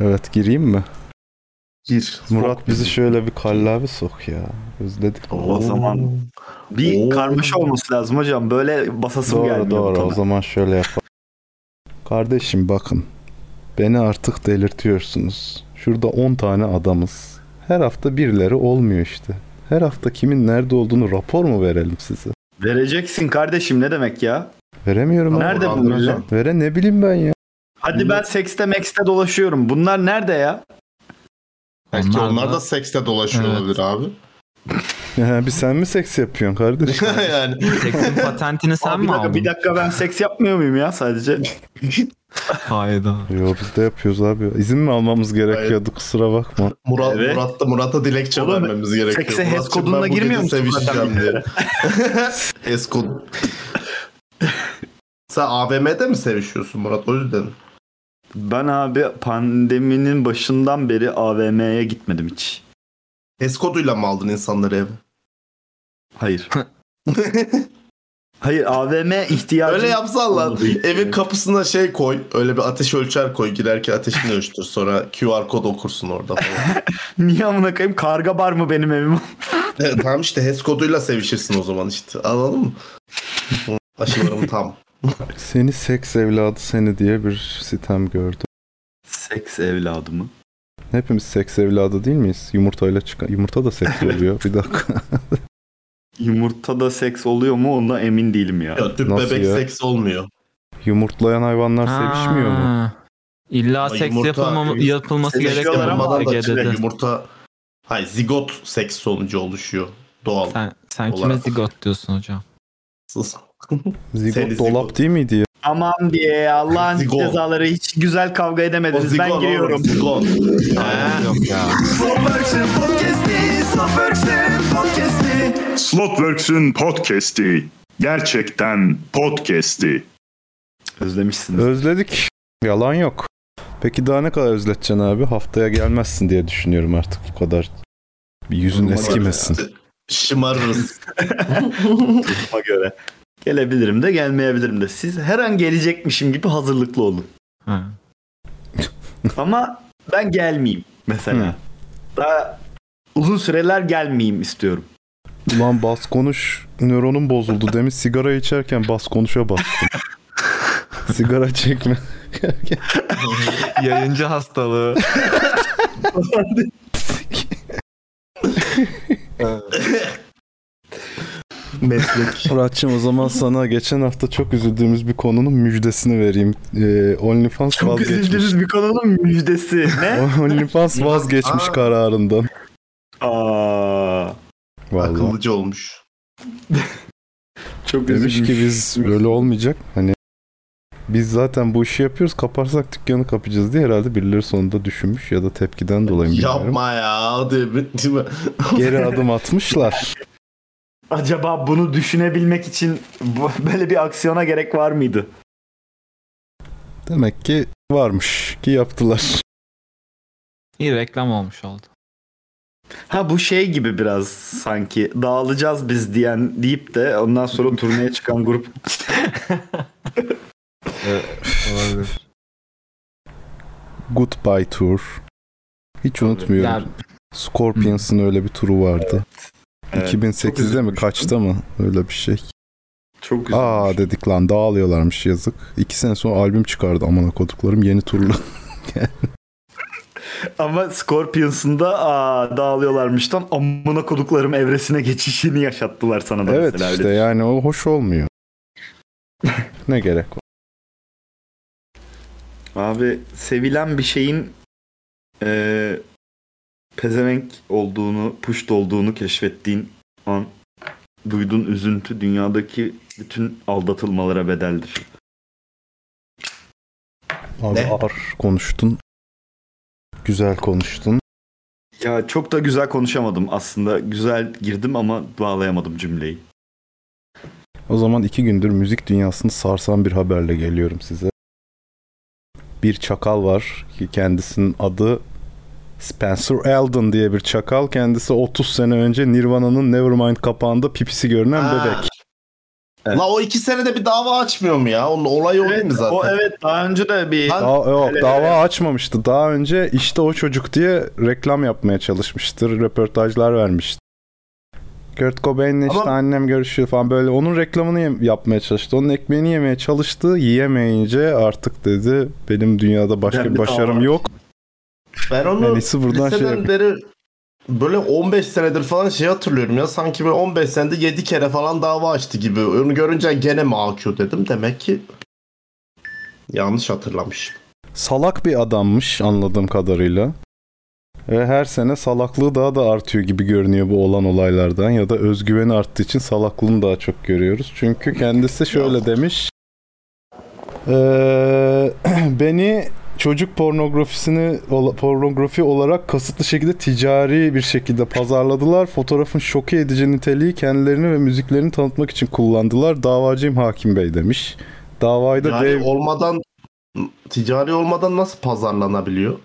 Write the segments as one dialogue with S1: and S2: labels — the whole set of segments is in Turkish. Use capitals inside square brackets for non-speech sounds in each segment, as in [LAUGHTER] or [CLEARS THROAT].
S1: Evet gireyim mi?
S2: Gir.
S1: Murat bizi şöyle bir kallavi sok ya. Özledik.
S2: O zaman bir
S3: Oo.
S2: karmaşa olması lazım hocam. Böyle basasım
S1: Doğru
S2: gelmiyor.
S1: doğru
S2: bana.
S1: o zaman şöyle yapalım. Kardeşim bakın. Beni artık delirtiyorsunuz. Şurada 10 tane adamız. Her hafta birileri olmuyor işte. Her hafta kimin nerede olduğunu rapor mu verelim size?
S2: Vereceksin kardeşim ne demek ya?
S1: Veremiyorum abi.
S2: Nerede
S3: Orhan
S2: bunlar?
S3: hocam.
S1: Vere ne bileyim ben ya.
S2: Hadi ben sekste mekste dolaşıyorum. Bunlar nerede ya?
S3: Belki onlar,
S4: Onlar
S3: da,
S4: da-
S3: sekste dolaşıyor
S4: Evet.
S3: olabilir abi.
S1: Ya bir sen mi seks yapıyorsun
S2: [LAUGHS]
S1: kardeşim?
S3: [LAUGHS] yani
S4: Seksin patentini sen
S2: Aa, bir,
S4: mi
S2: dakika,
S4: aldın?
S2: bir dakika ben seks yapmıyor muyum ya sadece?
S4: Hayda.
S1: Yo biz de yapıyoruz abi. İzin mi almamız gerekiyordu kusura bakma.
S3: Murat
S2: Evet.
S3: Murat'ta Murat'a dilekçe
S2: Oğlum,
S3: vermemiz gerekiyor.
S2: sekse HES
S3: Murat'cığım,
S2: koduna
S3: ben bu
S2: girmiyor
S3: gece
S2: musun zaten
S3: Sevişeceğim
S2: bir
S3: diye. [LAUGHS] HES kodu. Sen AVM'de mi sevişiyorsun Murat o yüzden?
S2: Ben abi pandeminin başından beri AVM'ye gitmedim hiç.
S3: HES koduyla mı aldın insanları eve?
S1: [LAUGHS]
S2: Hayır. Hayır AVM ihtiyacı.
S3: Öyle yapsan lan.
S2: Oldu değil.
S3: Evin kapısına şey koy. Öyle bir ateş ölçer koy. Girerken ateşini ölçtür. Sonra QR kod okursun orada falan.
S2: Niye amına koyayım karga bar mı benim evim? [LAUGHS]
S3: Evet, tamam işte HES koduyla sevişirsin o zaman işte. Anladın mı? Aşılarım tam.
S1: Seni seks evladı seni diye bir sitem gördüm.
S2: Seks evladımı.
S1: Hepimiz seks evladı değil miyiz? Yumurtayla çıkan. Yumurta da seks oluyor. Bir
S3: [LAUGHS]
S1: dakika.
S2: Yumurtada seks oluyor mu ondan emin değilim ya.
S3: Ya, tüp
S1: Nasıl
S3: bebek
S1: ya?
S3: seks olmuyor.
S1: Yumurtlayan hayvanlar sevişmiyor mu?
S4: Ha. İlla
S3: Ama
S4: seks
S3: yumurta-
S4: yapılmam- yapılması
S2: Seks
S4: gerekmiyor
S2: yapıyorlar
S4: mu
S2: ama-
S3: da
S4: Ege'de? de?
S3: yumurta... Hayır zigot seks sonucu oluşuyor. Doğal.
S4: Sen, sen kime
S3: Olarak.
S4: zigot diyorsun hocam?
S1: Zigot
S3: Seni
S1: dolap
S3: zigot.
S1: değil miydi ya?
S2: Aman diye Allah'ın
S3: Zigon.
S2: cezaları hiç güzel kavga edemediniz. ben giriyorum.
S3: Zigot.
S4: Ha, Yok ya.
S5: Slotworks'ün podcast'i. Gerçekten podcast'i.
S2: Özlemişsiniz.
S1: Özledik. Yalan yok. Peki daha ne kadar özleteceksin abi? Haftaya gelmezsin diye düşünüyorum artık bu kadar. Bir yüzün
S2: Umarım
S1: eskimesin.
S3: Şımarırız.
S2: Duruma göre. Gelebilirim de gelmeyebilirim de. Siz her an gelecekmişim gibi hazırlıklı [LAUGHS] olun.
S4: Ha.
S2: Ama ben gelmeyeyim mesela.
S1: Hı.
S2: Daha uzun süreler gelmeyeyim istiyorum.
S1: Ulan bas konuş nöronum bozuldu demiş. Sigara içerken bas konuşa
S3: [LAUGHS]
S1: bastım. Sigara çekme.
S4: Yayıncı hastalığı.
S3: Meslek.
S1: Muratçım o zaman sana geçen hafta çok üzüldüğümüz bir konunun müjdesini vereyim. Ee, OnlyFans
S2: [LAUGHS] Çok
S1: vazgeçmiş.
S2: üzüldüğünüz bir konunun müjdesi. Ne?
S1: OnlyFans vazgeçmiş
S3: Aa.
S1: kararından.
S2: Aa,
S1: Vallahi.
S3: Akıllıca olmuş.
S2: [LAUGHS] çok
S1: Demiş
S2: üzülmüş.
S1: ki biz böyle olmayacak. Hani biz zaten bu işi yapıyoruz. Kaparsak dükkanı kapacağız diye herhalde birileri sonunda düşünmüş ya da tepkiden dolayı bilmiyorum.
S3: Yapma ya. [LAUGHS] diye bir- değil mi?
S1: Geri adım atmışlar.
S2: Acaba bunu düşünebilmek için bu- [LAUGHS] böyle bir aksiyona gerek var mıydı?
S1: Demek ki varmış ki yaptılar.
S4: İyi reklam olmuş oldu.
S2: Ha bu şey gibi biraz sanki dağılacağız biz diyen deyip de ondan sonra turneye çıkan grup
S1: Goodbye Tour. Hiç unutmuyorum.
S4: Ya,
S1: Scorpions'ın öyle bir turu vardı.
S2: Evet,
S1: 2008'de mi kaçta mı öyle bir şey.
S2: çok üzülmüş.
S1: Aa dedik lan dağılıyorlarmış yazık. İki sene sonra albüm çıkardı amına koduklarım yeni
S3: [LAUGHS]
S1: turlu.
S2: Ama Scorpions'ın da aa, dağılıyorlarmıştan amına koduklarım evresine geçişini yaşattılar sana da
S1: evet
S2: mesela.
S1: işte yani o hoş
S3: [LAUGHS]
S1: olmuyor. ne gerek var?
S2: Abi sevilen bir şeyin eee pezevenk olduğunu, puşt olduğunu keşfettiğin an duyduğun üzüntü dünyadaki bütün aldatılmalara bedeldir.
S1: Abi
S3: Ne?
S1: ağır konuştun. Güzel konuştun.
S2: Ya çok da güzel konuşamadım aslında. Güzel girdim ama bağlayamadım cümleyi.
S1: O zaman iki gündür müzik dünyasını sarsan bir haberle geliyorum size. Bir çakal var ki kendisinin adı Spencer Eldon diye bir çakal. Kendisi 30 sene önce Nirvana'nın Nevermind kapağında pipisi görünen
S3: Aa,
S1: bebek.
S2: Evet.
S3: La o iki senede bir dava açmıyor mu ya? Onun olayı o değil mi zaten?
S2: O evet daha önce de bir
S3: Ha,
S1: Daha, yok,
S2: Hele-
S1: dava açmamıştı. Daha önce işte o çocuk diye reklam yapmaya çalışmıştır. Röportajlar vermişti. Kurt Cobain'le işte
S3: Ama-
S1: annem görüşüyor falan böyle. Onun reklamını yem- yapmaya çalıştı. Onun ekmeğini yemeye çalıştı. Yiyemeyince artık dedi benim dünyada başka
S2: Ben
S1: bir
S2: bir
S1: başarım
S2: dava
S1: yok.
S3: Ben onu
S1: En iyisi buradan şey
S3: liseden
S1: yapayım.
S3: beri böyle 15 senedir falan şey hatırlıyorum ya. Sanki böyle 15 senede 7 kere falan dava açtı gibi. Onu görünce gene mi AQ dedim. Demek ki yanlış hatırlamışım.
S1: Salak bir adammış anladığım kadarıyla. Ve her sene salaklığı daha da artıyor gibi görünüyor bu olan olaylardan ya da özgüveni arttığı için salaklığını daha çok görüyoruz. Çünkü kendisi şöyle demiş. "Ee, [CLEARS THROAT] beni çocuk pornografisini ola- pornografi olarak kasıtlı şekilde ticari bir şekilde pazarladılar. Fotoğrafın şoke edici niteliği kendilerini ve müziklerini tanıtmak için kullandılar. Davacıyım Hakim Bey demiş. Davayı da
S3: Yani
S1: dev-
S3: olmadan ticari olmadan nasıl pazarlanabiliyor?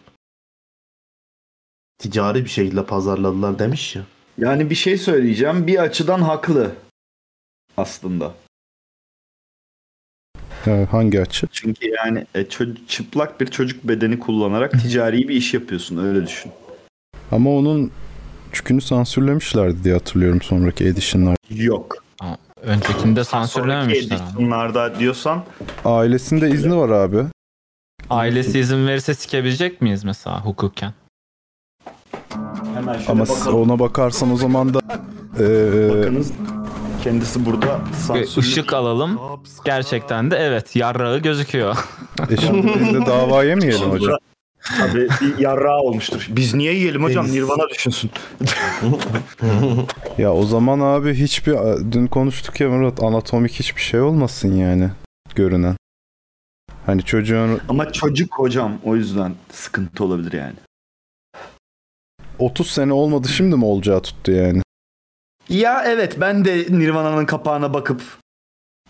S3: Ticari bir şekilde pazarladılar demiş ya.
S2: yani bir şey söyleyeceğim. Bir açıdan haklı aslında.
S1: Ee, hangi açı?
S2: Çünkü yani e, çö- çıplak bir çocuk bedeni kullanarak ticari bir iş yapıyorsun öyle düşün.
S1: Ama onun çükünü sansürlemişlerdi diye hatırlıyorum sonraki edişinler.
S2: Yok.
S4: Öncekinde
S2: Sonraki
S4: sansürlememişler ama.
S2: edition'larda diyorsan
S1: Ailesinde izni var abi.
S4: Ailesi izin verirse sikebilecek miyiz mesela hukuken?
S2: hemen şöyle
S1: Ama
S2: bakalım.
S1: ona bakarsan o zaman da e, eee
S2: Bakınız kendisi burada
S4: Bir
S2: sansürlü.
S4: ışık alalım. Gerçekten de evet yarrağı gözüküyor. [LAUGHS]
S1: e şimdi biz de dava yemeyelim hocam.
S2: Tabii bir yarrağı olmuştur. Biz niye yiyelim hocam? Nirvana düşünsün.
S1: Ya o zaman abi hiçbir dün konuştuk ya Murat anatomik hiçbir şey olmasın yani görünen. Hani çocuğun
S2: Ama çocuk hocam o yüzden sıkıntı olabilir yani.
S1: 30 sene olmadı şimdi mi olacağı tuttu yani.
S2: Ya evet ben de Nirvana'nın kapağına bakıp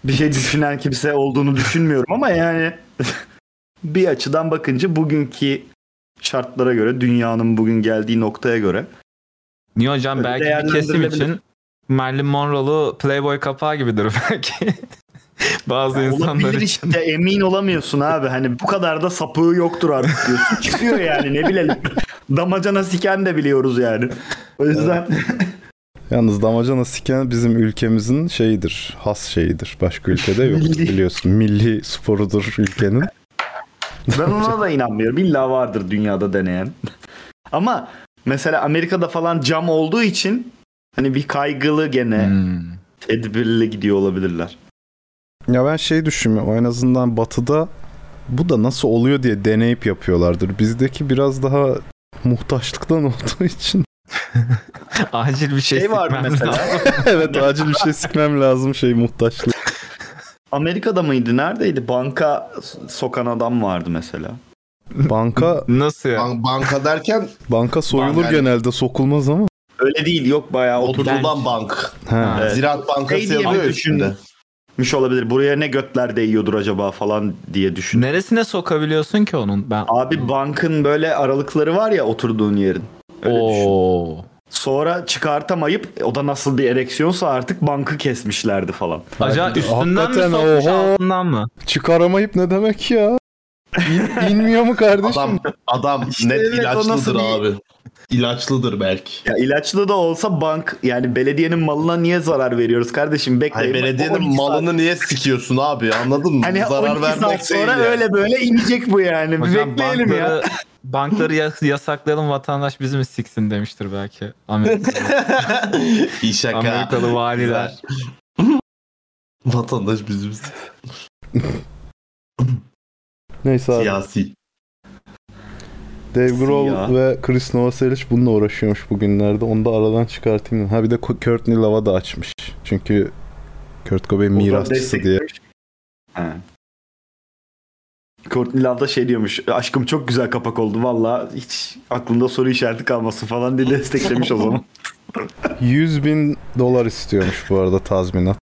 S2: bir şey düşünen kimse olduğunu düşünmüyorum ama yani [LAUGHS] bir açıdan bakınca bugünkü şartlara göre dünyanın bugün geldiği noktaya göre
S4: Niye hocam belki bir kesim
S2: Değerlendirilebilir.
S4: için Marilyn Monroe'lu Playboy kapağı gibidir [LAUGHS] belki. Bazı insanlar
S2: olabilir
S4: için.
S2: işte emin olamıyorsun abi hani bu kadar da sapığı yoktur artık diyorsun. Çıkıyor yani ne bilelim. Damacana siken de biliyoruz yani. O yüzden
S1: Yalnız damacana siken bizim ülkemizin şeyidir, has şeyidir. Başka ülkede yok
S2: Milli.
S1: biliyorsun. Milli sporudur ülkenin.
S2: Ben ona da inanmıyorum. İlla vardır dünyada deneyen. Ama mesela Amerika'da falan cam olduğu için hani bir kaygılı gene
S4: Hmm.
S2: tedbirli gidiyor olabilirler.
S1: Ya ben şey düşünüyorum en azından batıda bu da nasıl oluyor diye deneyip yapıyorlardır. Bizdeki biraz daha muhtaçlıktan [LAUGHS] olduğu için.
S4: [LAUGHS] Acil bir şey,
S2: Şey vardı
S4: sikmem
S2: mesela.
S4: lazım.
S1: evet acil bir şey sikmem lazım şey muhtaçlık.
S2: Amerika'da mıydı? Neredeydi? Banka sokan adam vardı mesela.
S1: Banka
S4: Nasıl ya?
S3: Ban- banka derken
S1: banka soyulur
S3: Banka-
S1: genelde sokulmaz ama.
S2: Öyle değil. Yok bayağı
S3: oturduğundan bank.
S1: Ha.
S2: Evet.
S3: Ziraat Bankası
S2: Şey diye
S3: yazıyor
S2: mi
S3: üstünde.
S2: düşünmüş olabilir. Buraya ne götler değiyordur acaba falan diye düşün.
S4: Neresine sokabiliyorsun ki onun? Ben
S2: Abi bankın böyle aralıkları var ya oturduğun yerin. Öyle düşün.
S4: Oo.
S2: Sonra çıkartamayıp o da nasıl bir ereksiyonsa artık bankı kesmişlerdi falan.
S4: Acaba üstünden mi
S1: Hakikaten,
S4: sokmuş
S1: oho.
S4: altından mı?
S1: Çıkaramayıp ne demek ya? İn- inmiyor mu kardeşim?
S3: Adam [LAUGHS] adam
S2: İşte
S3: net
S2: evet, o nasıl
S3: ilaçlıdır
S2: bir-
S3: abi. İlaçlıdır belki.
S2: Ya ilaçlı da olsa bank yani belediyenin malına niye zarar veriyoruz kardeşim
S3: Hayır,
S2: bekleyin. Bak,
S3: belediyenin
S2: 12 saat-
S3: malını niye sikiyorsun abi anladın mı?
S2: hani
S3: Zarar
S2: 12
S3: vermek
S2: saat
S3: değil
S2: sonra
S3: yani.
S2: öyle böyle inecek bu yani. Bir
S4: Hocam
S2: Bekleyelim
S4: bankları,
S2: [LAUGHS] ya.
S4: bankları yas- yasaklayalım vatandaş bizim siksin demiştir belki. Amerikalı,
S3: [LAUGHS] İyi şaka.
S4: Amerikalı valiler.
S3: [LAUGHS] Vatandaş bizim
S1: Neyse abi.
S3: siyasi.
S1: Dave Grohl
S2: Ya.
S1: ve Chris Novoselic bununla uğraşıyormuş bugünlerde. Onu da aradan çıkartayım. Ha bir de Kurt Nilava da açmış. Çünkü Kurt Cobain mirasçısı diye.
S2: Ha. Courtney Love da şey diyormuş. Aşkım çok güzel kapak oldu valla. Hiç aklımda soru işareti kalmasın falan diye desteklemiş o zaman.
S1: 100 bin dolar istiyormuş bu arada tazminat.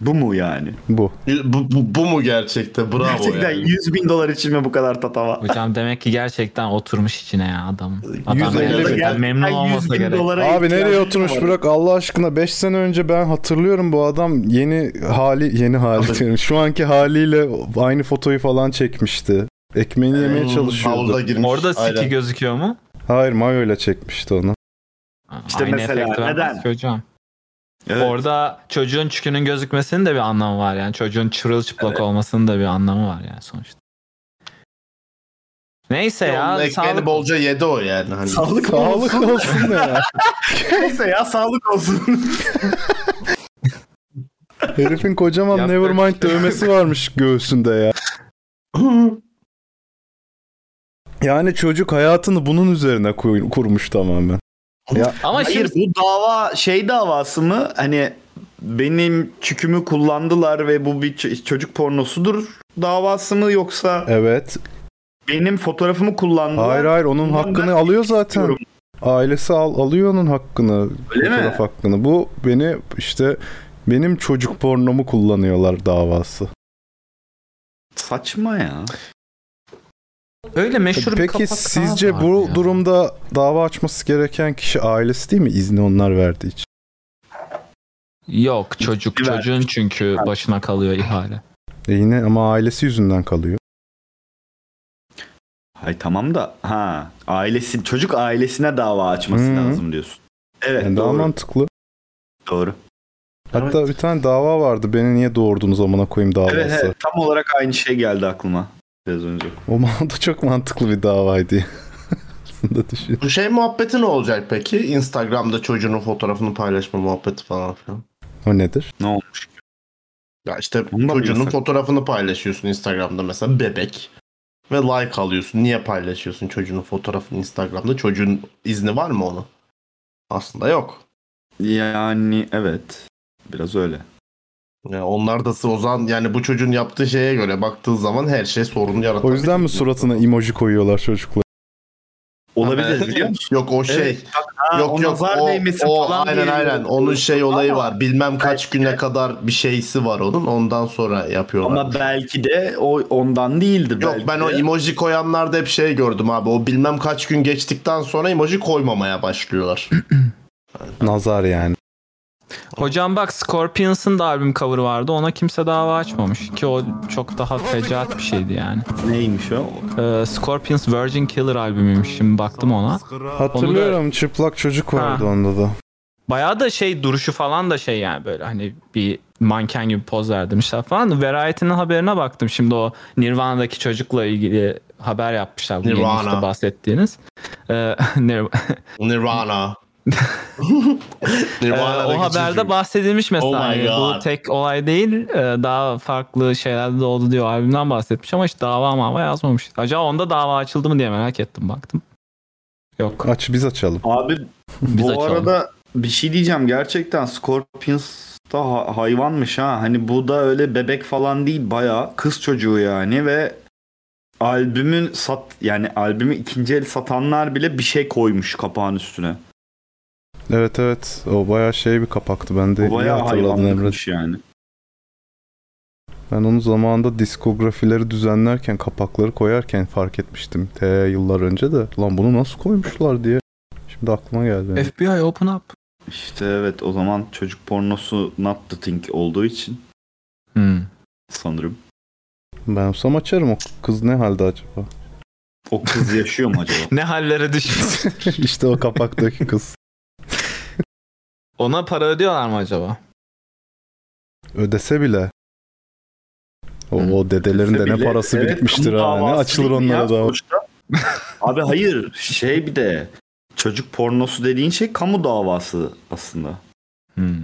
S2: Bu mu yani?
S1: Bu.
S3: Bu, bu, bu mu gerçekten? Bravo
S2: Gerçekten
S3: yani.
S2: 100 bin dolar için mi bu kadar tatava?
S4: Hocam demek ki gerçekten oturmuş içine ya adam. Adam
S1: 150
S4: gerçekten
S1: gerçekten
S4: memnun olmasa gerek.
S1: Abi nereye oturmuş bırak Allah aşkına 5 sene önce ben hatırlıyorum bu adam yeni hali yeni hali
S3: Abi.
S1: diyorum. Şu anki haliyle aynı fotoyu falan çekmişti. Ekmeğini
S3: Ee,
S1: yemeye çalışıyordu.
S3: Havluda Hmm, girmiş.
S4: Orada siki
S3: Aynen.
S4: gözüküyor mu?
S1: Hayır mayoyla çekmişti onu.
S4: Aa,
S2: İşte mesela,
S4: efekt vermez
S2: neden?
S4: ki Hocam.
S2: Evet.
S4: Orada çocuğun çükünün gözükmesinin de bir anlamı var yani. Çocuğun çırılçıplak olmasının da bir anlamı var yani sonuçta. Neyse
S3: Onun
S4: ya.
S3: ekmeğini
S4: Sağlık...
S3: bolca yedi o yani. Hani. [LAUGHS]
S2: Sağlık,
S1: Sağlık
S2: olsun.
S1: olsun da ya.
S2: Neyse ya sağlık olsun.
S1: Herifin kocaman
S4: Yapacak
S1: Nevermind
S4: bir şey yok.
S1: dövmesi varmış göğsünde ya. Yani çocuk hayatını bunun üzerine kuy- kurmuş tamamen.
S4: Ama
S2: Hayır
S4: şimdi
S2: bu dava şey davası mı? Hani benim çükümü kullandılar ve bu bir ç- çocuk pornosudur davası mı yoksa
S1: Evet.
S2: benim fotoğrafımı kullandılar?
S1: Hayır hayır onun
S2: Bundan ben
S1: hakkını alıyor zaten.
S2: diyorum.
S1: Ailesi al, alıyor onun hakkını.
S2: Öyle mi?
S1: fotoğraf hakkını. Bu beni işte benim çocuk pornomu kullanıyorlar davası.
S2: Saçma ya.
S4: öyle meşhur bir
S1: Peki
S4: kapak daha
S1: sizce
S4: var
S1: bu
S4: ya.
S1: durumda dava açması gereken kişi ailesi değil mi? İzni onlar verdiği için.
S4: Yok çocuk.
S2: Ver.
S4: Çocuğun çünkü başına kalıyor ihale.
S1: E yine ama ailesi yüzünden kalıyor.
S2: Hay tamam da ha ailesi çocuk ailesine dava açması
S1: Hı.
S2: lazım diyorsun. Evet
S1: Yani daha
S2: doğru.
S1: mantıklı.
S2: doğru.
S1: Hatta bir tane dava vardı. Beni niye doğurdunuz amına koyayım davası.
S2: Evet, evet tam olarak aynı şey geldi aklıma biraz önce.
S1: O [LAUGHS] man- da çok mantıklı bir davaydı. [LAUGHS] Aslında düşün.
S3: Bu şey muhabbeti ne olacak peki? Instagram'da çocuğunun fotoğrafını paylaşma muhabbeti falan filan.
S1: O nedir?
S2: Ne olmuş?
S3: Ya işte
S2: Bunu da mı
S3: çocuğunun
S2: yasak?
S3: fotoğrafını paylaşıyorsun Instagram'da mesela bebek. Ve like alıyorsun. Niye paylaşıyorsun çocuğunun fotoğrafını Instagram'da? Çocuğun izni var mı onun? Aslında yok.
S2: Yani evet biraz öyle.
S3: Ya onlar da Ozan yani bu çocuğun yaptığı şeye göre baktığın zaman her şey sorun yaratıyor.
S1: O yüzden mi suratına emoji koyuyorlar çocuklar?
S2: Olabilir
S1: [LAUGHS]
S2: biliyor musun?
S3: Yok o şey.
S2: Evet. Ha,
S3: yok
S2: o
S3: yok
S2: nazar
S3: o,
S2: değmesin
S3: o
S2: falan
S3: aynen
S2: diye.
S3: aynen onun şey olayı
S2: Ama-
S3: var bilmem kaç güne kadar bir şeysi var onun ondan sonra yapıyorlar.
S2: Ama belki de o ondan değildir.
S3: Yok
S2: belki
S3: ben
S2: de.
S3: o emoji koyanlarda hep şey gördüm abi o bilmem kaç gün geçtikten sonra emoji
S2: [CLEARS THROAT]
S3: koymamaya başlıyorlar.
S1: Nazar yani.
S4: Hocam bak Scorpions'ın da albüm cover'ı vardı. Ona kimse dava açmamış ki o çok daha fecaat bir şeydi yani.
S2: neymiş o?
S4: Ee, Scorpions Virgin Killer albümüymüş. Şimdi baktım ona.
S1: Hatırlıyorum çıplak çocuk vardı
S4: Ha.
S1: onda da.
S4: Bayağı da şey duruşu falan da şey yani böyle hani bir manken gibi poz verdirmişler falan. Variety'nin haberine baktım şimdi o Nirvana'daki çocukla ilgili haber yapmışlar. Bu yeni
S3: Nirvana.
S4: işte bahsettiğiniz. Ee, [LAUGHS] Nir-
S2: [LAUGHS]
S3: Nirvana. Nirvana'daki
S4: Ee, o haberde
S3: çocuk.
S4: bahsedilmiş mesela.
S3: Oh my
S4: Yani
S3: God.
S4: bu tek olay değil. Ee, Daha farklı şeylerde de oldu diyor. Albümden bahsetmiş ama hiç dava mava yazmamış. Acaba onda dava açıldı mı diye merak ettim baktım. Yok.
S1: Aç biz açalım.
S2: Abi
S4: Biz
S2: bu
S4: açalım.
S2: arada bir şey diyeceğim gerçekten Scorpions da ha- hayvanmış ha. Hani bu da öyle bebek falan değil bayağı kız çocuğu yani ve albümün sat yani albümü ikinci el satanlar bile bir şey koymuş kapağın üstüne.
S1: Evet evet o bayağı şey bir kapaktı. Ben de
S2: Bu
S1: iyi
S2: bayağı
S1: hatırladın Emre.
S2: hayvanmış yani.
S1: Ben onu zamanında diskografileri düzenlerken kapakları koyarken fark etmiştim. T yıllar önce de. Lan bunu nasıl koymuşlar diye. Şimdi aklıma geldi.
S4: FBI open up.
S2: İşte evet o zaman çocuk pornosu not the thing olduğu için
S4: Hmm.
S2: sanırım.
S1: Ben olsam açarım o kız ne halde acaba?
S2: O kız yaşıyor
S1: [LAUGHS]
S2: mu acaba?
S4: Ne hallere düşmüş. [LAUGHS]
S1: işte o kapaktaki kız.
S4: Ona para ödüyorlar mı acaba?
S1: Ödese bile. O, o dedelerin de
S2: Ödese
S1: ne
S2: bile,
S1: parası
S2: evet,
S1: birikmiştir
S2: kamu
S1: ha. Ne
S2: davası
S1: açılır
S2: değil mi ya
S1: onlara da.
S2: sonuçta? Abi hayır şey bir de çocuk pornosu dediğin şey kamu davası aslında.
S4: Hmm.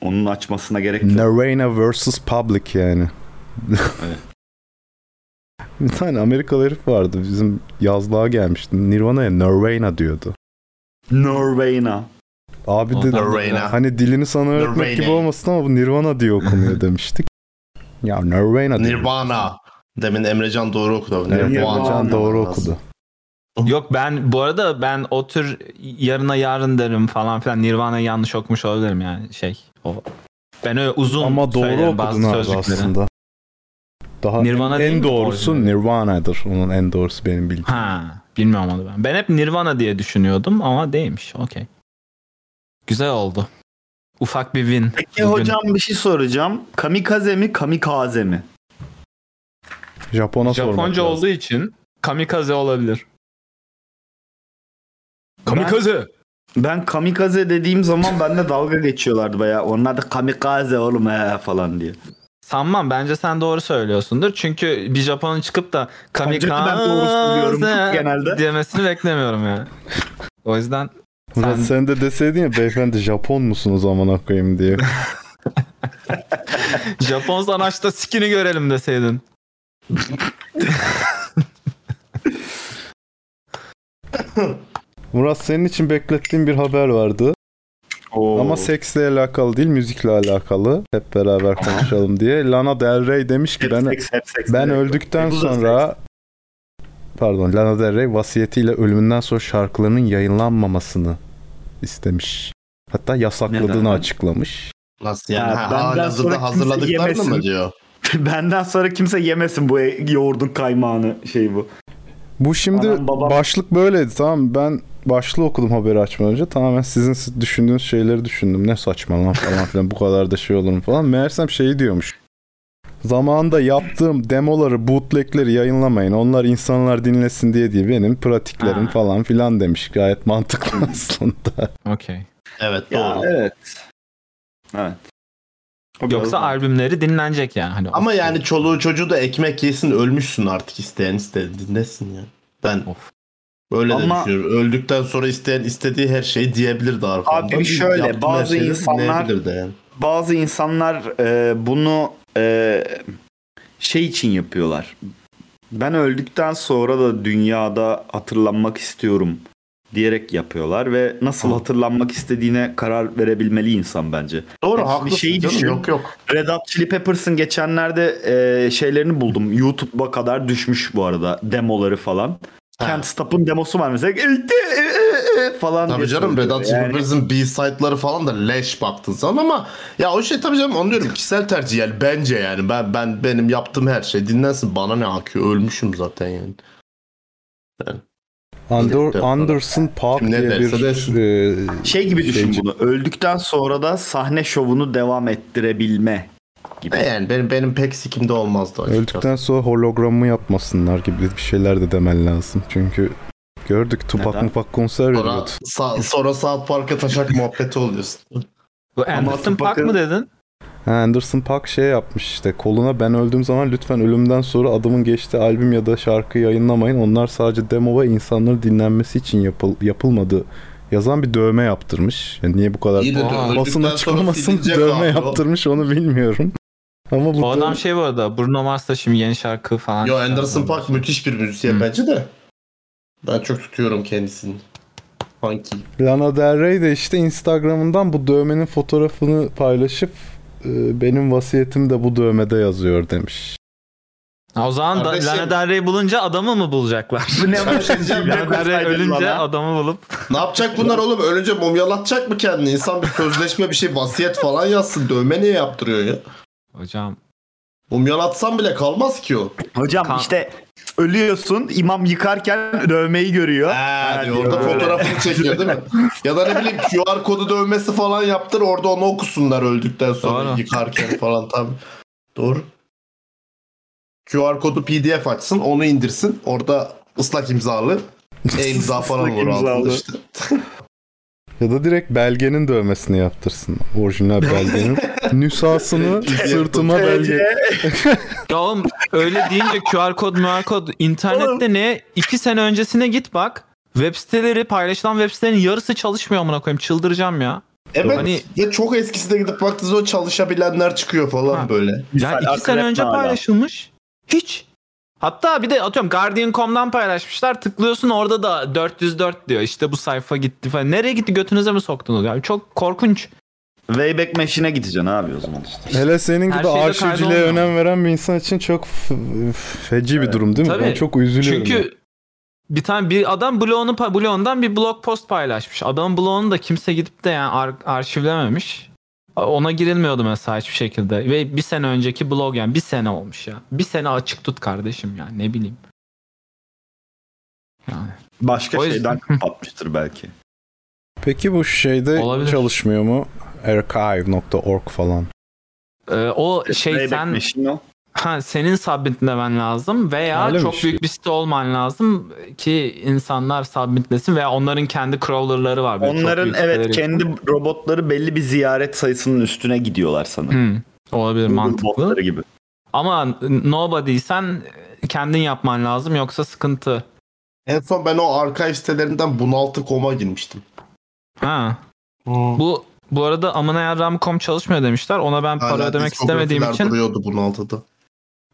S2: Onun açmasına gerek yok.
S1: Narena vs. Public yani.
S2: Evet.
S1: [LAUGHS] Bir tane Amerikalı herif vardı. Bizim yazlığa gelmişti. Nirvana'ya Narena diyordu.
S2: Norveyna.
S1: Abi
S4: O
S1: de
S4: da-
S3: Nirvana.
S1: hani dilini sana öğretmek
S3: Nirvana.
S1: gibi olmasın ama bu Nirvana diye okunuyor demiştik. Ya Nirvana diyor.
S3: Nirvana. Demin Emrecan doğru okudu.
S1: Evet,
S2: Nirvana.
S1: Can doğru okudu.
S4: Yok ben bu arada ben o tür yarına yarın derim falan filan Nirvana yanlış okumuş olabilirim yani şey. O Ben öyle uzun
S1: Ama doğru
S4: söylerim
S1: okudun
S4: bazı
S1: abi
S4: sözcükleri.
S1: aslında. Daha
S4: Nirvana değil
S1: en
S4: mi
S1: doğrusu
S4: orijinali?
S1: Nirvana'dır. Onun en doğrusu benim bildiğim.
S4: Ha, bilmiyorum onu ben. Ben hep Nirvana diye düşünüyordum ama değilmiş. Okey. Güzel oldu. Ufak bir win.
S2: Peki hocam bir şey soracağım. Kamikaze mi kamikaze mi?
S1: Japon'a sormak
S4: Japonca
S1: lazım.
S4: olduğu için kamikaze olabilir. Kamikaze.
S2: Ben kamikaze dediğim zaman bende dalga geçiyorlardı bayağı. Onlar da kamikaze oğlum he falan diye.
S4: Sanmam bence sen doğru söylüyorsundur. Çünkü bir Japon'un çıkıp da
S2: Bence de ben doğru söylüyorum [LAUGHS]
S4: kamikaze
S2: genelde.
S4: demesini beklemiyorum ya. O yüzden
S1: Ulan
S4: Sen-
S1: sen... de deseydin ya beyefendi Japon musunuz amına koyayım diye.
S4: Japon sanatçıda skin'i görelim deseydin.
S1: Murat senin için beklettiğim bir haber vardı. Ama seksle alakalı değil müzikle alakalı. Hep beraber konuşalım diye. Lana Del Rey demiş ki
S2: Hep
S1: ben
S2: seks, hep seks,
S1: ben
S2: direkt.
S1: öldükten
S2: E, bu da
S1: sonra pardon Lana Del Rey vasiyetiyle ölümünden sonra şarkılarının yayınlanmamasını istemiş. Hatta yasakladığını
S2: Neden?
S1: açıklamış.
S3: Nasıl yani?
S2: Ha,
S3: Ha,
S2: benden sonra
S3: hazırda
S2: kimse
S3: hazırladıklarını
S2: yemesin.
S3: mı diyor?
S2: [LAUGHS] Benden sonra kimse yemesin bu e, yoğurdun kaymağını şey bu.
S1: Bu şimdi
S2: Anam, babam-
S1: başlık böyleydi tamam ben başlığı okudum haberi açmadan önce tamamen sizin siz düşündüğünüz şeyleri düşündüm. Ne saçma lan falan filan bu kadar da şey olur mu falan. Meğersem şeyi diyormuş. Zamanında yaptığım demoları, bootlegleri yayınlamayın. Onlar insanlar dinlesin diye diye benim pratiklerim
S4: Ha.
S1: falan filan demiş. Gayet mantıklı [LAUGHS] aslında.
S4: Okey.
S3: Evet doğru.
S2: Ya, evet. Evet. O
S4: Yoksa
S2: biraz-
S4: albümleri dinlenecek yani. Hani
S3: Ama yani çoluğu çocuğu da ekmek yesin ölmüşsün artık isteyen isteyen dinlesin ya. Ben
S4: Of.
S3: böyle de
S2: Ama-
S3: düşünüyorum. Öldükten sonra isteyen istediği her şeyi diyebilirdi arkamdan.
S2: Abi şöyle,
S3: Yaptığım her
S2: bazı
S3: şeyi de
S2: insanlar-
S3: dinleyebilirdi yani.
S2: bazı insanlar e, bunu e, şey için yapıyorlar. Ben öldükten sonra da dünyada hatırlanmak istiyorum diyerek yapıyorlar ve nasıl hatırlanmak istediğine karar verebilmeli insan bence.
S3: Doğru
S2: Hepsi bir
S3: haklısın
S2: şeyi
S3: canım,
S2: düşün.
S3: Yok yok.
S2: Red Hot Chili Peppers'ın geçenlerde e, şeylerini buldum. YouTube'a kadar düşmüş bu arada demoları falan.
S3: Ha.
S2: Can't Stop'ın demosu var mesela. "E, e, e, e," falan
S3: Tabii
S2: diye
S3: canım
S2: söylüyor.
S3: Red Hot Chili
S2: Yani-
S3: Peppers'ın B-side'ları falan da leş baktın sen ama ya o şey tabii canım onu diyorum kişisel tercih yani bence yani ben ben benim yaptığım her şey dinlensin bana ne akıyor ölmüşüm zaten yani.
S1: Under,
S3: Evet.
S1: Anderson Park
S3: Kim ne
S1: diye
S3: derse
S1: bir
S3: desin.
S1: e,
S2: Şey gibi düşün
S1: Şeyci.
S2: bunu. Öldükten sonra da sahne şovunu devam ettirebilme gibi.
S3: Yani benim benim pek sikimde olmazdı açıkçası.
S1: Öldükten sonra hologramı yapmasınlar gibi bir şeyler de demen lazım. Çünkü gördük Tupac
S2: Neden?
S1: Mupak konser
S3: Sonra,
S1: veriyordu.
S3: sa- sonra South Park'a taşak muhabbeti oluyorsun.
S4: Bu Anderson
S2: Ama
S4: Park mı dedin?
S1: Ha, Anderson Park şey yapmış işte koluna ben öldüğüm zaman lütfen ölümden sonra adımın geçtiği albüm ya da şarkı yayınlamayın. Onlar sadece demo ve insanların dinlenmesi için yapıl- yapılmadı. Yazan bir dövme yaptırmış. Yani niye bu kadar [LAUGHS]
S3: İyi de
S4: Aa,
S3: öldükten
S1: basın
S3: sonra
S1: açıklamasın
S3: silinecek
S1: dövme
S3: abi o.
S1: yaptırmış onu bilmiyorum. Ama bu
S4: O
S1: dövme-
S4: adam şey bu arada Bruno Mars'ta şimdi yeni şarkı falan.
S3: Yo
S4: çıkardı.
S3: Anderson Park müthiş bir müzisyen
S4: Hmm.
S3: bence de. Ben çok tutuyorum kendisini. Funky.
S1: Lana Del Rey de işte Instagram'ından bu dövmenin fotoğrafını paylaşıp e, benim vasiyetim de bu dövmede yazıyor demiş.
S4: Ha, o zaman da,
S3: Kardeşim.
S4: Lana Del Rey bulunca adamı mı bulacaklar?
S2: Bu şey ne var?
S4: [LAUGHS] Lana Del Rey ölünce adamı bulup
S3: Ne yapacak bunlar oğlum? Ölünce mumyalatacak mı kendini? İnsan bir sözleşme bir şey vasiyet falan yazsın. Dövme niye yaptırıyor ya?
S4: hocam
S3: Mumyalatsan bile kalmaz ki o.
S2: Hocam
S4: Kan-
S2: işte ölüyorsun imam yıkarken dövmeyi görüyor.
S3: Ha,
S2: Ha,
S3: diyor, orada
S2: diyor.
S3: fotoğrafını çekiyor değil mi? Ya da ne bileyim QR kodu dövmesi falan yaptır orada onu okusunlar öldükten sonra
S4: Doğru.
S3: yıkarken falan tabii. Doğru. QR kodu PDF açsın onu indirsin orada ıslak imzalı e imza falan
S2: Islak
S3: olur altında
S2: imzalı.
S3: işte.
S1: Ya da direkt belgenin dövmesini yaptırsın. Orijinal belgenin. Nüshasını sırtıma belge.
S4: ya oğlum öyle deyince QR kod QR kod internette ne? 2 sene öncesine git bak. Web siteleri paylaşılan web sitelerin yarısı çalışmıyor amına koyayım çıldıracağım ya.
S3: Evet
S4: Hani-
S3: ve çok eskisine gidip baktığınızda o çalışabilenler çıkıyor falan
S4: Ha.
S3: böyle.
S4: Ya iki sene önce
S2: hala.
S4: paylaşılmış. Hiç. Hatta bir de atıyorum Guardian.com'dan paylaşmışlar. Tıklıyorsun orada da 404 diyor. İşte bu sayfa gitti falan. Nereye gitti götünüze mi soktunuz? Yani çok korkunç.
S2: Wayback Machine'e gideceksin abi o zaman işte.
S1: Hele senin
S4: Her
S1: gibi
S4: şeyde
S1: arşivciliğe
S4: kaybolmuyor.
S1: önem veren bir insan için çok f- f- feci bir durum değil mi? Ben
S4: Tabii.
S1: çok üzülüyorum. ya.
S4: Çünkü bir tane bir adam bloğunu pa- bloğundan bir blog post paylaşmış. Adam bloğunu da kimse gidip de yani ar- arşivlememiş. Ona girilmiyordu mesela hiçbir şekilde. Ve bir sene önceki blog yani bir sene olmuş ya. Bir sene açık tut kardeşim ya ne bileyim. Yani.
S2: Başka
S4: O yüzden-
S2: şeyden kapatmıştır belki.
S1: Peki bu şeyde
S4: Olabilir.
S1: çalışmıyor mu? Archive.org falan.
S4: Ee, o [LAUGHS] şey
S2: Playback
S4: sen
S2: machine o.
S4: ha, senin submitlemen lazım veya
S1: Öyle mi
S4: çok
S1: şey?
S4: büyük bir site olman lazım ki insanlar submitlesin veya onların kendi crawlerları var. böyle çok
S2: Onların
S4: büyük siteleri.
S2: evet kendi robotları belli bir ziyaret sayısının üstüne gidiyorlar sanırım.
S4: Hı, Hmm, olabilir
S2: Google
S4: mantıklı.
S2: botları gibi.
S4: Ama nobody'sen kendin yapman lazım yoksa sıkıntı.
S3: En son ben o arşiv sitelerinden bunaltı.com'a girmiştim.
S4: Ha. Hmm. Bu bu arada amına yarram.com çalışmıyor demişler. Ona ben para
S3: Hala
S4: ödemek
S3: diskografiler
S4: istemediğim için
S3: duruyordu bunaltıda.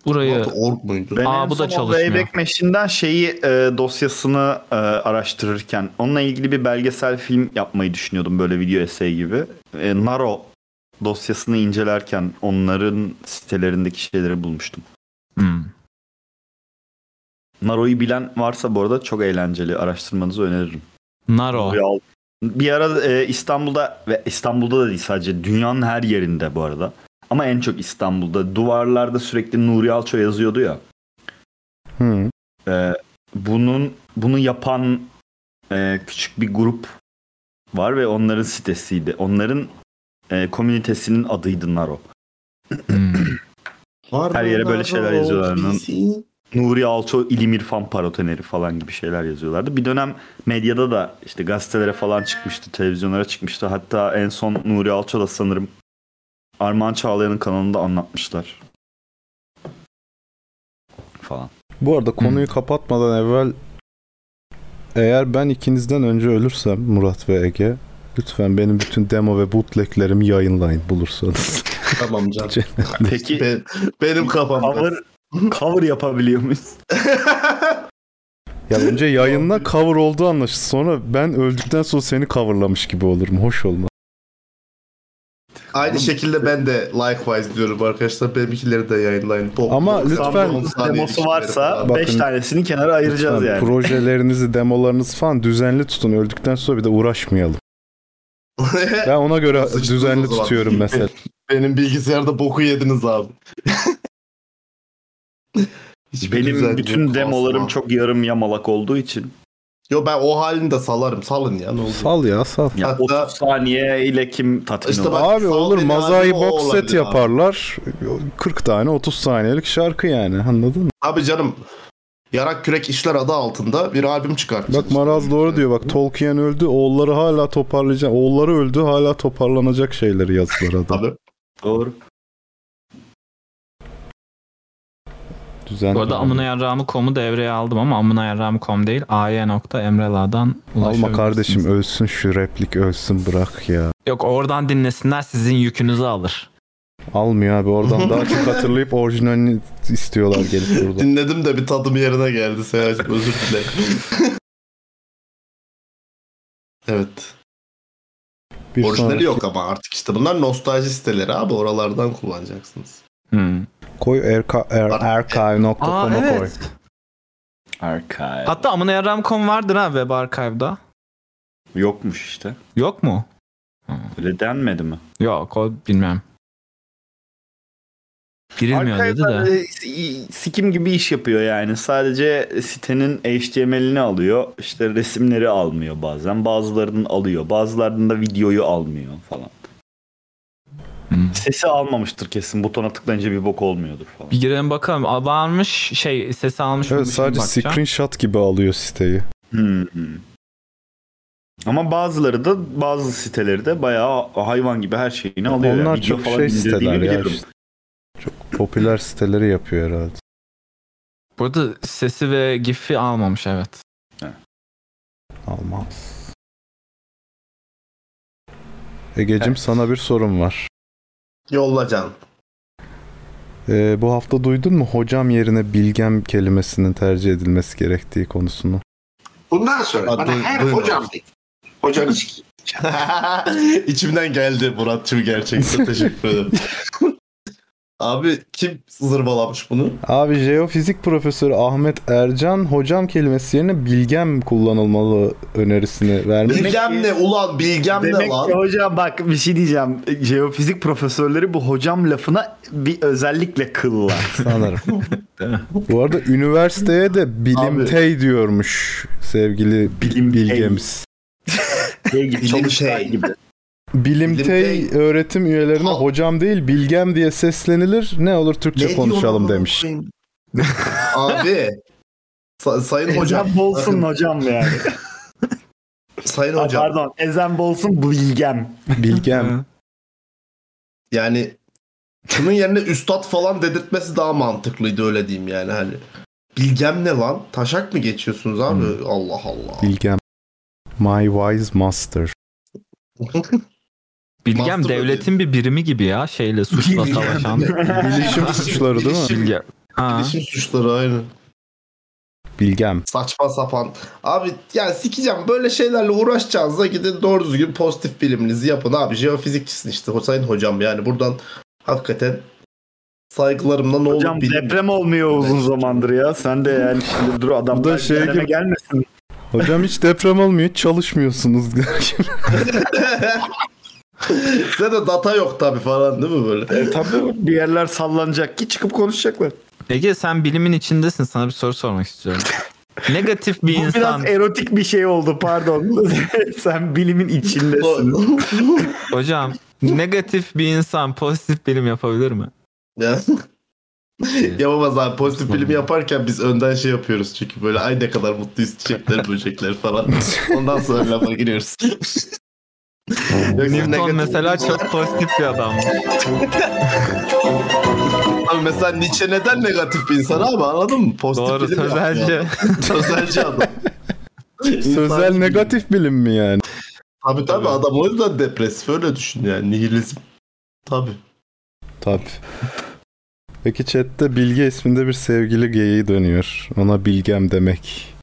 S4: burayı
S3: Bunaltı.org muydu?
S2: Ben
S4: Aa,
S2: en
S4: bu da
S2: son o
S4: çalışmıyor.
S2: Playback Machine'den şeyi e, dosyasını e, araştırırken onunla ilgili bir belgesel film yapmayı düşünüyordum böyle video essay gibi. E, Naro dosyasını incelerken onların sitelerindeki şeyleri bulmuştum.
S4: Hmm.
S2: Naro'yu bilen varsa bu arada çok eğlenceli araştırmanızı öneririm.
S4: Naro.
S2: Ya, Bir ara e, İstanbul'da ve İstanbul'da da değil sadece dünyanın her yerinde bu arada. Ama en çok İstanbul'da duvarlarda sürekli Nuri Alço yazıyordu ya.
S1: Hı.
S2: Ee, bunun bunu yapan e, küçük bir grup var ve onların sitesiydi. Onların e, komünitesinin adıydı Naro.
S4: Hmm.
S2: Her yere böyle şeyler yazıyorlar. Nuri Alço, İlim İrfan Paroteneri falan gibi şeyler yazıyorlardı. Bir dönem medyada da işte gazetelere falan çıkmıştı, televizyonlara çıkmıştı. Hatta en son Nuri Alço da sanırım Armağan Çağlayan'ın kanalında anlatmışlar. Falan.
S1: Bu arada konuyu kapatmadan evvel eğer ben ikinizden önce ölürsem Murat ve Ege lütfen benim bütün demo ve bootleglerimi yayınlayın bulursanız.
S2: [LAUGHS]
S3: Tamam canım.
S2: Peki
S3: Ben- benim kafamda.
S2: cover, cover yapabiliyor muyuz?
S1: ya
S3: [LAUGHS]
S1: önce yayınla cover olduğu anlaşılsın. Sonra ben öldükten sonra seni coverlamış gibi olurum. Hoş olmaz.
S3: Aynı şekilde ben de likewise diyorum arkadaşlar. Benimkileri de yayınlayın. Pop,
S1: Ama
S3: pop,
S1: lütfen
S3: sandal, saniye
S2: Demosu
S3: ilişkileri
S2: varsa
S3: falan.
S1: Bakın-
S2: 5 tanesini kenara ayıracağız
S1: Lütfen
S2: yani.
S1: Projelerinizi, demolarınızı falan düzenli tutun. Öldükten sonra bir de uğraşmayalım. Ben ona göre
S3: Sıçtınız o
S1: düzenli
S3: zaman.
S1: tutuyorum mesela.
S3: [LAUGHS] Benim bilgisayarda boku yediniz abi. [LAUGHS] Hiçbir
S2: Benim
S3: düzenli
S2: bütün
S3: yok
S2: demolarım
S3: asla.
S2: çok yarım yamalak olduğu için
S3: Yo ben o halini de salarım. Salın ya ne olacak.
S1: Sal ya sal.
S2: ya
S3: Hatta-
S2: 30 saniye ile kim tatmin
S3: İşte
S2: olur?
S3: bak-
S1: Abi
S3: sal
S1: olur
S3: dediğin
S1: mazai
S3: halde o
S1: box
S3: olabilir
S1: set
S3: abi.
S1: yaparlar. 40 tane 30 saniyelik şarkı yani anladın mı?
S3: Abi canım Yarak Kürek İşler adı altında bir albüm çıkarttı.
S1: Bak Maraz doğru diyor bak Tolkien öldü oğulları hala toparlayacak. Oğulları öldü hala toparlanacak şeyleri yazdılar adam.
S3: Tabii.
S2: Doğru.
S1: Düzenli.
S4: Bu arada amına yarram.com'u devreye aldım ama amına yarram.com değil. ay.emrela'dan
S1: Alma
S4: ulaşabilirsiniz.
S1: kardeşim ölsün şu replik ölsün bırak ya.
S4: Yok oradan dinlesinler sizin yükünüzü alır.
S1: Almıyor abi oradan daha çok hatırlayıp orijinalini istiyorlar gelip burada.
S3: Dinledim de bir tadım yerine geldi Seyacım özür dilerim. [LAUGHS] evet.
S1: Bir
S3: Orijinali
S1: sonraki-
S3: yok ama artık işte bunlar nostalji siteleri abi oralardan kullanacaksınız.
S4: Hmm.
S1: Koy erka, er,
S4: Aa,
S1: archive.com'a koy.
S4: evet.
S2: Archive.
S4: Hatta amına yarram.com vardır ha web archive'da.
S2: Yokmuş işte.
S4: Yok mu?
S2: Öyle denmedi mi?
S4: Yok o bilmem. Girilmiyor dedi de.
S2: Archive'lar, e, sikim gibi iş yapıyor yani. Sadece sitenin HTML'ini alıyor. İşte resimleri almıyor bazen. Bazılarının alıyor. Bazılarının da videoyu almıyor falan.
S4: Hmm.
S2: Sesi almamıştır kesin. Butona tıklayınca bir bok olmuyordur falan.
S4: Bir girelim bakalım. Aa, Varmış şey sesi almış mı?
S1: Evet
S4: bir şey
S1: sadece
S4: bakacağım.
S1: screenshot gibi alıyor siteyi.
S2: Hı hı. Hmm. Ama bazıları da bazı siteleri de bayağı hayvan gibi her şeyini alıyor.
S1: Onlar
S2: Video
S1: çok
S2: falan
S1: şey
S2: indirdiğini
S1: siteler ya.
S2: biliyorum.
S1: Işte. Çok popüler siteleri yapıyor herhalde.
S4: Burada sesi ve gif'i almamış evet.
S1: Almaz. Egecim sana bir sorum var.
S3: Yolla [LAUGHS] can.
S1: Ee, bu hafta duydun mu hocam yerine bilgem kelimesinin tercih edilmesi gerektiği konusunu?
S6: Bundan sonra
S3: Ha,
S6: bana
S3: duy-
S6: her
S3: duymadım.
S6: hocam de. Hocanız ki.
S1: [LAUGHS]
S3: İçimden geldi Muratçım gerçekten teşekkür ederim. Abi kim zırvalamış bunu?
S1: Abi jeofizik profesörü Ahmet Ercan hocam kelimesi yerine bilgem kullanılmalı önerisini vermiş.
S3: Bilgem
S2: ki-
S3: ne ulan bilgem ne
S2: Demek
S3: lan?
S2: ki hocam bak bir şey diyeceğim. Jeofizik profesörleri bu hocam lafına bir özellikle kıllar.
S1: Sanırım. Bu arada üniversiteye de bilimtey diyormuş sevgili bi-
S2: Bilimtey.
S1: bilgemiz.
S2: şey gibi,
S3: Bilim
S2: çalıştay
S3: şey.
S2: gibi.
S1: Bilimtey
S3: Bilimtey.
S1: öğretim üyelerine
S3: Ha.
S1: hocam değil bilgem diye seslenilir. Ne olur Türkçe
S3: Ne
S1: konuşalım
S3: diyorsun lan?
S1: demiş.
S3: [LAUGHS] Abi sa- sayın [LAUGHS] hocam
S2: Ezen bolsun
S3: bakın,
S2: hocam yani.
S3: sayın
S2: Ha,
S3: [LAUGHS] hocam
S2: Pardon. Ezen bolsun bilgem.
S3: [LAUGHS]
S1: Bilgem.
S3: yani şunun yerine üstad falan dedirtmesi daha mantıklıydı öyle diyeyim yani hani. Bilgem ne lan? Taşak mı geçiyorsunuz abi?
S1: Hmm.
S3: Allah Allah.
S1: Bilgem. My wise master.
S3: [LAUGHS]
S4: Bilgem
S3: Master
S4: devletin bir birimi gibi ya şeyle suçla
S3: Bilgem. [LAUGHS]
S4: savaşan.
S1: Bilişim suçları değil mi?
S3: Bilişim-
S4: Bilgem. Ha.
S3: İletişim suçları aynı.
S1: Bilgem.
S3: Saçma sapan. Abi yani sikeceğim böyle şeylerle uğraşacağınıza gidin doğru düzgün pozitif biliminizi yapın abi. Jeofizikçisin işte sayın hocam yani buradan hakikaten saygılarımla ne
S2: Hocam
S3: olur bilin.
S2: deprem olmuyor uzun zamandır ya. Sen de yani şimdi dur
S1: Bu da
S2: adamlar
S1: şey
S2: şey
S1: gibi-
S2: gelmesin.
S1: Hocam hiç deprem olmuyor, hiç çalışmıyorsunuz. [LAUGHS]
S3: Size de data yok tabi falan değil mi böyle?
S2: E, tabii bir yerler sallanacak ki çıkıp konuşacaklar.
S4: Ege sen bilimin içindesin. Sana bir soru sormak istiyorum. Negatif bir
S2: Bu
S4: insan.
S2: biraz erotik bir şey oldu pardon. [LAUGHS] Sen bilimin içindesin.
S4: Hocam negatif bir insan pozitif bilim yapabilir mi?
S3: Ya. [LAUGHS] Yapamaz abi pozitif bilim yaparken biz önden şey yapıyoruz çünkü böyle ay ne kadar mutluyuz çiçekler böcekler falan. Ondan sonra lafa giriyoruz. Yoksa
S4: Newton
S3: negatif-
S4: mesela çok pozitif bir adam.
S3: Abi mesela Nietzsche neden negatif bir insan abi anladın mı? Pozitif
S4: Doğru
S3: bilim yapmıyor
S4: sözelce.
S3: adam. Sözelci adam.
S1: Sözel
S3: İnsan-
S1: negatif bilim mi yani?
S3: Tabii tabii adam o yüzden depresif öyle düşün yani nihilizm. Tabii.
S1: Tabii. Peki chatte Bilge isminde bir sevgili geyiği dönüyor. Ona Bilgem demek.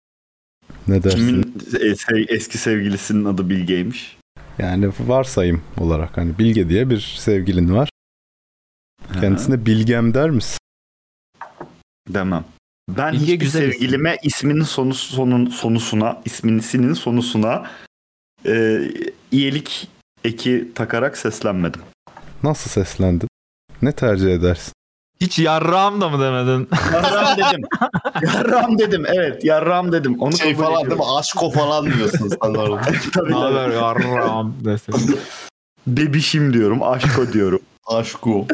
S1: Ne dersin?
S2: Kimin e, se- eski sevgilisinin adı Bilge'ymiş.
S1: Yani varsayım olarak hani Bilge diye bir sevgilin var. Kendisine Bilgem der misin?
S2: Demem. Ben
S4: Bilge
S2: hiçbir
S4: güzel isim.
S2: sevgilime isminin sonu, sonun, sonusuna, isminisinin sonusuna e, iyilik eki takarak seslenmedim.
S1: Nasıl seslendin? Ne tercih edersin?
S4: Hiç yarrağım da mı demedin?
S2: Yarram [LAUGHS] dedim. yarram dedim. Evet yarram dedim. Onu
S3: Şey
S2: kabul
S3: falan değil
S2: ediyorum.
S3: mi? Aşko falan diyorsun sen orada.
S2: Tabii,
S4: Ne
S2: tabii.
S4: haber yarrağım desin.
S2: Bebişim diyorum. Aşko
S3: [LAUGHS]
S2: diyorum.
S3: Aşko.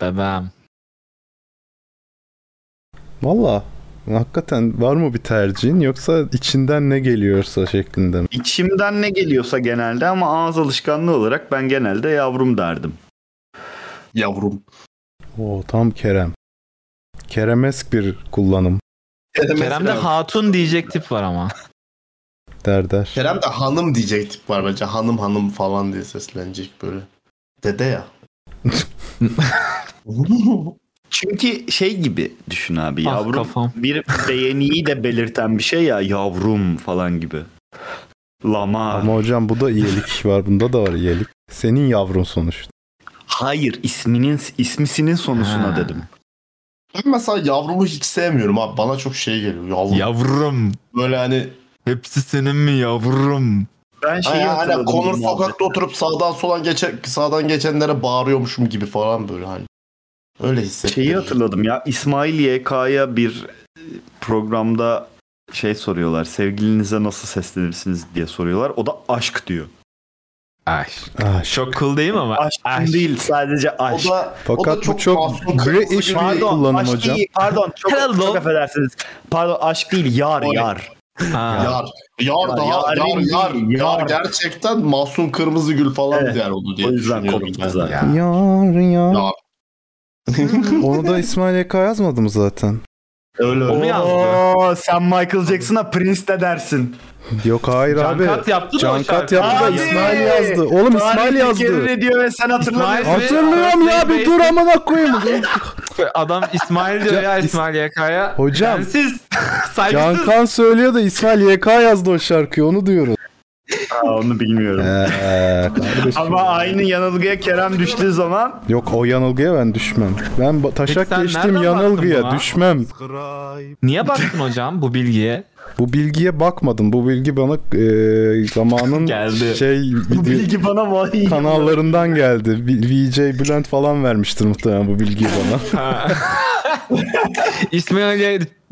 S4: Bebem.
S1: Valla hakikaten var mı bir tercihin yoksa içinden ne geliyorsa şeklinde mi?
S2: İçimden ne geliyorsa genelde ama ağız alışkanlığı olarak ben genelde yavrum derdim.
S3: Yavrum.
S1: Oo tam Kerem. Keremesk bir kullanım
S4: Kerem'de hatun diyecek tip var ama.
S1: der der.
S3: Kerem de hanım diyecek tip var bence. Hanım hanım falan diye seslenecek böyle. Dede ya.
S2: Çünkü şey gibi düşün abi
S4: Ah,
S2: yavrum.
S4: kafam.
S2: Bir beğeniyi de belirten bir şey ya yavrum falan gibi. Lama.
S1: Ama hocam bu da iyilik var. Bunda da var iyilik. Senin yavrun sonuçta.
S2: Hayır isminin ismisinin sonusuna
S4: Ha.
S2: dedim.
S3: Ben mesela yavrumu hiç sevmiyorum abi. Bana çok şey geliyor. Yavrum.
S4: Yavrum.
S3: Böyle hani
S4: Hepsi senin mi yavrum?
S2: Ben şeyi
S3: Ay, hala
S2: Şey hatırladım.
S3: Konur
S2: bu muhabbet.
S3: sokakta oturup sağdan solan geçen sağdan geçenlere bağırıyormuşum gibi falan böyle hani. Öyle hissettim.
S2: Şeyi hatırladım ya İsmail YK'ya bir e, programda şey soruyorlar. Sevgilinize nasıl seslenirsiniz diye soruyorlar. O da aşk diyor.
S4: Ay.
S1: Ah, ş-
S4: Çok cool değil mi ama?
S2: Aşk değil sadece
S3: O
S2: aşk.
S3: da, o da
S1: Fakat
S3: çok
S1: bu çok
S3: masum
S1: British
S3: kırmızı şey.
S1: bir
S3: gibi-
S1: kullanım
S2: aşk
S1: hocam.
S2: değil. Pardon çok,
S4: Hello.
S2: çok affedersiniz. Pardon aşk değil yar
S3: O ne?
S2: yar.
S4: Ha.
S3: Yar. Yar da yar,
S2: Yarim
S3: yar, yar,
S2: değil,
S3: yar.
S2: yar.
S3: gerçekten masum kırmızı gül falan
S2: Evet.
S3: der onu diye
S2: O yüzden
S3: düşünüyorum
S2: komik
S3: ben.
S2: zaten.
S1: Yar ya.
S3: Yar.
S1: [LAUGHS] Onu da İsmail Eka yazmadı mı zaten?
S3: Öyle öyle.
S4: O- Onu yazdı.
S2: Oo, sen Michael Jackson'a Prince de dersin.
S1: Yok hayır
S4: Can
S1: abi.
S4: Kat yaptı da o
S1: Cankat
S4: şarkı.
S1: yaptı da
S2: Abi!
S1: İsmail yazdı. Oğlum İsmail
S2: Tarih tekerrür
S1: yazdı.
S2: ediyor ve sen hatırlamıyorsun.
S4: İsmail-
S1: Hatırlıyorum ya bir dur amına koyayım.
S4: Adam İsmail diyor ya
S1: Can-
S4: İsmail YK'ya.
S1: Hocam.
S4: Sensiz. Saygısız.
S1: Cankan söylüyor da İsmail YK yazdı o şarkıyı onu diyoruz.
S2: Aa, onu bilmiyorum.
S1: Ee, kardeşim.
S2: Ama aynı yanılgıya Kerem düştüğü zaman
S1: Yok o yanılgıya ben düşmem. Ben ba- taşak
S4: sen
S1: geçtim
S4: nereden
S1: yanılgıya
S4: baktın buna?
S1: düşmem.
S4: Niye baktın hocam bu bilgiye?
S1: Bu bilgiye bakmadım. Bu bilgi bana e, zamanın
S4: Geldi.
S1: şey
S2: bu
S1: video-
S2: bilgi bana vay.
S1: kanallarından geldi. B- VJ Bülent falan vermiştir muhtemelen bu bilgiyi bana.
S4: İsmail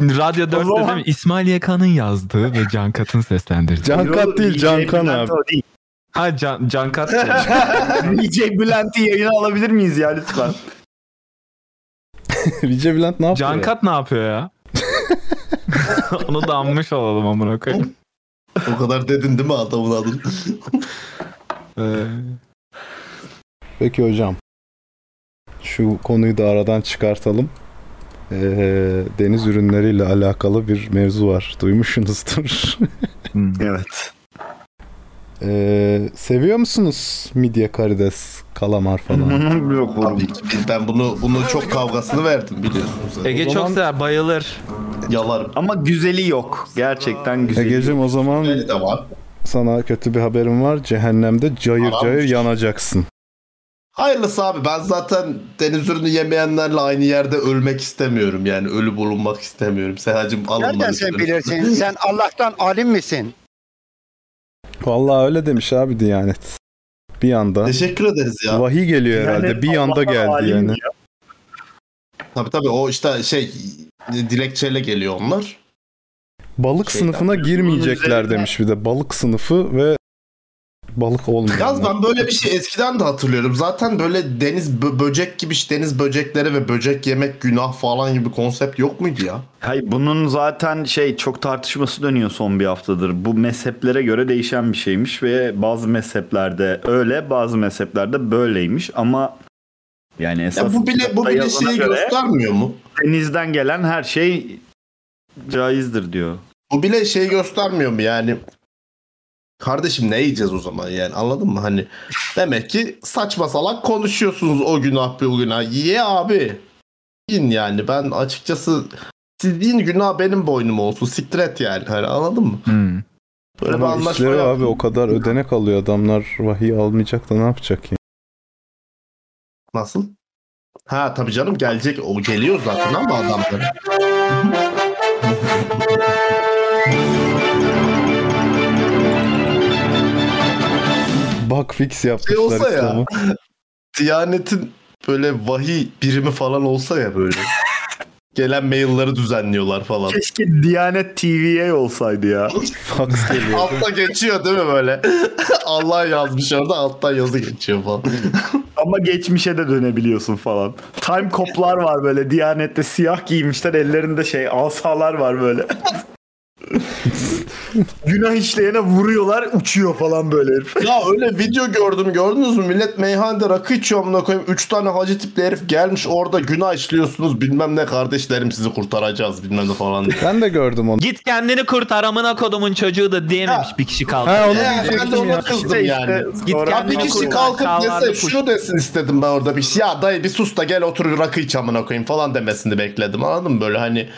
S4: Radyo 4'te
S2: zaman-
S4: değil mi? İsmail Yakan'ın yazdığı ve Can Kat'ın seslendirdiği.
S1: Can Kat değil Can Kan abi. [LAUGHS]
S4: Ha Can, Can Kat.
S2: DJ Bülent'i yayına alabilir miyiz ya lütfen?
S1: VJ Bülent ne yapıyor?
S4: Can Kat ne yapıyor ya? Onu da anmış olalım amına koyayım.
S3: O kadar dedin değil mi adamın adını?
S4: Ee,
S1: Peki hocam. Şu konuyu da aradan çıkartalım. Ee, deniz ürünleriyle alakalı bir mevzu var. Duymuşsunuzdur.
S2: [LAUGHS]
S1: [LAUGHS]
S4: hmm.
S2: Evet.
S1: Ee, seviyor musunuz midye karides, kalamar falan?
S2: Yok oğlum.
S3: Tabii ki. Biz- Ben bunu bunu çok kavgasını verdim biliyorsunuz.
S4: Ege
S1: O zaman-
S4: çok sever bayılır.
S3: Yalarım.
S2: Ama güzeli yok.
S1: E,
S2: Gerçekten güzeli.
S1: Egeciğim o zaman
S3: Böyle de var.
S1: sana kötü bir haberim var. Cehennemde cayır
S3: Aram.
S1: cayır yanacaksın.
S3: Hayırlısı abi ben zaten deniz ürünü yemeyenlerle aynı yerde ölmek istemiyorum yani ölü bulunmak istemiyorum. Sehacım al bunları.
S7: Nereden sen bilirsin? Sen Allah'tan alim misin?
S1: Vallahi öyle demiş abi Diyanet. Bir anda.
S3: Teşekkür ederiz ya.
S1: Vahiy geliyor
S2: Yani
S1: herhalde. bir anda
S2: Allah'tan
S1: geldi
S2: alim
S1: yani.
S2: ya.
S3: Tabii tabii o işte şey dilekçeyle geliyor onlar.
S1: Balık
S3: Şeytan
S1: sınıfına girmeyecekler
S2: üzerine-
S1: demiş bir de. Balık sınıfı ve balık olmuyor.
S3: Yalnız ben böyle bir şey eskiden de hatırlıyorum. Zaten böyle deniz bö- böcek gibi işte deniz böcekleri ve böcek yemek günah falan gibi konsept yok muydu ya?
S2: Hayır bunun zaten şey çok tartışması dönüyor son bir haftadır. Bu mezheplere göre değişen bir şeymiş ve bazı mezheplerde öyle bazı mezheplerde böyleymiş ama yani esas
S3: Ya bu bile bu
S2: kitapta
S3: bile
S2: yazana
S3: şeyi
S2: göre
S3: göstermiyor mu?
S2: denizden gelen her şey caizdir diyor.
S3: Bu bile şeyi göstermiyor mu yani? Kardeşim ne yiyeceğiz o zaman yani anladın mı hani? Demek ki saçma salak konuşuyorsunuz o günah bu günah. Ye abi. Yiyin yani ben açıkçası sizin günah benim boynum olsun. Siktir et yani hani anladın mı?
S4: Hmm.
S3: Böyle
S1: Ama
S3: bir anlaşma
S1: işleri abi
S3: yapın.
S1: o kadar ödenek alıyor adamlar vahiy almayacak da ne yapacak ya?
S3: Nasıl? Ha tabii canım gelecek. O geliyor zaten ama adamları.
S1: Bak fix yapmışlar
S3: Şey olsa ya.
S1: İslam'ı.
S3: Diyanetin böyle vahiy birimi falan olsa ya böyle. Gelen mailleri düzenliyorlar falan.
S2: Keşke Diyanet TV'ye olsaydı ya.
S1: Fax geliyor.
S3: Altta geçiyor değil mi böyle? [LAUGHS] Allah yazmış orada alttan yazı geçiyor falan.
S2: Ama geçmişe de dönebiliyorsun falan. Time koplar var böyle. Diyanet'te siyah giymişler. Ellerinde şey asalar var böyle. [LAUGHS] Günah işleyene vuruyorlar uçuyor falan böyle herif.
S3: ya öyle video gördüm gördünüz mü? Millet meyhanede rakı içiyor amına koyayım. Üç tane hacı tipli herif gelmiş orada günah işliyorsunuz bilmem ne kardeşlerim sizi kurtaracağız bilmem ne falan diye.
S1: Ben de gördüm onu.
S4: Git kendini kurtar amına kodumun çocuğu da diyememiş bir kişi kaldı.
S1: Ha onu
S2: şey
S3: Ya, ben de
S1: diyecektim
S3: ona
S1: ya.
S3: kızdım yani.
S4: Git
S2: sonra-
S3: Ya bir
S4: kendini
S3: kişi
S4: kurtar.
S3: kalkıp
S4: Kalvarda
S3: dese
S4: kuş.
S3: şunu desin istedim ben orada bir şey. Ya dayı bir sus da gel otur rakı iç amına koyayım falan demesini bekledim anladın mı böyle hani.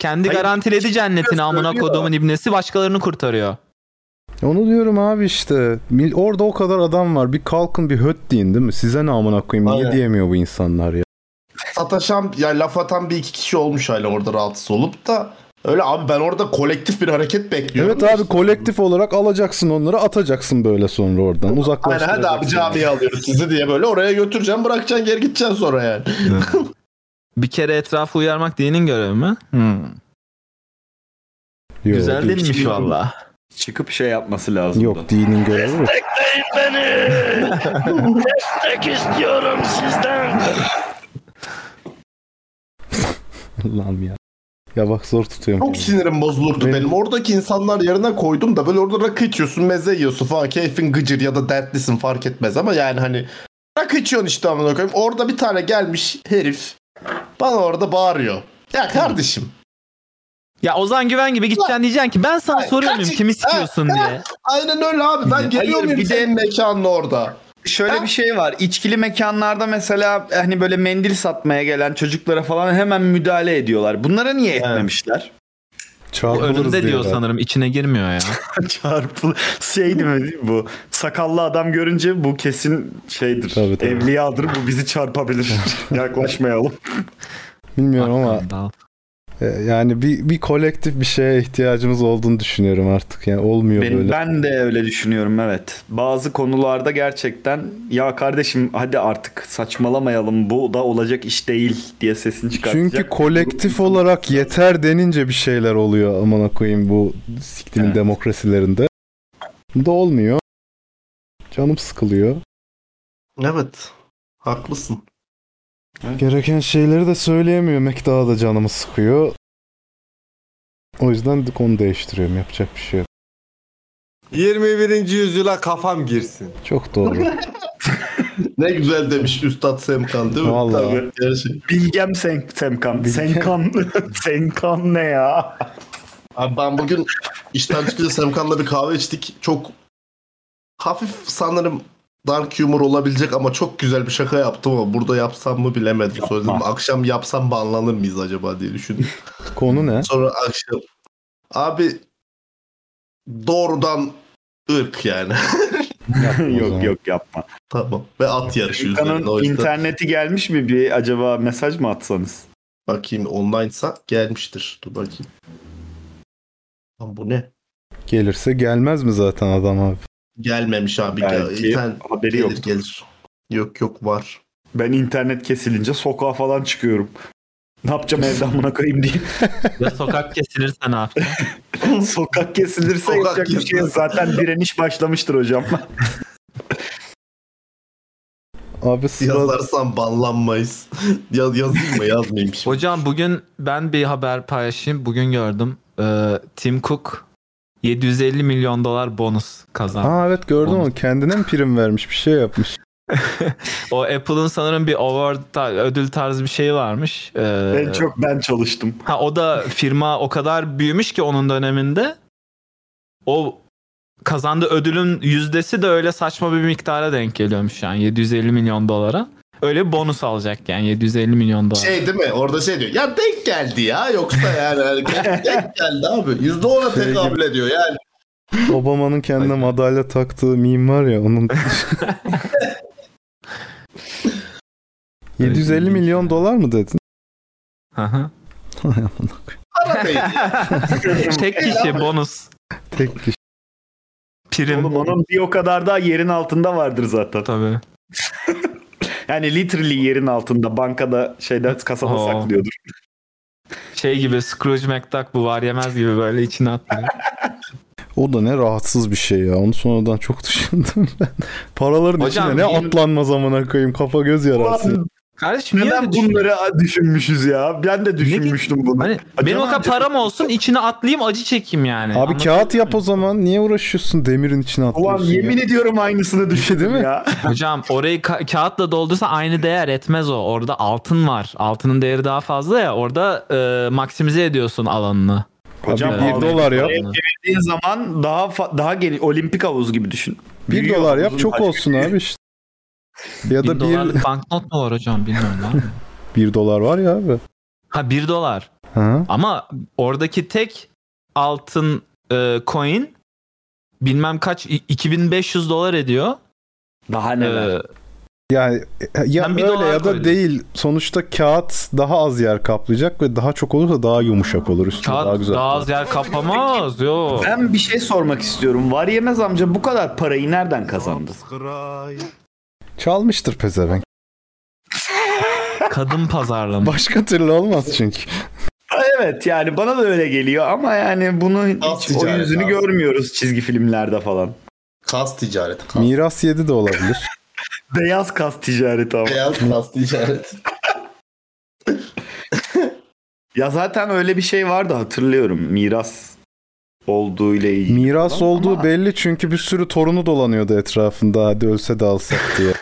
S4: Kendi
S2: Hayır,
S4: garantiledi cennetini amına
S2: söylüyor.
S4: kodumun ibnesi başkalarını kurtarıyor.
S1: Onu diyorum abi işte. Mil- Orada o kadar adam var. Bir kalkın bir höt deyin değil mi? Size ne amına koyayım? Niye
S3: Aynen.
S1: diyemiyor bu insanlar ya?
S3: sataşan ya laf atan bir iki kişi olmuş hala orada rahatsız olup da öyle abi ben orada kolektif bir hareket bekliyorum.
S1: Evet abi kolektif olarak alacaksın onları atacaksın böyle sonra oradan
S3: Aynen
S1: uzaklaştıracaksın.
S3: hadi abi camiye alıyoruz sizi diye böyle oraya götüreceğim bırakacaksın geri gideceksin sonra yani.
S4: Bir kere etrafı uyarmak dinin görevi mi?
S1: Yok,
S4: Güzel
S1: değil.
S4: değilmiş valla.
S2: Çıkıp şey yapması lazım.
S1: Yok dinin görevi yok. Allah'ım ya. Ya bak zor tutuyorum.
S3: Çok sinirim bozulurdu
S1: Benim-
S3: benim. Oradaki insanlar yerine koydum da böyle orada rakı içiyorsun meze yiyorsun falan keyfin gıcır ya da dertlisin fark etmez ama yani hani rakı içiyorsun işte amına koyayım. Orada bir tane gelmiş herif bana orada bağırıyor. Ya kardeşim
S4: Ya Ozan Güven gibi gideceksin diyeceksin ki ben sana
S3: Hayır,
S4: soruyor
S3: kaç-
S4: muyum kimi sikiyorsun diye.
S3: aynen öyle abi ben geliyor
S2: Hayır,
S3: muyum
S2: bir de-
S3: senin mekanına orada?
S2: Şöyle bir şey var. İçkili mekanlarda mesela hani böyle mendil satmaya gelen çocuklara falan hemen müdahale ediyorlar. Bunlara niye etmemişler?
S4: Bu
S1: Çarpılırız
S4: önünde diyor
S1: herhalde.
S4: sanırım içine girmiyor ya.
S2: [LAUGHS] Çarpılı. Şey değil mi değil mi bu? Sakallı adam görünce bu kesin şeydir.
S1: Tabii, tabii.
S2: Evliyadır bu
S1: [LAUGHS]
S2: bizi çarpabilir. [LAUGHS] Yaklaşmayalım.
S1: Bilmiyorum ama
S4: Hakan Dal.
S1: e, yani bir, bir kolektif bir şeye ihtiyacımız olduğunu düşünüyorum artık. Yani olmuyor
S2: Ben,
S1: böyle.
S2: ben de öyle düşünüyorum evet. Bazı konularda gerçekten ya kardeşim hadi artık saçmalamayalım bu da olacak iş değil diye sesini çıkartacak.
S1: Çünkü kolektif olarak yeter denince bir şeyler oluyor amına koyayım bu siktimin
S2: Evet.
S1: demokrasilerinde. Bunda olmuyor. Canım sıkılıyor.
S3: Evet. Haklısın.
S1: Gereken şeyleri de söyleyemiyorum. Daha da canımı sıkıyor. O yüzden de konu değiştiriyorum. Yapacak bir şey yok.
S8: 21. yüzyıla kafam girsin.
S1: Çok doğru.
S3: Ne güzel demiş Üstad Semkan değil mi?
S1: Vallahi.
S3: Tabii, gerçek.
S2: Bilgem sen, Semkan.
S1: Bilgem. [LAUGHS]
S2: Senkan. Senkan ne ya?
S3: Abi ben bugün işten çıkınca Semkan'la bir kahve içtik. Çok hafif sanırım dark humor olabilecek ama çok güzel bir şaka yaptım ama burada yapsam mı bilemedim. Söyledim akşam yapsam banlanır mıyız acaba diye düşündüm.
S1: konu ne?
S3: Sonra akşam abi doğrudan ırk yani. [LAUGHS]
S2: yok
S1: zaman.
S2: yok yapma.
S3: tamam. Ve at yarışı üzerine. O
S2: Senkan'ın
S3: yüzden
S2: interneti gelmiş mi bir acaba mesaj mı atsanız?
S3: bakayım online'sa gelmiştir. Dur bakayım. Lan bu ne?
S1: Gelirse gelmez mi zaten adam abi?
S3: Gelmemiş abi.
S2: Belki
S3: İnternet
S2: haberi
S3: gelir,
S2: yoktur.
S3: gelir. Yok yok [LAUGHS] var.
S2: Ben internet kesilince sokağa falan çıkıyorum. Ne yapacağım evden buna
S1: [LAUGHS]
S2: koyayım diye.
S4: Ya sokak kesilirse ne yapacaksın?
S2: Sokak kesilirse
S3: Sokak
S2: yapacak bir şey yok.
S3: kesilirse.
S2: Zaten direniş
S1: [LAUGHS]
S2: başlamıştır hocam.
S1: Abi sıra...
S3: Yazarsan banlanmayız. [LAUGHS] Yaz, yazayım mı yazmayayım şimdi.
S4: Hocam bugün ben bir haber paylaşayım. Bugün gördüm. Ee, Tim Cook 750 milyon dolar bonus kazandı.
S1: Aa evet gördüm onu. Kendine mi prim vermiş? Bir şey yapmış.
S2: [LAUGHS]
S4: O Apple'ın sanırım bir award ta- ödül tarzı bir şeyi varmış. Ee,
S2: En çok ben çalıştım.
S4: Ha o da firma o kadar büyümüş ki onun döneminde. O kazandığı ödülün yüzdesi de öyle saçma bir miktara denk geliyormuş yani 750 milyon dolara. Öyle bir bonus alacak yani 750 milyon dolar.
S3: [LAUGHS] Şey değil mi? Orada şey diyor. Ya denk geldi ya. Yoksa yani. hani [LAUGHS] denk geldi abi. %10'a tekabül ediyor yani.
S1: Obama'nın kendine madalya taktığı meme var ya
S2: [LAUGHS]
S1: onun. [LAUGHS] 750 milyon dolar mı dedin? [LAUGHS]
S2: [LAUGHS]
S4: Hı hı.
S1: Hay amına.
S3: Para değil.
S4: Tek kişi bonus
S1: Tek şey. kişi.
S4: prim.
S2: Oğlum onun bir o kadar daha yerin altında vardır zaten.
S4: Tabii.
S2: Yani literally yerin altında bankada şeyde kasada
S4: Oo.
S2: saklıyordur.
S4: Şey gibi Scrooge McDuck bu var yemez gibi böyle içine atlıyor.
S1: O da ne rahatsız bir şey ya. Onu sonradan çok [LAUGHS] düşündüm ben. Paraların
S4: Hocam,
S1: içine ne
S4: yirmi-
S1: atlanmaz amına koyayım. Kafa göz yarası.
S2: Ulan
S4: Kardeşim niye
S2: Neden
S4: öyle düşünüyorsun?
S2: bunları düşünmüşüz ya? Ben de düşünmüştüm bunu.
S4: Hani benim o kadar
S2: Acaba-
S4: param olsun içine atlayayım acı çekeyim yani.
S1: Abi
S4: Anlatabiliyor
S1: kağıt yap o
S4: muyum?
S1: zaman. Niye uğraşıyorsun demirin içine
S2: Ulan
S1: atlıyorsun
S2: yemin
S1: ya?
S2: ediyorum aynısını düşündüm
S1: Değil mi?
S2: ya.
S4: Hocam orayı ka- kağıtla doldursa aynı değer etmez o. Orada altın var. Altının değeri daha fazla ya. Orada e, maksimize ediyorsun alanını. Ee,
S2: Hocam
S1: Abi bir
S2: abi,
S1: dolar yap.
S2: Oraya çevirdiğin zaman daha fa- daha geniş olimpik havuz gibi düşün.
S1: Bir
S2: Büyüyor
S1: dolar yap
S2: havuzun
S1: çok
S2: taşı.
S1: olsun abi
S4: [LAUGHS]
S1: işte. Ya
S4: bir
S1: da bir,
S4: dolarlık banknot mu var hocam bilmiyorum var mı?
S1: bir dolar var ya abi.
S4: Ha bir dolar.
S1: Ha?
S4: Ama oradaki tek altın e, coin bilmem kaç i- 2500 dolar ediyor.
S2: Daha neler.
S4: Ee,
S1: Yani ya
S4: Ben bir
S1: öyle
S4: dolar
S1: ya da
S4: koydum.
S1: değil. Sonuçta kağıt daha az yer kaplayacak ve daha çok olursa daha yumuşak olur üstüne
S4: kağıt
S1: daha güzel.
S4: daha
S1: atlar.
S4: az yer kaplamaz. Yo.
S2: ben bir şey sormak istiyorum. Var yemez amca bu kadar parayı nereden kazandı?
S1: Çalmıştır pezevenk. [LAUGHS]
S4: Kadın pazarlama.
S1: Başka türlü olmaz çünkü.
S2: Evet yani bana da öyle geliyor ama yani bunun
S3: Az
S2: hiç o
S3: ticaret
S2: yüzünü
S3: abi.
S2: görmüyoruz çizgi filmlerde falan.
S3: Kas ticareti. Kas.
S1: Miras 7 de olabilir.
S4: [LAUGHS]
S2: Beyaz kas ticareti ama.
S3: Beyaz kas [LAUGHS] ticareti.
S2: Ya zaten öyle bir şey vardı hatırlıyorum. Miras olduğu ile ilgili.
S1: Miras
S2: Tamam
S1: olduğu
S2: ama-
S1: belli çünkü bir sürü torunu dolanıyordu etrafında hadi ölse de alsak
S4: [LAUGHS]
S1: diye.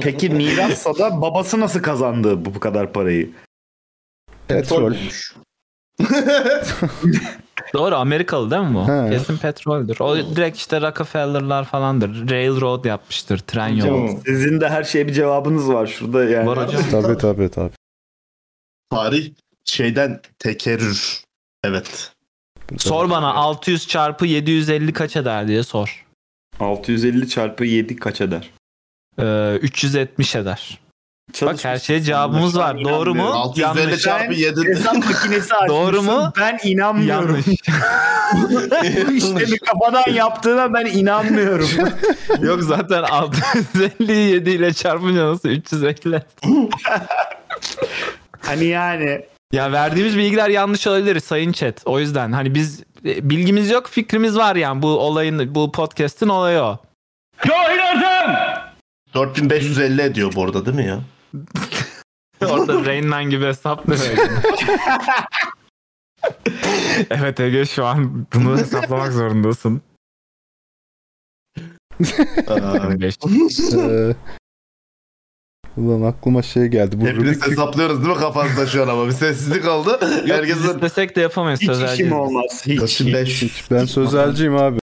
S2: Peki mirassa da babası nasıl kazandı bu, bu kadar parayı?
S1: Petrol.
S3: bulmuş.
S4: Doğru Amerikalı değil mi bu?
S1: He.
S4: Kesin petroldür. O direkt işte Rockefeller'lar falandır. Railroad yapmıştır. Tren yolu.
S3: Hocam,
S2: Sizin de her şeye bir cevabınız var şurada yani.
S4: Var hocam.
S1: tabii tabii tabii.
S3: Tarih şeyden tekerrür. Evet.
S4: Sor bana 600 çarpı 750 kaç eder diye sor.
S9: 650 çarpı 7 kaç eder?
S4: Ee, 370 eder. Bak her şey- şeye cevabımız var. Doğru mu?
S3: 650 çarpı 7
S2: Hesap makinesi açmışsın.
S4: Doğru mu?
S2: Ben inanmıyorum.
S4: Yanlış.
S2: Bu işlemi kafadan yaptığına ben
S3: [LAUGHS]
S2: inanmıyorum.
S4: Yok zaten 657 ile çarpınca nasıl 350?
S2: hani yani.
S4: Ya verdiğimiz bilgiler yanlış olabilir sayın chat. O yüzden hani biz e, bilgimiz yok fikrimiz var yani bu olayın bu podcast'in olayı o.
S3: 4550 ediyor bu arada değil mi ya?
S4: [LAUGHS] Orada Rain Man gibi hesap ne böyle? [LAUGHS] evet Ege şu an bunu hesaplamak zorundasın.
S3: Aa,
S1: Ee, ulan aklıma şey geldi. Bu
S3: Hepiniz
S1: Rubik
S3: hesaplıyoruz değil mi kafanızda şu an ama bir sessizlik oldu.
S4: Yok, biz
S3: Herkesin
S4: istesek de yapamayız
S2: Hiç
S4: sözel
S2: işim
S4: değil.
S2: olmaz. Hiç.
S1: küçük. Ben sözelciyim abi.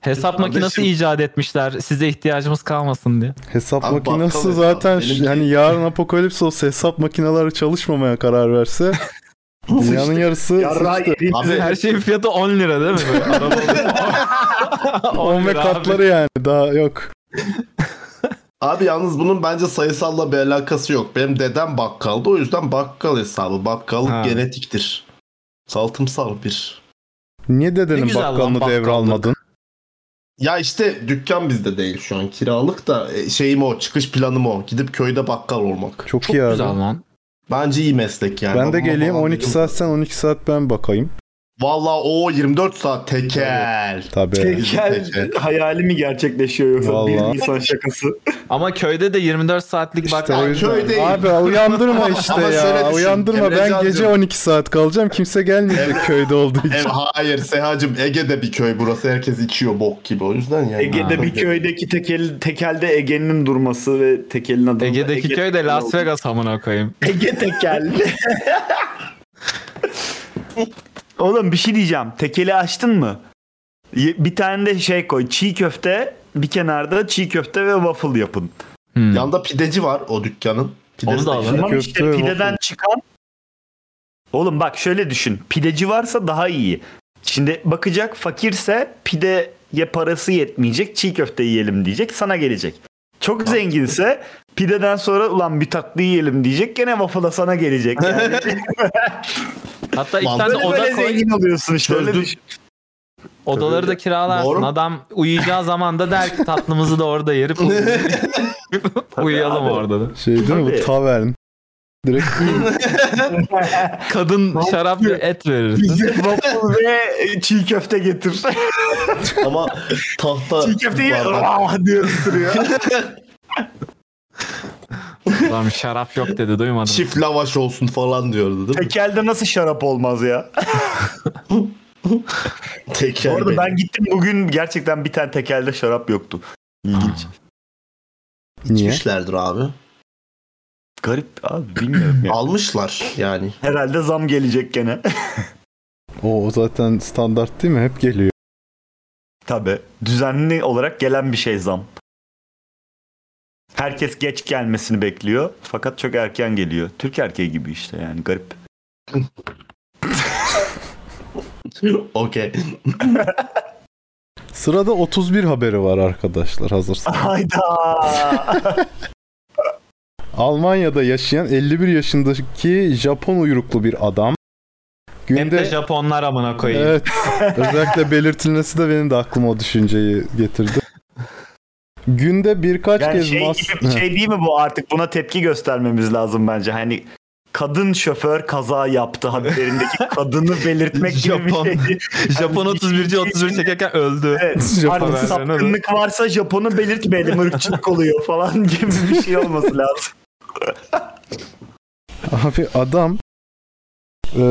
S4: Hesap makinesi
S3: Kardeşim.
S4: icat etmişler size ihtiyacımız kalmasın diye.
S1: Hesap
S3: Abi bakkal
S1: makinesi
S3: hesabı.
S1: zaten
S3: Benim-
S1: ş- hani yarın apokalips olsa hesap makineleri çalışmamaya karar
S3: [LAUGHS]
S1: verse dünyanın yarısı
S2: Yarrağı
S1: sıçtı.
S2: yediğin
S3: Abi,
S4: Her şeyin fiyatı 10 lira değil mi?
S3: [LAUGHS]
S4: Böyle araba olup-
S1: 10 ve
S4: lira abi.
S1: katları yani daha yok.
S3: abi yalnız bunun bence sayısalla bir alakası yok. Benim dedem bakkaldı o yüzden bakkal hesabı. Bakkallık
S4: Ha.
S3: genetiktir. Saltımsal bir.
S1: Niye dedenin
S4: güzel lan
S1: bakkalını
S4: bakkallık.
S1: devralmadın?
S3: Ya işte dükkan bizde değil şu an kiralık da e, şeyim o çıkış planım o. Gidip köyde bakkal olmak.
S1: Çok,
S4: Çok
S1: iyi abi.
S4: güzel lan.
S3: Bence iyi meslek yani.
S1: Ben de
S3: Babama
S1: geleyim
S3: falan
S1: 12
S3: dedim.
S1: saat sen 12 saat ben bakayım.
S3: Vallahi o 24 saat tekel.
S1: Tabii.
S2: Tekel Şey hayali mi gerçekleşiyor yoksa
S1: Vallahi.
S2: bir insan şakası?
S4: Ama köyde de 24 saatlik bak.
S1: İşte o yüzden-
S3: köydeyim.
S1: Abi uyandırma işte
S3: Ama şöyle
S1: ya.
S3: düşün,
S1: Uyandırma ben
S3: Emrecan
S1: gece
S3: diyorum.
S1: 12 saat kalacağım. Kimse gelmeyecek köyde olduğu için.
S2: [LAUGHS]
S3: Ev, hayır Sehacım Ege'de bir köy burası. Herkes içiyor bok gibi. O yüzden yani.
S2: Ege'de bir köydeki tekel, tekelde Ege'nin durması ve tekelin adı.
S4: Ege'deki
S2: Ege-
S4: köy de Las Vegas amına koyayım.
S2: Ege tekel. Oğlum bir şey diyeceğim. Tekeli açtın mı? Ye- Bir tane de şey koy. Çiğ köfte bir kenarda çiğ köfte ve waffle yapın.
S4: Hmm.
S3: Yanda pideci var o dükkanın. Pideci
S4: Onu da
S3: de
S4: alalım.
S3: güzel.
S2: Tamam
S1: köfte
S2: işte
S1: ve
S2: pideden
S1: waffle.
S2: çıkan Oğlum bak şöyle düşün. Pideci varsa daha iyi. Şimdi bakacak fakirse pideye parası yetmeyecek. Çiğ köfte yiyelim diyecek. Sana gelecek. Çok zenginse pideden sonra ulan bir tatlı yiyelim diyecek. Gene waffle'a sana gelecek. [LAUGHS] Yani.
S4: Hatta iki
S3: Mantıklı.
S4: tane
S2: böyle
S4: oda
S2: böyle
S4: koy.
S2: zengin oluyorsun işte. Öyle düşün.
S4: Odaları da kiralarsın.
S3: Doğru.
S4: Adam uyuyacağı zaman da der ki tatlımızı da
S2: [LAUGHS]
S4: orada yerip [LAUGHS] uyuyalım
S2: abi.
S4: orada da.
S1: Şey değil mi
S2: Tabii.
S1: bu tavern? Direkt
S4: Kadın şarap ve et verirsin.
S2: Bize waffle ve e, çiğ köfte getir.
S3: Ama tahta
S2: çiğ köfteyi
S3: bardak.
S2: ah diyor ısırıyor.
S4: Adam şarap yok dedi duymadım.
S3: çift lavaş olsun falan diyordu değil
S2: [LAUGHS]
S3: mi?
S2: Tekelde nasıl şarap olmaz ya?
S3: Tekel.
S2: Bu arada
S3: benim.
S2: ben gittim bugün gerçekten bir tane tekelde şarap yoktu. İlginç.
S1: niye?
S3: İçmişlerdir abi.
S2: Garip abi bilmiyorum [LAUGHS] ya.
S3: Almışlar
S2: [LAUGHS]
S3: yani.
S2: Herhalde zam gelecek gene.
S1: O zaten standart değil mi? Hep geliyor.
S2: Tabi. Düzenli olarak gelen bir şey zam. Herkes geç gelmesini bekliyor. Fakat çok erken geliyor. Türk erkeği gibi işte yani [LAUGHS] garip.
S3: Okey.
S1: Sırada 31 haberi var arkadaşlar
S2: Ah.
S1: hazırsanız.
S2: Hayda.
S1: Almanya'da yaşayan 51 yaşındaki Japon uyruklu bir adam.
S4: Hem de
S1: Günde
S4: Japonlar amına koyayım.
S2: [LAUGHS]
S1: Evet. Özellikle belirtilmesi de benim de aklıma o düşünceyi getirdi. Günde birkaç
S2: [LAUGHS] yani
S1: kez
S2: şey,
S1: mas...
S2: gibi,
S1: [LAUGHS]
S2: şey değil mi bu artık buna tepki göstermemiz lazım bence. Hani kadın şoför kaza yaptı [LAUGHS] haberindeki kadını belirtmek gibi
S4: Japon.
S2: bir şey.
S4: Japon
S2: Yani
S4: 31'ci 31 çekerken öldü.
S2: Evet.
S1: Japon
S2: Artık
S4: haberlerine de.
S2: sapkınlık varsa Japon'u belirtmeyelim ırkçılık oluyor falan [LAUGHS] gibi bir şey olması lazım.
S1: Abi adam e,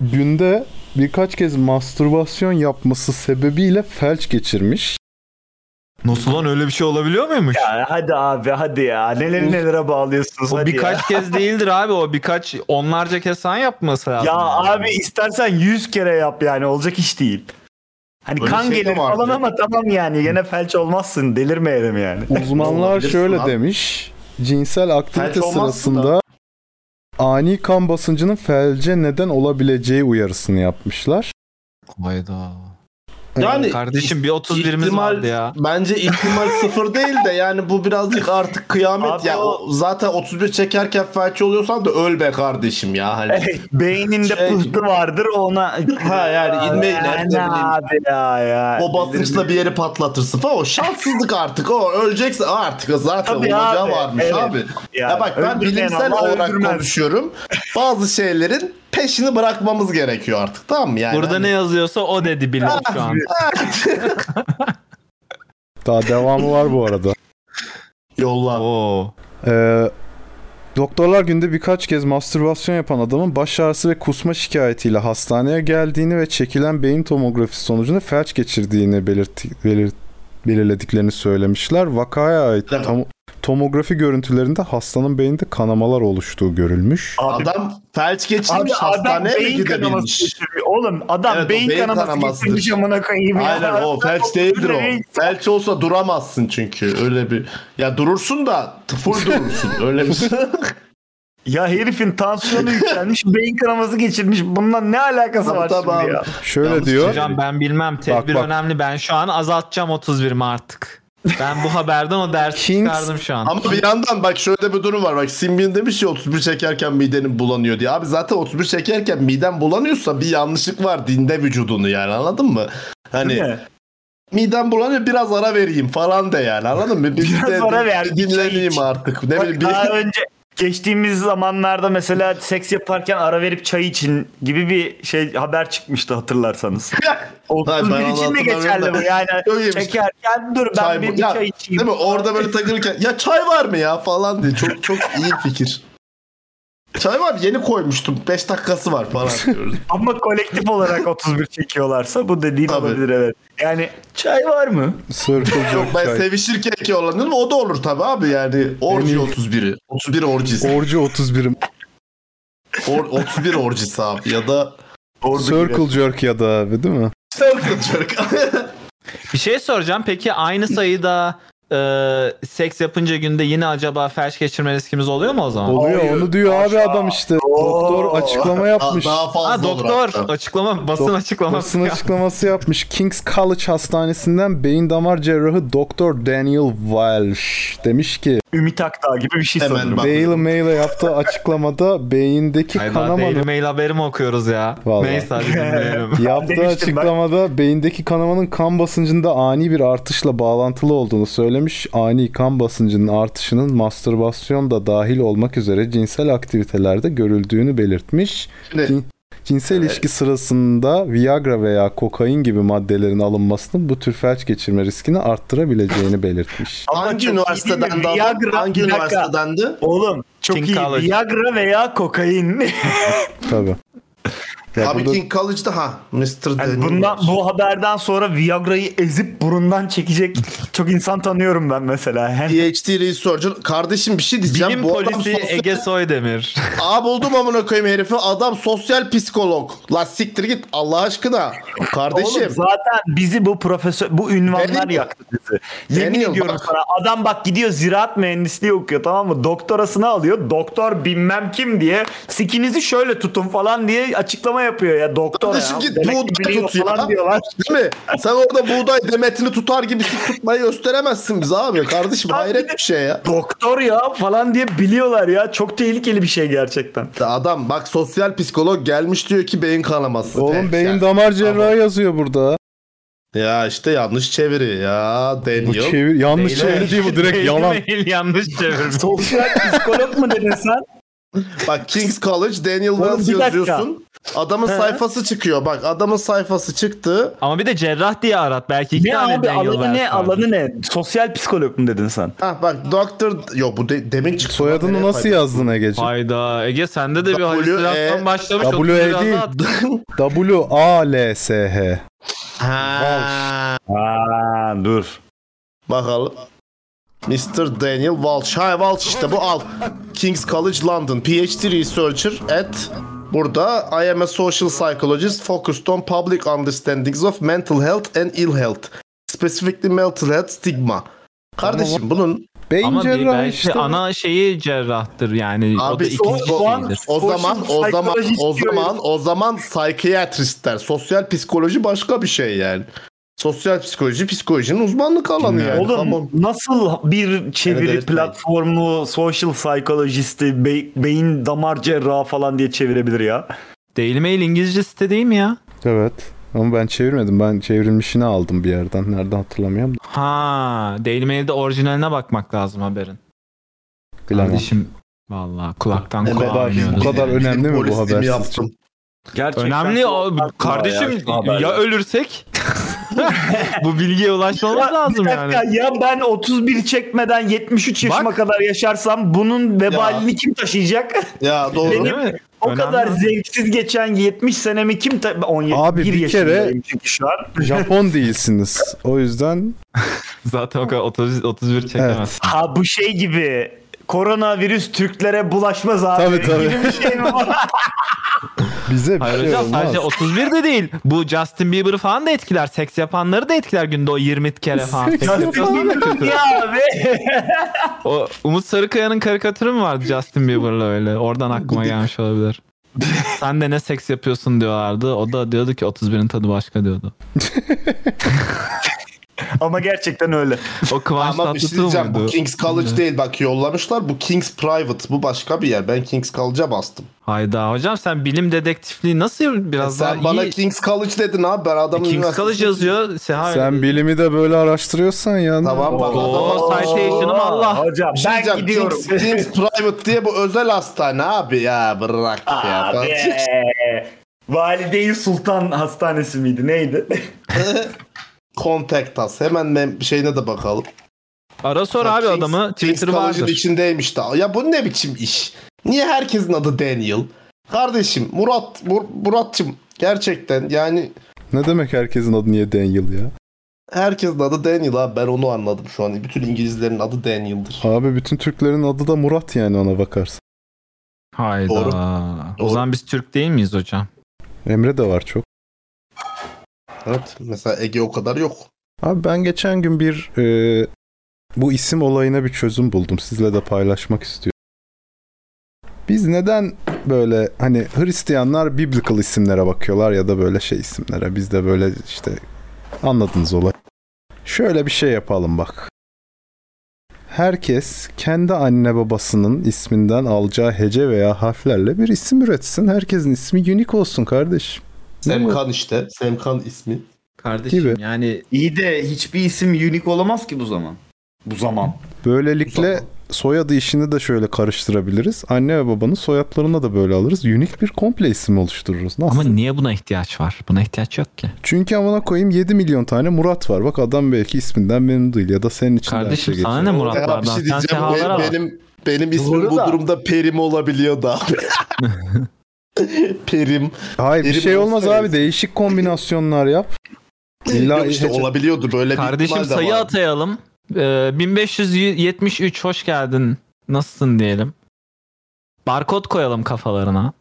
S1: günde birkaç kez mastürbasyon yapması sebebiyle felç geçirmiş.
S4: Nasıl lan öyle bir şey olabiliyor muymuş?
S2: Ya hadi abi hadi ya. Neleri nelere bağlıyorsunuz
S4: o
S2: hadi
S4: birkaç
S2: ya.
S4: kez değildir abi o birkaç onlarca kez sen yapması lazım.
S2: Ya abi istersen 100 kere yap yani olacak iş değil. Hani
S3: Öyle
S2: kan
S3: şey de
S2: gelir
S3: vardı.
S2: falan ama tamam yani gene felç olmazsın delirmeyelim yani.
S1: Uzmanlar
S3: Olabilirsin
S1: şöyle
S3: abi.
S1: demiş. Cinsel aktivite
S3: Felç olmazsın
S1: sırasında ani kan basıncının felce neden olabileceği uyarısını yapmışlar.
S4: Hayda.
S3: Yani
S4: Kardeşim bir 31'imiz
S3: ihtimal-
S4: vardı ya.
S3: Bence ihtimal sıfır değil de yani bu birazcık artık kıyamet
S2: Abi
S3: ya.
S2: o-
S3: Zaten 31 çekerken felç oluyorsan da öl be kardeşim
S2: [LAUGHS]
S3: ya. Hani.
S2: [LAUGHS] Beyninde
S3: Şey-
S2: pıhtı vardır ona.
S3: ha yani inme iner, ne
S2: Yani
S3: bileyim.
S2: abi ya ya.
S3: O basınçla bir yeri patlatırsın falan. O şanssızlık artık. O ölecekse artık zaten
S2: Tabii
S3: olacağı
S2: abi,
S3: varmış
S2: evet.
S3: abi.
S2: Ya,
S3: ya bak ben
S2: öldürmeyen
S3: bilimsel
S2: Allah
S3: olarak
S2: öldürmez.
S3: konuşuyorum. Bazı şeylerin peşini bırakmamız gerekiyor artık tamam mı? Yani
S4: Burada
S3: hani-
S4: ne yazıyorsa o
S3: [LAUGHS]
S4: dedi bilim şu an.
S1: Daha devamı var bu arada.
S3: Yolla.
S4: Oo.
S1: Ee, doktorlar günde birkaç kez mastürbasyon yapan adamın baş ağrısı ve kusma şikayetiyle hastaneye geldiğini ve çekilen beyin tomografisi sonucunda felç geçirdiğini belirti, belir- belirlediklerini söylemişler. Vakaya ait
S3: Tamam.
S1: tom- tomografi görüntülerinde hastanın beyinde kanamalar oluştuğu görülmüş.
S2: Abi,
S3: Adam felç
S2: Abi
S3: geçirmiş
S2: adam
S3: hastaneye mi
S2: beyin kanaması
S3: gidebilmiş?
S2: geçirmiş. Oğlum adam
S3: Evet, o
S2: beyin,
S3: beyin
S2: kanaması
S3: kanamasıdır.
S2: geçirmiş amına koyayım ya.
S3: Aynen o felç değildir o.
S2: Değil.
S3: Felç olsa duramazsın çünkü öyle bir. Ya durursun da full durursun
S2: [LAUGHS]
S3: öyle bir.
S2: Ya herifin
S3: [LAUGHS]
S2: tansiyonu yükselmiş, beyin kanaması geçirmiş. Bununla ne alakası var
S3: Tamam,
S2: şimdi ya?
S1: Şöyle
S3: Yalnız
S1: diyor.
S4: Hocam ben bilmem tedbir
S1: bak.
S4: önemli. Ben şu an azaltacağım 31'imi artık. Ben bu haberden o dersi
S1: Kings-
S4: çıkardım şu an.
S3: Ama bir yandan bak şöyle bir durum var. Bak Simbin demiş ya 31 çekerken midenin bulanıyor diye. Abi zaten 31 çekerken miden bulanıyorsa bir yanlışlık var dinde vücudunu yani anladın mı?
S2: Değil
S3: Hani
S2: mi?
S3: midem bulanıyor biraz ara vereyim falan de yani anladın mı? Bir,
S2: Biraz
S3: bir de-
S2: ara
S3: bir
S2: ver, bir çay
S3: dinleneyim
S2: iç.
S3: artık. Ne
S2: Bak,
S3: bileyim bir- [LAUGHS]
S2: daha önce geçtiğimiz zamanlarda mesela seks yaparken ara verip çay için gibi bir şey haber çıkmıştı hatırlarsanız.
S3: [LAUGHS] Hayır, ben
S2: 31
S3: onu
S2: için de
S3: hatırlamıyorum
S2: geçerli
S3: da.
S2: bu yani.
S3: Çok iyiymiş.
S2: Çekerken dur ben
S3: Çay bu-
S2: bir
S3: Ya, [LAUGHS]
S2: çay içeyim.
S3: Değil mi? Orada böyle takılırken ya çay var mı ya falan diye. Çok çok iyi fikir. Çay var yeni koymuştum. 5 dakikası var falan
S2: [LAUGHS]
S3: diyoruz.
S2: Ama kolektif olarak 31 çekiyorlarsa bu dediğin
S3: Tabii.
S2: olabilir evet. Yani çay var mı?
S1: Circle
S3: Yok
S1: jerk
S3: ben
S1: çay.
S3: sevişirken ki olanın o da olur tabii abi yani orji
S1: Benim-
S3: 31'i. 31 orjisi.
S1: Orcu 31'im.
S3: Or, 31 orjisi abi ya da
S1: Circle jerk ya da abi değil mi?
S3: circle jerk.
S4: Bir şey soracağım. Peki aynı sayıda e, seks yapınca günde yine acaba felç geçirme riskimiz oluyor mu o zaman?
S1: Oluyor
S2: Hayır,
S1: onu diyor abi
S2: aşağı.
S1: adam işte.
S2: Oo.
S1: Doktor açıklama yapmış.
S3: daha fazla
S4: Ha
S3: olur
S4: doktor
S3: hatta.
S4: açıklama basın
S1: Dok-
S3: [LAUGHS]
S4: açıklaması.
S1: Basın açıklaması yapmış. King's College Hastanesi'nden beyin damar cerrahı Doktor Daniel Walsh demiş ki
S2: Ümit Akdağ gibi bir şey
S3: Hemen
S2: sanırım.
S3: bak.
S1: Daily Mail'e yaptığı açıklamada beyindeki
S4: Hayda, Daily
S1: kanamanın
S4: Mail haberi mi okuyoruz ya?
S1: Vallahi.
S4: Neyse
S3: [LAUGHS]
S4: hadi dinleyelim.
S1: yaptığı
S2: Demiştim ben.
S1: açıklamada beyindeki kanamanın kan basıncında ani bir artışla bağlantılı olduğunu söylemiş. Ani kan basıncının artışının mastürbasyon da dahil olmak üzere cinsel aktivitelerde görüldüğünü belirtmiş.
S3: Şimdi-
S1: Cin- Cinsel ilişki sırasında Viagra veya kokain gibi maddelerin alınmasının bu tür felç geçirme riskini arttırabileceğini belirtmiş.
S2: Ama
S3: Hangi
S2: çok iyi değil mi?
S3: üniversiteden
S2: Viagra-
S3: hangi
S2: Bir dakika.
S3: üniversitedendi?
S2: Oğlum çok
S4: King
S2: iyi
S4: College.
S2: Viagra veya kokain.
S1: Tabii. Ya
S3: Abi
S1: burada-
S3: King College'da ha Mr.
S2: Yani
S3: Daniel
S2: bundan,
S3: Walsh.
S2: Ee, bu haberden sonra Viagra'yı ezip burundan çekecek çok insan tanıyorum ben mesela. Hem
S3: PhD researcher kardeşim bir şey diyeceğim.
S4: Bilim
S3: bu adam
S4: polisi
S3: sosyal...
S4: Ege Soydemir.
S3: Aa buldum amına koyayım herifi. Adam sosyal psikolog. La siktir git Allah aşkına. Kardeşim.
S2: Oğlum zaten bizi bu profesör bu ünvanlar
S3: Deniyor.
S2: yaktı bizi. Yemin
S3: Deniyor,
S2: ediyorum
S3: bak.
S2: sana adam bak gidiyor ziraat mühendisliği okuyor tamam mı? Doktorasını alıyor. Doktor bilmem kim diye sikinizi şöyle tutun falan diye açıklama yapıyor ya doktor
S3: Kardeşim
S2: ya.
S3: git
S2: Demek ki
S3: buğday
S2: biliyor
S3: tut ya.
S2: falan diyorlar.
S3: Değil mi? Sen orada buğday demetini tutar gibi sik tutmayı gösteremezsin bize abi. Kardeşim
S2: Abi
S3: hayret
S2: de-
S3: bir şey ya.
S2: Doktor ya falan diye biliyorlar ya. Çok tehlikeli bir şey gerçekten.
S3: Adam bak sosyal psikolog gelmiş diyor ki beyin kanaması.
S1: Oğlum
S3: Tek
S1: beyin
S3: yani.
S1: damar cerrahı yazıyor burada.
S3: Ya işte yanlış çeviri ya
S1: Bu
S3: Daniel.
S1: çevir yanlış
S4: Daily-
S1: çeviri değil bu direkt
S4: Daily
S1: yalan.
S4: Mail yanlış çevirmiş.
S2: Sosyal
S1: [LAUGHS]
S2: psikolog mu dedin sen?
S3: Bak King's College Daniel
S2: Oğlum
S3: Wells
S2: bir dakika.
S3: yazıyorsun. Adamın
S2: He.
S3: sayfası çıkıyor. Bak adamın sayfası çıktı.
S4: Ama bir de cerrah diye arat. Belki iki
S2: Ne
S4: tane
S2: abi
S4: Daniel
S2: alanı ne
S4: Webster var.
S2: alanı ne? Sosyal psikolog mu dedin sen?
S3: Ha bak Doctor Yo bu de- demin çıktı.
S1: Soyadını
S3: Nereye
S1: nasıl yazdın Egeci?
S4: Hayda Ege sende de bir
S3: W,
S4: halüsinasyon
S3: E,
S4: başlamış.
S1: W, E
S4: 31 azat.
S1: değil. W A L S H.
S3: Ha.
S2: Aa dur.
S3: Bakalım. Mr. Daniel Walsh. Ha Walsh işte bu al. King's College London. PhD Researcher at Burada I am a social psychologist focused on public understandings of mental health and ill health. Specifically mental health stigma. Kardeşim bunun
S1: Beyin
S4: Ama bir-
S1: cerrahı
S4: belki
S1: işte.
S4: ana şeyi cerrahtır yani. o da
S3: Abi
S4: ikinci
S3: o, o,
S4: şeydir.
S3: o zaman o zaman
S2: Psikoloji
S3: o
S2: diyor
S3: zaman o zaman psikiyatristler sosyal psikoloji başka bir şey yani. Sosyal psikoloji psikolojinin uzmanlık alanı yani.
S2: Oğlum
S3: Tamam.
S2: nasıl bir çeviri
S3: Evet, evet,
S2: platformu social psychologist'i be- beyin damar cerrahı falan diye çevirebilir ya?
S4: Daily Mail İngilizce site değil mi ya?
S1: Evet. Ama ben çevirmedim. Ben çevrilmişini aldım bir yerden. Nereden hatırlamıyorum da.
S4: Ha, Daily Mail'de orijinaline bakmak lazım haberin.
S1: Bilemem.
S4: Kardeşim vallahi kulaktan
S1: Bu
S3: Evet.
S4: kulağa
S1: kadar,
S4: oynuyoruz.
S1: bu kadar
S3: yani.
S1: önemli mi bu
S3: Polisliğimi
S1: haber siz
S3: yaptım.
S1: için?
S2: Gerçekten.
S4: [LAUGHS] Önemli o kardeşim ya, ölürsek [LAUGHS] bu bilgiye ulaşmamız lazım
S2: bir dakika,
S4: yani.
S2: Ya ben 31 çekmeden 73 yaşıma
S4: Bak.
S2: kadar yaşarsam bunun vebalini kim taşıyacak?
S3: Ya doğru.
S2: Benim
S4: Değil mi?
S2: o
S4: Önemli
S2: kadar
S4: mi?
S2: zevksiz geçen 70 senemi kim ta- Ben 17
S1: Abi,
S2: bir
S1: bir kere-
S2: yaşındayım çünkü şu an.
S1: Japon değilsiniz. O yüzden
S4: Zaten o kadar 30, 31 çekemez.
S1: evet.
S2: Ha bu şey gibi koronavirüs Türklere bulaşmaz abi.
S1: Tabii, tabii.
S2: Gibi bir şey mi var?
S1: [LAUGHS] Bize bir
S4: Hayır
S1: şey
S4: hocam
S1: olmaz.
S4: sadece 31 de değil. Bu Justin Bieber falan da etkiler. Seks yapanları da etkiler günde o 20 kere falan.
S1: Seks
S4: Seks yapan da kötü.
S2: ya abi.
S4: O Umut Sarıkaya'nın karikatürü mü vardı Justin Bieber'la öyle? Oradan aklıma gelmiş olabilir. Sen de ne seks yapıyorsun diyorlardı. O da diyordu ki 31'in tadı başka diyordu.
S2: Ama gerçekten öyle.
S4: O Kıvanç
S3: Ama bir şey
S4: Tatlıtuğ
S3: diyeceğim bu
S4: muydu?
S3: King's College değil bak yollamışlar bu King's Private bu başka bir yer ben King's College'a bastım. E
S4: Hayda hocam sen bilim dedektifliği nasıl biraz daha
S3: Sen bana
S4: iyi?
S3: King's College dedin abi ben adamın
S4: King's
S3: üniversitesi-
S4: College yazıyor. Seha
S1: Sen bilimi de böyle araştırıyorsan ya.
S3: Tamam bak
S4: Oo,
S3: adamın-
S4: citation'ım Allah.
S2: Hocam
S3: Bir şey
S2: ben
S3: diyeceğim,
S2: gidiyorum.
S3: King's, King's Private diye bu özel hastane abi ya bırak ya.
S2: Abi. Valide-i Sultan Hastanesi miydi? [LAUGHS] Neydi?
S3: Contact us. Hemen mem- şeyine de bakalım.
S4: Ara sor abi
S3: Kings- şey- Kings
S4: adamı. Twitter
S3: College'ın
S4: vardır.
S3: içindeymiş daha. Ya bu ne biçim iş? Niye herkesin adı Daniel? Kardeşim Murat, Mur- Muratçım gerçekten yani
S1: Ne demek herkesin adı niye Daniel ya?
S3: herkesin adı Daniel abi ben onu anladım şu an. Bütün İngilizlerin adı Daniel'dır.
S1: Abi bütün Türklerin adı da Murat yani ona bakarsın.
S4: Hayda.
S3: Doğru.
S4: O
S3: Doğru.
S4: zaman biz Türk değil miyiz hocam?
S1: Emre de var çok.
S3: Evet mesela Ege o kadar yok.
S1: Abi ben geçen gün bir e, bu isim olayına bir çözüm buldum. Sizle de paylaşmak istiyorum. Biz neden böyle hani Hristiyanlar biblical isimlere bakıyorlar ya da böyle şey isimlere. Biz de böyle işte anladınız olay. Şöyle bir şey yapalım bak. Herkes kendi anne babasının isminden alacağı hece veya harflerle bir isim üretsin. Herkesin ismi unik olsun kardeşim. Ne bu?
S3: Semkan işte. Semkan ismi.
S9: Kardeşim
S1: Gibi.
S9: yani iyi de hiçbir isim unik olamaz ki bu zaman.
S2: [LAUGHS]
S9: Bu zaman.
S1: Böylelikle
S3: Uzak.
S1: soyadı işini de şöyle karıştırabiliriz. Anne ve babanın soyadlarını da böyle alırız. Unik bir komple isim oluştururuz. Nasıl?
S4: Ama niye buna ihtiyaç var? Buna ihtiyaç yok ki.
S1: Çünkü amına koyayım 7 milyon tane Murat var. Bak adam belki isminden memnun değil ya da senin için de her
S4: Kardeşim
S1: şey
S4: sana ne
S1: geçiyor.
S3: Ya bir
S4: Muratlardan?
S3: şey
S4: Sen
S3: diyeceğim.
S4: sehalara
S3: Benim,
S4: bak.
S3: benim, benim ismim
S2: Doğru
S3: bu
S2: da.
S3: durumda Perim olabiliyor da abi. Perim.
S1: Hayır bir
S3: Benim
S1: şey olmaz
S3: olsa
S1: abi. Değişik kombinasyonlar yap. İlla
S3: Yok işte
S1: hece-
S3: olabiliyordu böyle bir
S4: Kardeşim
S3: ihtimal de
S4: sayı
S3: vardı.
S4: atayalım. Ee, 1573 hoş geldin. Nasılsın diyelim. Barkod koyalım kafalarına.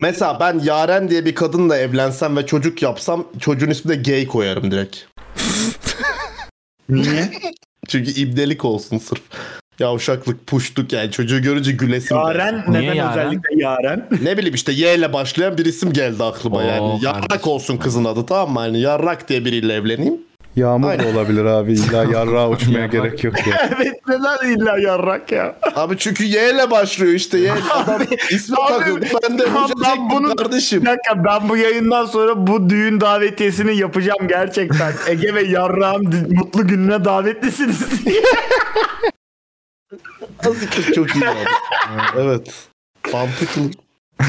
S3: Mesela ben Yaren diye bir kadınla evlensem ve çocuk yapsam çocuğun ismine gay koyarım direkt.
S2: Niye?
S3: Çünkü ibnelik olsun sırf. Yavşaklık, puştuk yani çocuğu görünce gülesim.
S2: Yaren
S3: geldi.
S4: Niye
S2: neden
S4: Yaren?
S2: özellikle Yaren?
S3: Ne bileyim işte Y ile başlayan bir isim geldi aklıma
S4: Oo,
S3: yani. Yarrak
S4: kardeşim.
S3: olsun kızın adı tamam mı? Yani yarrak diye biriyle evleneyim.
S1: Yağmur da
S3: Aynen.
S1: olabilir abi. İlla yarrağa
S4: [LAUGHS]
S1: uçmaya gerek yok ya.
S2: evet neden illa yarrak ya?
S3: Abi çünkü Y ile başlıyor işte. Y adam ismi
S2: [LAUGHS] abi,
S3: takıldı. Ben de
S2: ya
S3: hoca
S2: ben
S3: çektim
S2: bunu-
S3: kardeşim.
S2: Bir dakika ben bu yayından sonra bu düğün davetiyesini yapacağım [LAUGHS] gerçekten. Ege ve yarrağım d- mutlu gününe davetlisiniz [LAUGHS] diye.
S3: Azıcık çok iyi abi. evet. Mantıklı.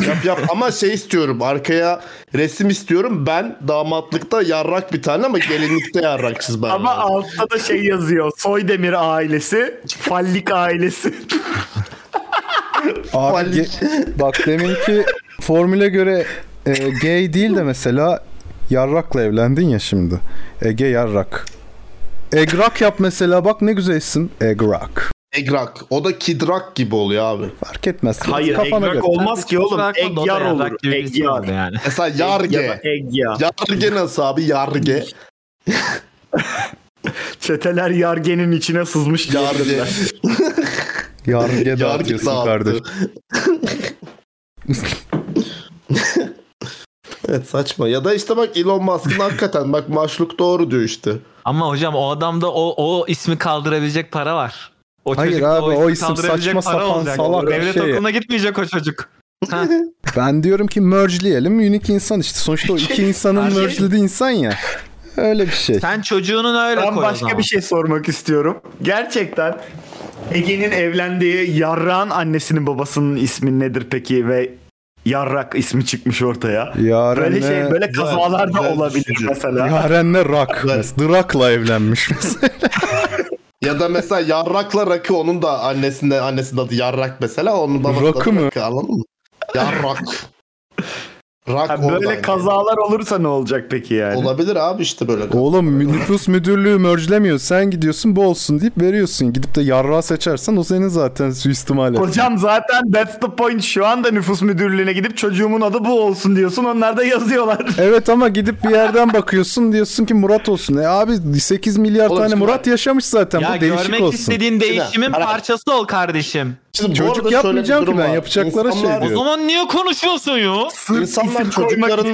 S3: Yap yap ama şey istiyorum arkaya resim istiyorum ben damatlıkta yarrak bir tane ama gelinlikte yarrak çiz ben.
S2: Ama
S3: lazım.
S2: altta da şey yazıyor. Soydemir ailesi, Fallik ailesi.
S1: Abi
S3: Vali-
S1: ge- bak deminki formüle göre e, gay değil de mesela yarrakla evlendin ya şimdi. Ege yarrak. Egrak yap mesela bak ne güzel isim. Egrak.
S3: egrak o da kidrak gibi oluyor abi.
S1: Fark etmez.
S2: Hayır
S1: Kafana
S2: egrak
S1: göre.
S2: olmaz ki oğlum. Egyar olur.
S4: şey
S2: Egyar.
S4: Yani.
S3: Mesela yarge.
S2: Egya.
S3: Yarge nasıl abi yarge?
S2: Çeteler yargenin içine sızmış.
S3: Yarge.
S1: Yargı
S3: Yargı
S1: dağıtıyorsun
S3: dağıttı.
S1: kardeşim.
S3: [LAUGHS] evet saçma. Ya da işte bak Elon Musk'ın hakikaten bak maşluk doğru diyor işte.
S4: Ama hocam o adamda o o ismi kaldırabilecek para var. O
S1: Hayır
S4: çocukta
S1: abi, o isim
S4: kaldırabilecek
S1: saçma
S4: para
S1: sapan salak bir
S4: Devlet
S1: şey.
S4: okuluna gitmeyecek o çocuk. Ha,
S1: Ben diyorum ki merge'leyelim unique insan işte. Sonuçta o
S2: [LAUGHS]
S1: iki insanın
S2: şey-
S1: merge'lediği insan ya. Öyle bir şey.
S4: sen çocuğunun öyle
S2: Ben
S4: koy o
S2: başka
S4: zaman.
S2: bir şey sormak istiyorum. Gerçekten Ege'nin evlendiği Yarrak'ın annesinin babasının ismi nedir peki ve Yarrak ismi çıkmış ortaya. Böyle şey
S1: Yaren'le
S2: böyle kazalar da
S3: güzel
S2: olabilir
S3: düşünce.
S2: mesela.
S1: Yaren'le Rock. mesela. The Rock'la evlenmiş mesela.
S3: Ya da mesela Yarrak'la Rakı onun da annesinde annesinin adı Yarrak mesela onun babası
S1: Rakı
S3: da
S1: mı?
S3: Rakı anladın mı? Yarrak. Rak
S2: Ha,
S3: oradan
S2: böyle
S3: yani.
S2: kazalar olursa ne olacak peki yani?
S3: Olabilir abi işte böyle.
S1: Oğlum nüfus müdürlüğü merge'lemiyor. Sen gidiyorsun bu olsun deyip veriyorsun. Gidip de yarra seçersen o senin zaten suistimal et.
S2: Hocam zaten that's the point. Şu anda nüfus müdürlüğüne gidip çocuğumun adı bu olsun diyorsun. Onlar da yazıyorlar.
S1: Evet ama gidip bir yerden bakıyorsun diyorsun ki Murat olsun. E abi 8 milyar
S3: Oğlum
S1: tane
S3: şimdi-
S1: Murat yaşamış zaten.
S4: Ya
S1: bu değişik
S4: görmek
S1: olsun.
S4: istediğin değişimin
S3: Ara-
S4: parçası ol kardeşim.
S3: Şimdi bu
S1: Çocuk
S3: arada şöyle bir
S1: yapmayacağım
S3: durum
S1: ki ben,
S3: var.
S1: yapacaklara şey
S3: İnsanlar-
S4: O
S1: diyor.
S4: zaman niye konuşuyorsun ya?
S3: İnsanlar çocukların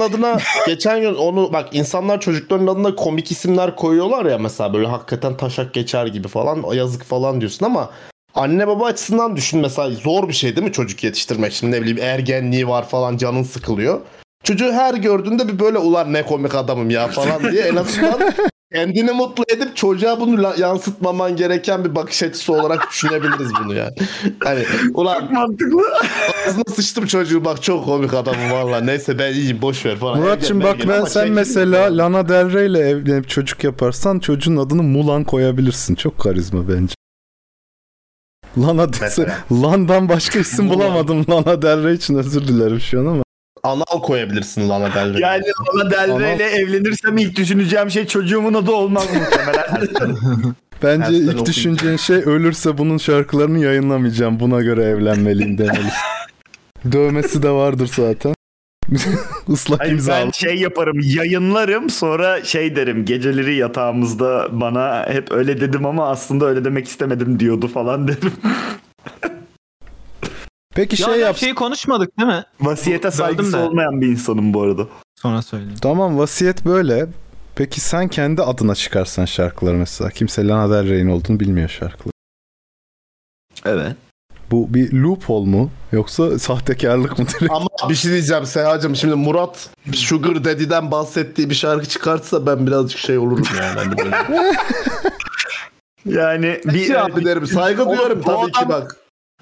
S1: [LAUGHS]
S3: adına geçen gün onu bak insanlar çocukların adına komik isimler koyuyorlar ya mesela böyle hakikaten taşak geçer gibi falan o yazık falan diyorsun ama anne baba açısından düşün mesela zor bir şey değil mi çocuk yetiştirmek şimdi ne bileyim ergenliği var falan canın sıkılıyor. Çocuğu her gördüğünde bir böyle ulan ne komik adamım ya falan diye en azından
S2: [LAUGHS]
S3: kendini mutlu edip çocuğa bunu la- yansıtmaman gereken bir bakış açısı olarak düşünebiliriz bunu yani. Hani ulan
S2: Mantıklı.
S3: Ağzına sıçtım çocuğu bak çok komik adamım valla. Neyse ben iyiyim boş ver falan.
S1: Muratçım
S3: Ergen,
S1: bak
S3: ergen
S1: ben
S3: ama şey
S1: sen
S3: çekil.
S1: mesela Lana Del Rey ile evlenip çocuk yaparsan çocuğun adını Mulan koyabilirsin. Çok karizma bence. Lana dese, Lan'dan başka isim
S3: Mulan.
S1: bulamadım Lana Del Rey için özür dilerim şu an ama.
S3: Anal
S2: [LAUGHS]
S3: koyabilirsin Lana Del Rey.
S2: Yani ona Del Rey'le evlenirsem ilk düşüneceğim şey çocuğumun adı olmaz muhtemelen.
S1: Bence
S3: Tersten
S1: ilk
S3: okuyayım.
S1: düşüneceğin şey ölürse bunun şarkılarını yayınlamayacağım. Buna göre evlenmeliyim demelisin. Dövmesi de vardır zaten. [LAUGHS] Islak
S2: Hayır, ben
S1: imzalı.
S2: şey yaparım yayınlarım sonra şey derim geceleri yatağımızda bana hep öyle dedim ama aslında öyle demek istemedim diyordu falan derim.
S1: Peki
S4: Ya
S1: şey
S4: hocam
S1: yap.
S4: şeyi konuşmadık değil mi?
S2: Vasiyete
S4: Böldüm
S2: saygısı
S4: de.
S2: olmayan bir insanım bu arada.
S4: Sonra söyleyeyim.
S1: Tamam vasiyet böyle. Peki sen kendi adına çıkarsan şarkıları mesela. Kimse Lana Del Rey'in olduğunu bilmiyor şarkıları.
S2: Evet.
S1: Bu bir loophole mu? Yoksa sahtekarlık mı? direkt?
S3: Ama bir şey diyeceğim Seha'cığım şimdi Murat Sugar Daddy'den bahsettiği bir şarkı çıkartsa ben birazcık
S2: [LAUGHS]
S3: şey olurum yani. Hani böyle.
S2: Yani bir
S3: Şey abi derim saygı
S2: Oğlum,
S3: duyuyorum
S2: bu
S3: tabii ki
S2: adam- [LAUGHS]
S3: bak.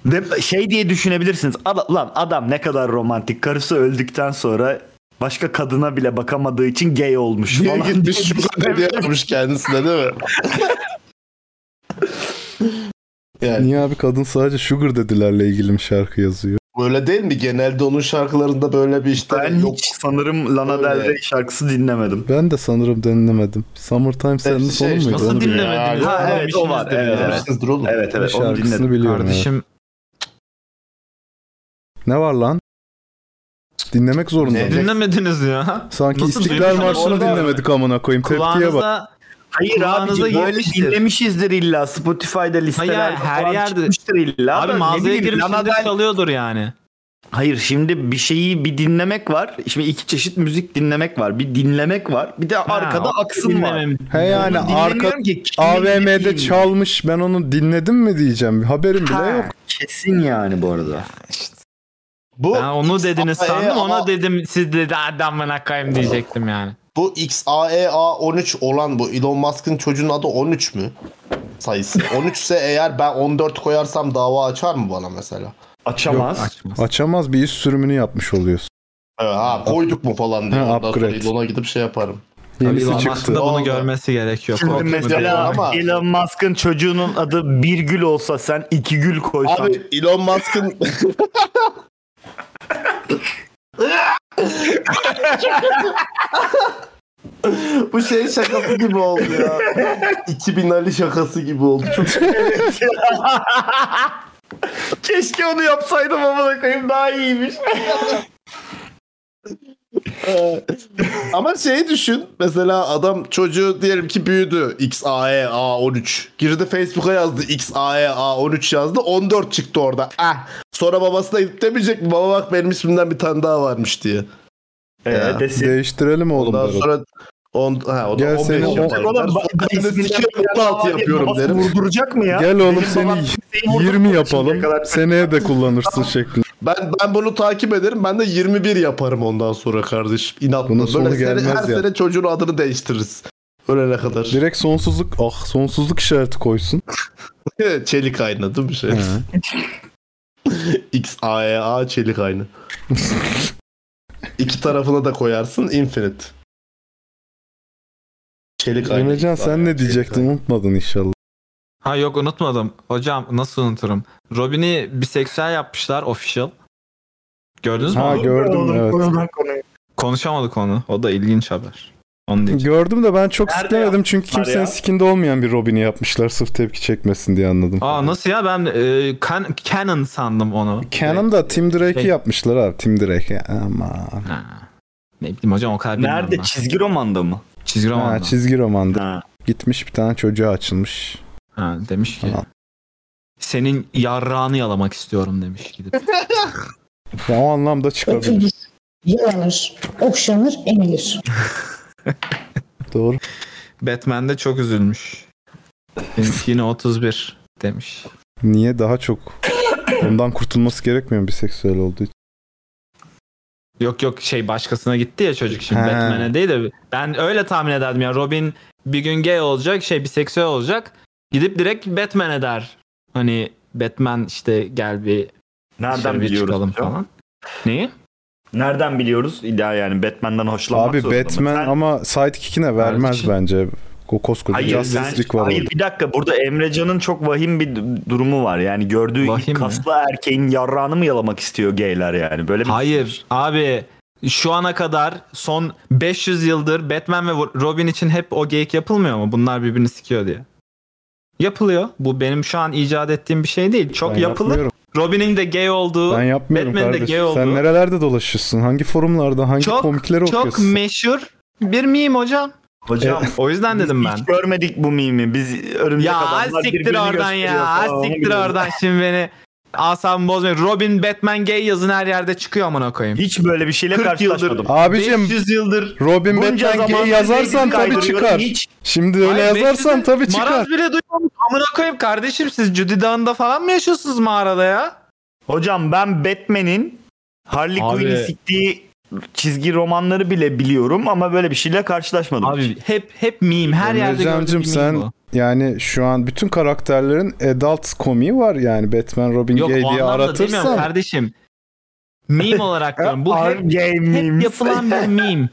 S2: Ve şey diye düşünebilirsiniz. Ad- lan adam ne kadar romantik. Karısı öldükten sonra başka kadına bile bakamadığı için gay olmuş
S3: Niye
S2: falan.
S3: gitmiş Sugar Daddy yapmış kendisine değil mi? yani
S1: Niye abi kadın sadece sugar dedilerle ilgili mi şarkı yazıyor?
S3: böyle değil mi? Genelde onun şarkılarında böyle bir işte
S2: Ben
S3: yok. [LAUGHS]
S2: hiç sanırım Lana Del
S3: Öyle.
S2: Rey şarkısı dinlemedim.
S1: Ben de sanırım dinlemedim. Summertime senin
S3: Hepsi şey
S1: sonu
S3: işte,
S1: muydu?
S4: Nasıl
S1: Onu bilmiyorum.
S4: dinlemediniz?
S3: Ya,
S2: Ha, evet, o var,
S4: Dinlemişsinizdir
S2: evet,
S4: ya.
S2: evet.
S3: Siz durun.
S2: Evet evet onu
S1: şarkısını
S2: dinledim.
S1: biliyorum. evet.
S4: Kardeşim
S1: Ne var lan? Dinlemek zorunda.
S3: Ne?
S1: mı?
S4: dinlemediniz ya.
S1: Sanki
S4: Nasıl
S1: İstiklal
S4: duymuyorsun?
S1: Marşı'nı
S4: Orada-
S1: dinlemedik amına koyayım. Tepkiye bak.
S4: Kulağınıza
S2: Hayır abi
S4: Kulağınıza
S2: böyle
S4: girmiştir.
S2: dinlemişizdir illa. Spotify'da listelerde
S4: Hayır, her
S2: falan
S4: yerde-
S2: çıkmıştır illa.
S4: abi
S2: da ne
S4: mağazaya
S2: bileyim,
S4: girmişsindir
S2: Del-
S4: çalıyordur yani.
S2: Hayır şimdi bir şeyi bir dinlemek var. Şimdi iki çeşit müzik dinlemek var. Bir dinlemek var. Bir de arkada
S4: o
S2: aksın var.
S4: dinlemem-
S1: He yani
S2: Onu dinlemiyorum
S1: arka
S2: ki, kimi
S1: AVM'de
S2: dinleyeyim?
S1: çalmış ben onu dinledim mi diyeceğim. Haberim bile
S2: Ha,
S1: yok.
S2: Kesin yani bu arada.
S3: Bu
S4: Ben onu dediniz
S3: Ama-
S4: sandım.
S3: ama-
S4: Ona dedim siz dedi adamına koyayım diyecektim yani.
S3: Bu E XAEA 13 olan bu Elon Musk'ın çocuğun adı 13 mü? Sayısı. 13 ise eğer ben 14 koyarsam dava açar mı bana mesela?
S2: Açamaz.
S4: Açmaz.
S1: Açamaz bir üst sürümünü yapmış oluyorsun.
S3: Ee, Ha, koyduk mu falan diye.
S1: Ha,
S3: Ondan sonra
S1: upgrade.
S3: Elon'a gidip şey yaparım.
S1: Yenisi
S4: Elon Musk'ın
S1: çıktı.
S4: da bunu
S3: Oldu.
S4: görmesi gerekiyor.
S2: Şimdi
S4: Korkmadı
S2: mesela
S4: yani.
S3: ama-
S2: Elon Musk'ın çocuğunun adı bir gül olsa sen iki gül koysan.
S3: Abi Elon Musk'ın... Bu şey şakası gibi oldu ya. 2000 Ali şakası gibi oldu. Çok
S2: Keşke onu yapsaydım ama koyayım daha iyiymiş.
S3: Ee, Ama şey düşün. Mesela adam çocuğu diyelim ki büyüdü. E, XAE A13. Girdi Facebook'a yazdı. E, XAE A13 yazdı. 14 çıktı orada. Ah. Sonra babasına gidip demeyecek mi? Baba bak benim ismimden bir tane daha varmış diye. Ya,
S2: Ee, desin.
S1: Değiştirelim oğlum.
S3: Ondan
S1: Berat.
S3: sonra on, ha, o da
S1: Gel
S3: 15
S1: seni o-
S3: yaparlar.
S2: Oğlum, ba-
S3: Sonra ben de
S2: ismini
S9: şey
S3: sikiyorum,
S2: yazmayan
S3: 16
S2: abi
S3: yapıyorum
S2: babası
S3: derim.
S2: Vurduracak mı ya?
S1: Gel oğlum
S2: Benim
S1: seni
S2: babam kimseyi
S1: 20
S2: vurdurmadı şimdiye
S1: yapalım.
S2: kadar.
S1: Seneye de kullanırsın şeklinde.
S3: Ben ben bunu takip ederim. Ben de 21 yaparım ondan sonra kardeşim. İnatla.
S1: Bunun sonu
S3: Böyle sene,
S1: gelmez
S3: her
S1: ya.
S3: sene çocuğun adını değiştiririz. Ölene kadar.
S1: Direkt sonsuzluk ah sonsuzluk işareti koysun.
S3: [LAUGHS] çelik ayna değil mi şey? [LAUGHS] XAEA
S1: [LAUGHS]
S3: çelik ayna. İki tarafına da koyarsın infinite. Çelik ayna.
S1: Emrecan
S3: XAEA,
S1: sen ne
S3: çelik
S1: diyecektin
S3: ayna.
S1: unutmadın inşallah.
S4: Ha yok unutmadım. Hocam nasıl unuturum? Robin'i biseksüel yapmışlar official. Gördünüz mü?
S1: Ha
S4: onu?
S1: gördüm evet.
S4: Konuşamadık onu. O da ilginç haber. Onu diyeceğim.
S1: Gördüm de ben çok
S2: Nerede
S1: siklemedim çünkü
S2: yapmışlar
S1: kimsenin
S2: ya?
S1: sikinde olmayan bir Robin'i yapmışlar sırf tepki çekmesin diye anladım.
S4: Aa nasıl ya ben e, kan, Canon sandım onu.
S1: Canon da Tim Drake'i
S4: Şey-
S1: yapmışlar abi. Tim Drake. Aman.
S4: Ha. Ne bileyim hocam o kadar bilmiyorum
S9: Nerede?
S4: ben.
S9: Çizgi romanda mı?
S4: Çizgi roman.
S1: Ha,
S4: mı?
S1: çizgi romanda.
S9: Ha.
S1: Gitmiş bir tane çocuğa açılmış.
S4: Ha, demiş ki
S1: Tamam.
S4: senin yarrağını yalamak istiyorum demiş gidip.
S1: Ya o anlamda çıkabilir.
S9: [LAUGHS]
S10: Öpülür, yalanır, okşanır, emilir.
S1: Doğru.
S4: Batman de çok üzülmüş. Benimki yine 31 demiş.
S1: Niye daha çok ondan kurtulması gerekmiyor mu biseksüel olduğu için?
S4: Yok yok şey başkasına gitti ya çocuk şimdi
S1: Ha.
S4: Batman'e değil de ben öyle tahmin ederdim ya Robin bir gün gay olacak şey biseksüel olacak gidip direkt Batman'e der. Hani Batman işte gel bir
S9: Nereden
S4: dışarı bir
S9: biliyoruz?
S4: çıkalım
S9: hocam?
S4: falan. Neyi?
S9: Nereden biliyoruz? İlla yani Batman'den hoşlanmak
S1: Abi
S9: zorunda mı?
S1: Batman
S9: Sen-
S1: ama sidekick'ine vermez
S4: Kardeşim.
S1: bence. O koskoca
S9: Hayır,
S1: Justice
S9: sen-
S1: League var
S9: hayır
S1: orada.
S9: bir dakika burada Emrecan'ın çok vahim bir d- durumu var. Yani gördüğü
S4: Vahim mi?
S9: ilk kaslı erkeğin yarrağını mı yalamak istiyor geyler yani? Böyle bir
S4: Hayır abi şu ana kadar son 500 yıldır Batman ve Robin için hep o geyik yapılmıyor mu? Bunlar birbirini sikiyor diye. Yapılıyor. Bu benim şu an icat ettiğim bir şey değil. Çok
S1: Ben
S4: yapılır.
S1: yapmıyorum.
S4: Robin'in de gay olduğu,
S1: Ben yapmıyorum
S4: Batman'in de
S1: kardeşim.
S4: gay olduğu.
S1: Sen nerelerde dolaşıyorsun? Hangi forumlarda, hangi
S4: Çok-
S1: komikleri
S4: Çok
S1: okuyorsun?
S4: meşhur bir meme hocam.
S9: hocam
S4: O yüzden e, dedim ben.
S9: Hiç görmedik bu mimi. Biz örümcek
S4: Ya az
S9: adamlar
S4: siktir
S9: birbirini
S4: oradan ya.
S9: gösteriyor
S4: az
S9: falan.
S4: siktir oradan şimdi beni. Asam bozmayın. Robin Batman gay yazın her yerde çıkıyor amına koyayım.
S9: Hiç böyle bir şeyle
S4: 40 yıldır.
S9: karşılaşmadım.
S1: Abicim
S4: 500 yıldır
S1: Robin
S9: Bunca
S1: Batman
S9: zamandır
S1: gay yazarsan tabii
S9: neyini kaydırıyorum,
S1: çıkar.
S9: hiç-
S1: Şimdi öyle
S4: Hayır,
S1: yazarsan
S4: Mekke'de
S1: tabii çıkar.
S4: Maraz bile duymamış. Amına koyayım kardeşim siz Cudi Dağı'nda falan mı yaşıyorsunuz mağarada ya?
S9: Hocam ben Batman'in Harley
S4: Abi-
S9: Quinn'i siktiği çizgi romanları bile biliyorum ama böyle bir şeyle karşılaşmadım.
S4: Abi hep hep meme her yerde gördüğüm
S1: Emrecancığım
S4: meme
S1: sen
S4: bu.
S1: yani şu an bütün karakterlerin adult komiği var yani Batman Robin
S4: Yok
S1: gay
S4: o
S1: diye
S4: anlamda demiyorum
S1: aratırsan
S4: kardeşim. Meme olarak diyorum. Bu hep, hep
S9: game'im.
S4: yapılan bir meme.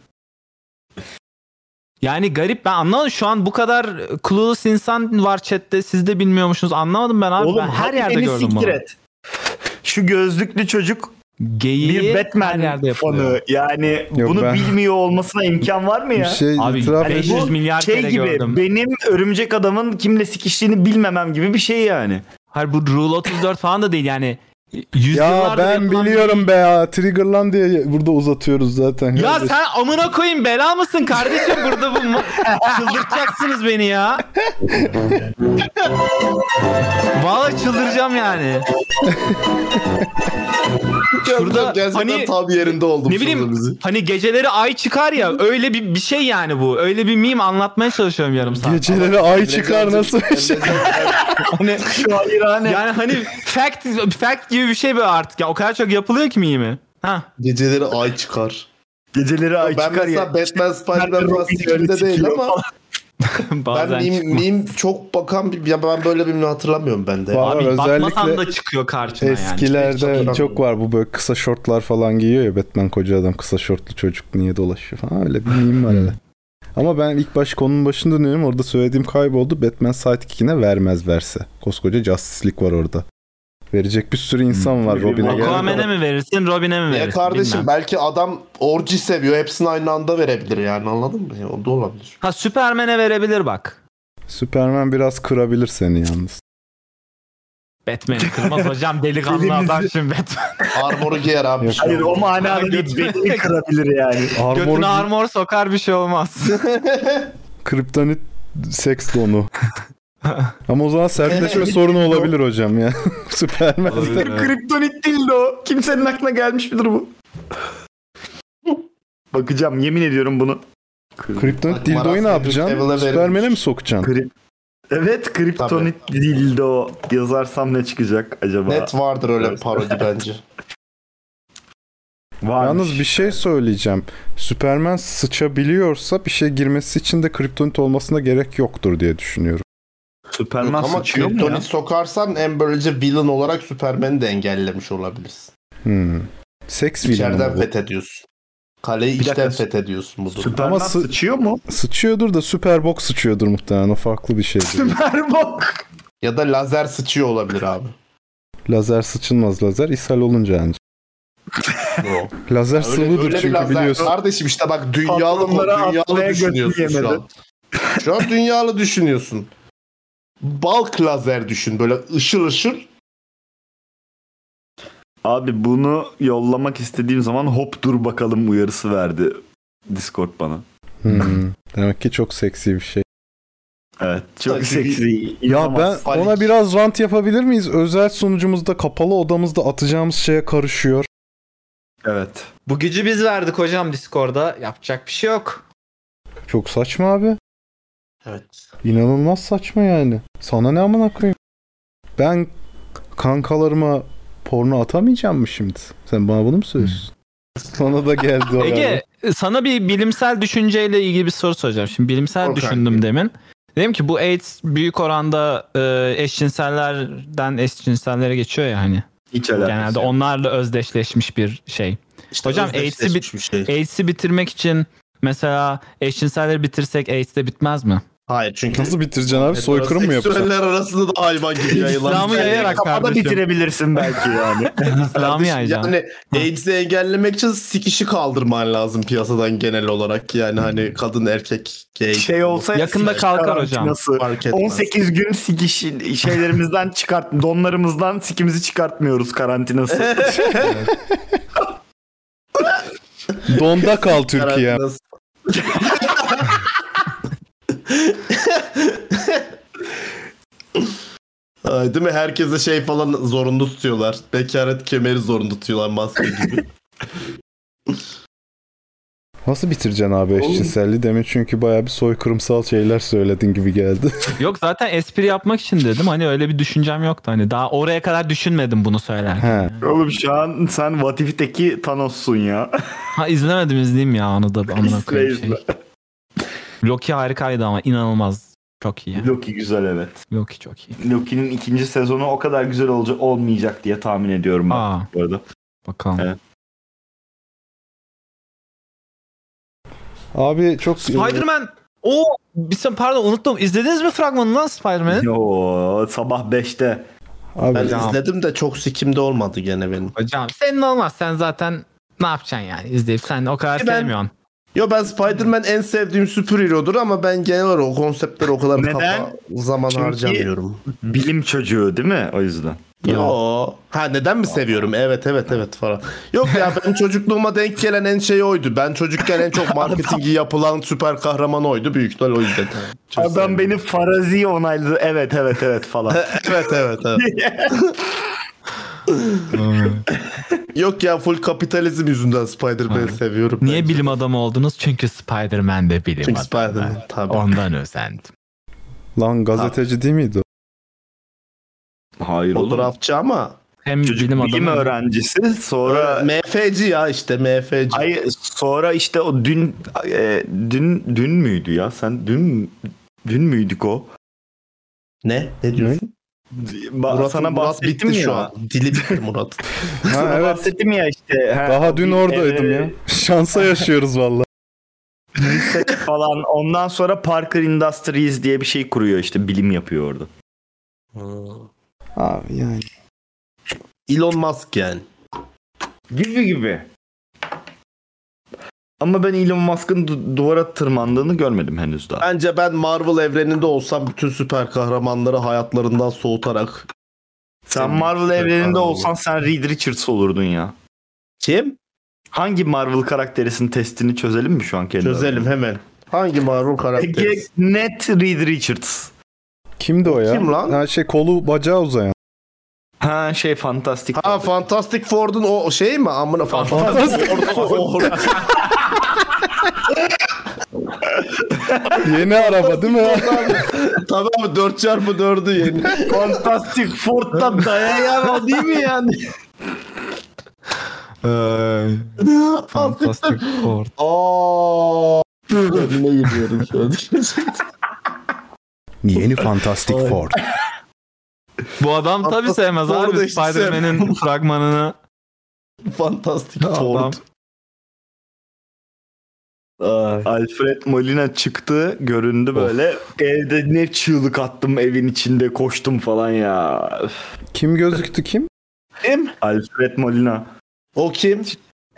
S4: Yani garip ben anlamadım şu an bu kadar clueless insan var chatte siz de bilmiyormuşsunuz anlamadım ben abi ben her
S9: hadi
S4: yerde
S9: beni
S4: gördüm
S9: siktir
S4: bunu.
S9: et. Şu gözlüklü çocuk
S4: Geyiği
S9: bir
S4: her
S9: Batman
S4: yerde yapılıyor.
S9: fanı. Yani
S1: Yok,
S9: bunu
S1: ben-
S9: bilmiyor olmasına imkan var mı
S1: bir
S9: ya?
S1: şey
S4: Abi
S1: itiraf
S9: Hani
S4: 500
S9: bu
S4: milyar
S9: şey
S4: kere
S9: gibi
S4: gördüm.
S9: benim örümcek adamın kimle sikiştiğini bilmemem gibi bir şey yani.
S4: Hayır bu Rule 34 falan da değil yani.
S1: ya
S4: Yüzyıllardır
S1: ben
S4: yapılan bir- şey-
S1: biliyorum be ya Triggerland diye burada uzatıyoruz zaten.
S4: Ya
S1: kardeşim.
S4: sen amına koyayım bela mısın kardeşim burada bu mu- [LAUGHS] çıldırtacaksınız beni ya. Vallahi çıldıracağım yani. Şurada
S3: gerçekten
S4: hani-
S3: tam yerinde oldum.
S4: Ne bileyim [LAUGHS] hani geceleri ay çıkar ya öyle bir, bir şey yani bu. Öyle bir meme anlatmaya çalışıyorum yarım saat.
S1: Geceleri ay çıkar nasıl bir şey?
S4: Hani, yani hani fact, fact gibi bir şey böyle artık ya o kadar çok yapılıyor ki meme. [LAUGHS] Ha.
S3: Geceleri ay çıkar.
S9: Geceleri ay
S3: ben
S9: çıkar
S3: mesela
S9: ya.
S3: Batman Spider-Man falan
S9: Robin'i öyle
S3: sikimde değil
S9: sikiyor
S3: ama ben
S4: Bazen
S3: meme,
S4: çıkmıyor.
S3: meme çok bakan bir... Ya ben böyle bir meme hatırlamıyorum ben de.
S1: Var,
S4: Abi
S1: özellikle
S4: bakmasan da çıkıyor karşına yani.
S1: Eskilerde
S3: çok-
S1: çok var bu böyle kısa şortlar falan giyiyor ya Batman koca adam kısa şortlu çocuk niye dolaşıyor falan öyle bir meme var öyle. Ama ben ilk baş konunun başında dönüyorum orada söylediğim kayboldu Batman sidekick'ine vermez verse. Koskoca Justice League var orada. Verecek bir sürü insan var Robin'e gelen.
S4: Aquaman'e mi verirsin, Robin'e mi verirsin?
S3: Ya kardeşim
S4: bilmem.
S3: belki adam orji seviyor. Hepsini aynı anda verebilir yani anladın mı? Ya, O da olabilir.
S4: Ha Superman'e verebilir bak.
S1: Superman biraz kırabilir seni yalnız.
S4: Batman'i kırmaz hocam delikanlı adam şimdi Batman.
S3: Armoru giyer abi.
S1: Yok.
S2: Hayır o manada değil.
S4: [LAUGHS]
S2: Belini kırabilir yani.
S4: Götüne
S1: Armor
S4: armor sokar bir şey olmaz.
S1: kriptonit seks donu. Ama o zaman sertleşme sorunu olabilir hocam ya. [LAUGHS] Süpermen.
S2: Kriptonit değil de o. Kimsenin aklına gelmiş midir bu? Bakacağım yemin ediyorum bunu.
S1: Kriptonit dildoyu ne
S3: Marazm level'a
S1: yapacaksın?
S3: verilmiş.
S1: Süpermen'e mi sokacaksın?
S2: Kri- Evet kriptonit değil de o. Yazarsam ne çıkacak acaba?
S3: Net vardır öyle bir parodi
S2: [LAUGHS]
S3: bence.
S2: Varmış.
S1: Yalnız bir şey söyleyeceğim. Süpermen sıçabiliyorsa bir şey girmesi için de kriptonit olmasına gerek yoktur diye düşünüyorum.
S3: Yok,
S2: Süperman
S3: ama
S2: sıçıyor mu ya?
S3: kriptonit sokarsan en böylece villain olarak Superman'i de engellemiş olabilirsin.
S1: Hmm. Seks
S3: İçeriden
S1: villain bu.
S3: fethediyorsun. Kaleyi
S2: Bir dakika.
S3: içten fethediyorsun bu durumda.
S2: Süperman
S1: Ama sı-
S2: sıçıyor mu?
S1: Sıçıyordur da süper bok sıçıyordur muhtemelen. O farklı bir şey.
S2: Süper bok.
S3: Ya da lazer sıçıyor olabilir abi.
S1: lazer sıçılmaz lazer. ishal olunca ancak.
S3: Yo.
S1: Lazer sıvıdır
S3: bir
S1: çünkü
S3: lazer-
S1: biliyorsun.
S3: Kardeşim işte bak dünyalı mı?
S2: Patronlara
S3: Dünyalı
S2: atmaya
S3: düşünüyorsun
S2: götünü
S3: şu
S2: yemedi.
S3: an. Şu an dünyalı düşünüyorsun. Balk lazer düşün böyle ışıl ışıl.
S2: Abi bunu yollamak istediğim zaman hop dur bakalım uyarısı verdi Discord bana.
S1: Hmm. Demek ki çok seksi bir şey.
S2: Evet. Çok
S3: Tabii.
S2: seksi.
S1: Ya ben
S3: Panik.
S1: ona biraz rant yapabilir miyiz? Özel sunucumuzda kapalı odamızda atacağımız şeye karışıyor.
S2: Evet.
S4: Bu gücü biz verdik hocam Discord'a. Yapacak bir şey yok.
S1: Çok saçma abi.
S3: Evet.
S1: İnanılmaz saçma yani. Sana ne amına koyayım? Ben kankalarıma porno atamayacağım mı şimdi? Sen bana bunu mu söylüyorsun?
S3: Hmm.
S1: Sana da geldi o yani.
S4: Ege sana bir bilimsel düşünceyle ilgili bir soru soracağım. Şimdi bilimsel
S3: Korkak.
S4: düşündüm demin. Dedim ki bu AIDS büyük oranda e, eşcinsellerden eşcinsellere geçiyor ya hani.
S2: Hiç alakası
S4: Genelde
S2: yok.
S4: onlarla özdeşleşmiş bir şey.
S3: İşte
S4: Hocam,
S3: özdeşleşmiş
S4: AIDS'i
S3: bir şey.
S4: AIDS'i bitirmek için mesela eşcinselleri bitirsek AIDS de bitmez mi?
S3: Hayır çünkü
S1: Nasıl bitireceksin abi? Soykırım mı yapacaksın?
S3: Seksüeller arasında da hayvan gibi yayılan. şey.
S4: İslam'ı yayarak
S2: Kafada
S4: kardeşim.
S2: bitirebilirsin belki yani.
S4: [LAUGHS] İslam'ı yayacaksın.
S3: Yani AIDS'i engellemek için sikişi kaldırman lazım piyasadan genel olarak. Yani hani kadın erkek gay.
S2: şey olsa
S4: Yakında kalkar hocam.
S2: Nasıl?
S3: fark etmez.
S2: 18 gün sikiş şeylerimizden çıkart donlarımızdan sikimizi çıkartmıyoruz
S3: [LAUGHS]
S2: karantinası.
S1: Donda kal Türkiye.
S3: [LAUGHS] Karantinası. Ay, değil mi? Herkese şey falan zorunlu tutuyorlar. Bekaret kemeri zorunlu tutuyorlar maske gibi.
S1: Nasıl bitireceksin abi eşcinselliği? Demin çünkü bayağı bir soykırımsal şeyler söyledin gibi geldi. [LAUGHS]
S4: Yok zaten espri yapmak için dedim. Hani öyle bir düşüncem yoktu. Hani daha oraya kadar düşünmedim bunu [LAUGHS] söylerken.
S1: He.
S2: Oğlum şu an sen Vatif'teki Thanos'sun ya.
S4: Ha izlemedim izleyeyim ya onu da amına koyayım şey. Loki harikaydı ama inanılmaz. Çok
S2: [LAUGHS]
S4: iyi.
S2: Loki güzel evet.
S4: Loki çok iyi.
S2: Loki'nin ikinci sezonu o kadar güzel olacak olmayacak diye tahmin ediyorum ben
S4: Aa
S2: bu arada.
S4: bakalım.
S2: Evet.
S1: Abi çok...
S4: Spider-Man. O bir sen pardon unuttum. İzlediniz mi fragmanı lan Spider-Man'in?
S2: Yo sabah 5'te.
S1: Abi,
S3: Ben
S4: Tamam.
S3: izledim de çok sikimde olmadı gene benim.
S4: Hocam senin olmaz. Sen zaten ne yapacaksın yani izleyip sen o kadar
S3: Ben-
S4: sevmiyorsun.
S3: Yo ben Spider-Man en sevdiğim süper ama ben genel olarak o konseptlere o kadar kafa
S2: Neden?
S3: zaman
S2: Çünkü-
S3: harcamıyorum.
S2: Bilim çocuğu değil mi o yüzden?
S3: Yo. Ha neden mi seviyorum? Evet evet evet falan. Yok ya benim çocukluğuma denk gelen en şey oydu. Ben çocukken en [LAUGHS] çok marketingi yapılan süper kahraman oydu. Büyük ihtimal o yüzden. Çok
S2: Adam
S3: sevdim.
S2: beni farazi onayladı. Evet evet evet falan.
S3: [LAUGHS] Evet evet [LAUGHS] evet. Yok ya full kapitalizm yüzünden Spider-Man'i
S4: Ha.
S3: seviyorum.
S4: Niye
S3: ben.
S4: bilim adamı oldunuz? Çünkü Spider-Man de bilim
S3: Çünkü
S4: adamı.
S3: Spider-Man tabii.
S4: Ondan özendim.
S1: lan gazeteci değil miydi o?
S2: Hayır oğlum.
S3: Fotoğrafçı ama.
S4: Hem
S2: Çocuk
S4: bilim
S2: bilim,
S4: adamı.
S2: öğrencisi sonra
S3: MF'ci ya işte MF'ci.
S2: Hayır sonra işte o dün e, dün dün müydü ya? Sen dün dün müydük o?
S3: Ne? Ne diyorsun?
S2: Ba- sana bahsettim
S3: bitti
S2: ya.
S3: şu an. Dili bitti Murat. [LAUGHS]
S1: Ha,
S2: [LAUGHS] Sana
S1: evet.
S2: bahsettim ya işte. Ee, Ha,
S1: Daha
S2: o
S1: dün
S2: bir
S1: oradaydım
S2: evre-
S1: ya. Şansa yaşıyoruz valla.
S2: reset falan. Ondan sonra Parker Industries diye bir şey kuruyor işte bilim yapıyor orada.
S1: Abi yani.
S3: Elon Musk yani.
S2: Gibi gibi. Ama ben Elon Musk'ın du- duvara tırmandığını görmedim henüz daha.
S3: Bence ben Marvel evreninde olsam bütün süper kahramanları hayatlarından soğutarak
S2: Sen Marvel evreninde olsan sen Reed Richards olurdun ya.
S9: Kim?
S2: Hangi Marvel karakterisinin testini çözelim mi şu an kendi
S3: Çözelim hemen. Hangi Marvel karakteri?
S2: Ege net Reed Richards.
S1: Kimdi o ya?
S3: Kim lan?
S1: Ha, şey kolu bacağı uzayan. [LAUGHS]
S2: Ha şey fantastik.
S3: Ha Fantastic Four'un o şey mi? Amına Fantastic [LAUGHS] Four.
S1: Yeni araba değil mi?
S3: Tabii abi 4x4'ü yeni.
S2: Fantastic Four'da dayayama değil mi yani?
S4: Ee, Fantastic Four.
S3: Aaa. Önüne gidiyorum şu an. [LAUGHS]
S1: Yeni Fantastic Four.
S4: Bu adam tabii
S3: Fantastic
S4: sevmez
S3: Four'u da
S4: abi
S3: hiç
S4: Spider-Man'in
S3: sevmem.
S4: fragmanını.
S3: Fantastic
S4: Adam.
S3: Four. Ay.
S2: Alfred Molina çıktı göründü böyle. Evde ne çığlık attım evin içinde koştum falan ya. Öf.
S1: Kim gözüktü kim?
S2: Alfred Molina.
S3: O kim?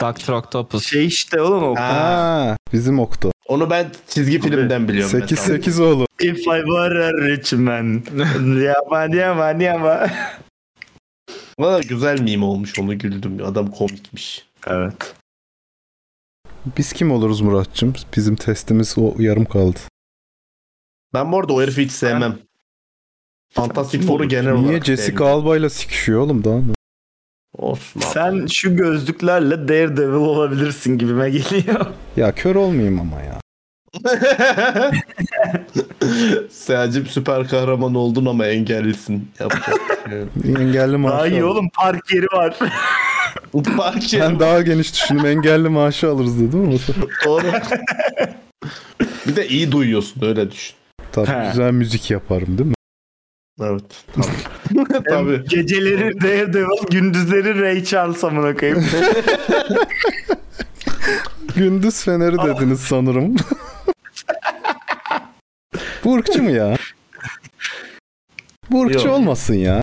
S4: Doctor Octopus.
S2: Şey işte oğlum o.
S3: Ha,
S1: Ha, bizim Okto.
S3: onu ben çizgi filmden biliyorum. ben.
S1: 8 8 oğlu.
S2: If I were a rich man. [LAUGHS] yama yama yama.
S3: Valla güzel meme olmuş onu güldüm. Adam komikmiş.
S2: Evet.
S1: Biz kim oluruz Muratçım? Bizim testimiz o yarım kaldı.
S3: Ben bu arada o herifi hiç sevmem. Fantastic Four'u genel olarak
S1: Niye Jessica
S3: sevmiyorum.
S1: Alba ile sikişiyor oğlum daha mı?
S3: Olsun [LAUGHS] abi.
S2: Sen şu gözlüklerle Daredevil olabilirsin gibime geliyor.
S1: Ya kör olmayayım ama ya.
S3: Selcim süper kahraman oldun ama engellisin.
S1: [LAUGHS]
S3: Yapacak bir şey yok.
S1: Engelli maaşı
S2: Daha iyi
S1: alırız.
S2: oğlum park yeri var.
S3: Park
S1: Ben
S3: yerim.
S1: daha geniş düşündüm. Engelli maaşı alırız dedim
S2: [LAUGHS]
S1: ama.
S3: Doğru. bir de iyi duyuyorsun öyle düşün.
S1: Tabii
S2: He.
S1: güzel müzik yaparım değil mi?
S3: Evet.
S1: [LAUGHS]
S3: Tabii. Tabii.
S2: [LAUGHS] Geceleri Daredevil, gündüzleri Ray Charles amına koyayım.
S1: Gündüz Feneri dediniz sanırım. Bu ırkçı mı ya? Bu ırkçı
S3: Yok.
S1: olmasın ya.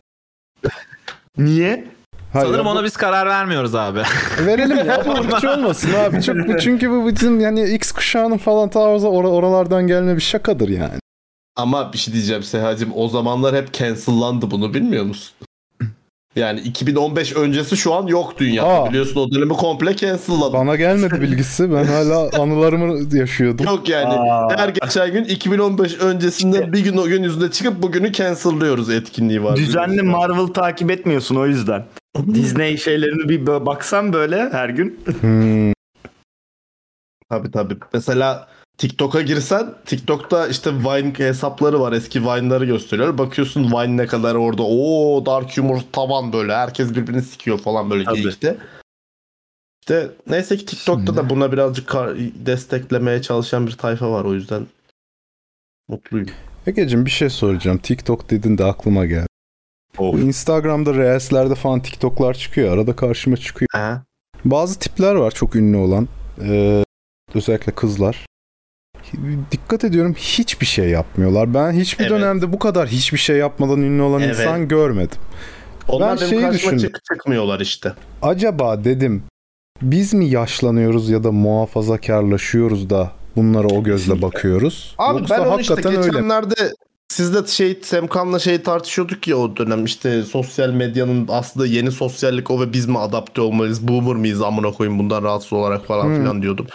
S2: Niye?
S1: Hayır,
S4: Sanırım
S1: ya
S4: ona biz karar vermiyoruz abi.
S1: bu- verelim ya. Bu ırkçı olmasın abi. Çok,
S4: [LAUGHS]
S1: bu- çünkü bu bizim yani X kuşağının falan ta orza- or- oralardan gelme bir şakadır yani.
S3: Ama bir şey diyeceğim Sehacım. O zamanlar hep cancellandı bunu
S2: [LAUGHS]
S3: bilmiyor musun? Yani 2015 öncesi şu an yok dünyada.
S1: Aa.
S3: Biliyorsun o dönemi komple cancelladı.
S1: Bana
S4: [LAUGHS]
S1: gelmedi bilgisi. Ben hala anılarımı yaşıyordum.
S3: Yok
S2: [LAUGHS]
S3: yani.
S2: Aa.
S3: Her geçen gün 2015 öncesinden bir gün o gün yüzüne çıkıp bugünü cancel'lıyoruz etkinliği
S2: [LAUGHS]
S3: var.
S2: Düzenli
S3: Biliyorsun.
S2: Marvel takip etmiyorsun o yüzden. Disney şeylerini bir bö- baksan böyle her gün.
S1: Hmm.
S3: Tabii tabii. Mesela TikTok'a girsen TikTok'ta işte Vine hesapları var. Eski Vine'ları gösteriyor. Bakıyorsun Vine ne kadar orada. Oo dark humor tavan böyle. Herkes birbirini sikiyor falan böyle
S2: Tabii.
S3: geyikte. İşte neyse ki TikTok'ta da buna birazcık kar- desteklemeye çalışan bir tayfa var. O yüzden mutluyum.
S1: Egeciğim bir şey soracağım. TikTok dedin de aklıma geldi. Bu Instagram'da Reels'lerde falan TikTok'lar çıkıyor. Arada karşıma çıkıyor.
S3: Ha?
S1: Bazı tipler var çok ünlü olan. Ee, özellikle kızlar. Hi- Dikkat ediyorum hiçbir şey yapmıyorlar. Ben hiçbir
S3: Evet.
S1: dönemde bu kadar hiçbir şey yapmadan ünlü olan
S3: Evet.
S1: insan görmedim.
S3: Onlar benim
S1: şeyi
S3: karşıma
S1: düşündüm.
S3: çık- çıkmıyorlar işte.
S1: Acaba dedim biz mi yaşlanıyoruz ya da muhafazakarlaşıyoruz da bunlara o gözle bakıyoruz?
S3: Abi
S1: Yoksa
S3: ben onu işte
S1: hakikaten öyle.
S3: geçenlerde sizle şey Semkan'la şey tartışıyorduk ya o dönem işte sosyal medyanın aslında yeni sosyallik o ve biz mi adapte olmalıyız boomer mıyız amına koyayım bundan rahatsız olarak falan
S1: Hmm.
S3: filan diyordum.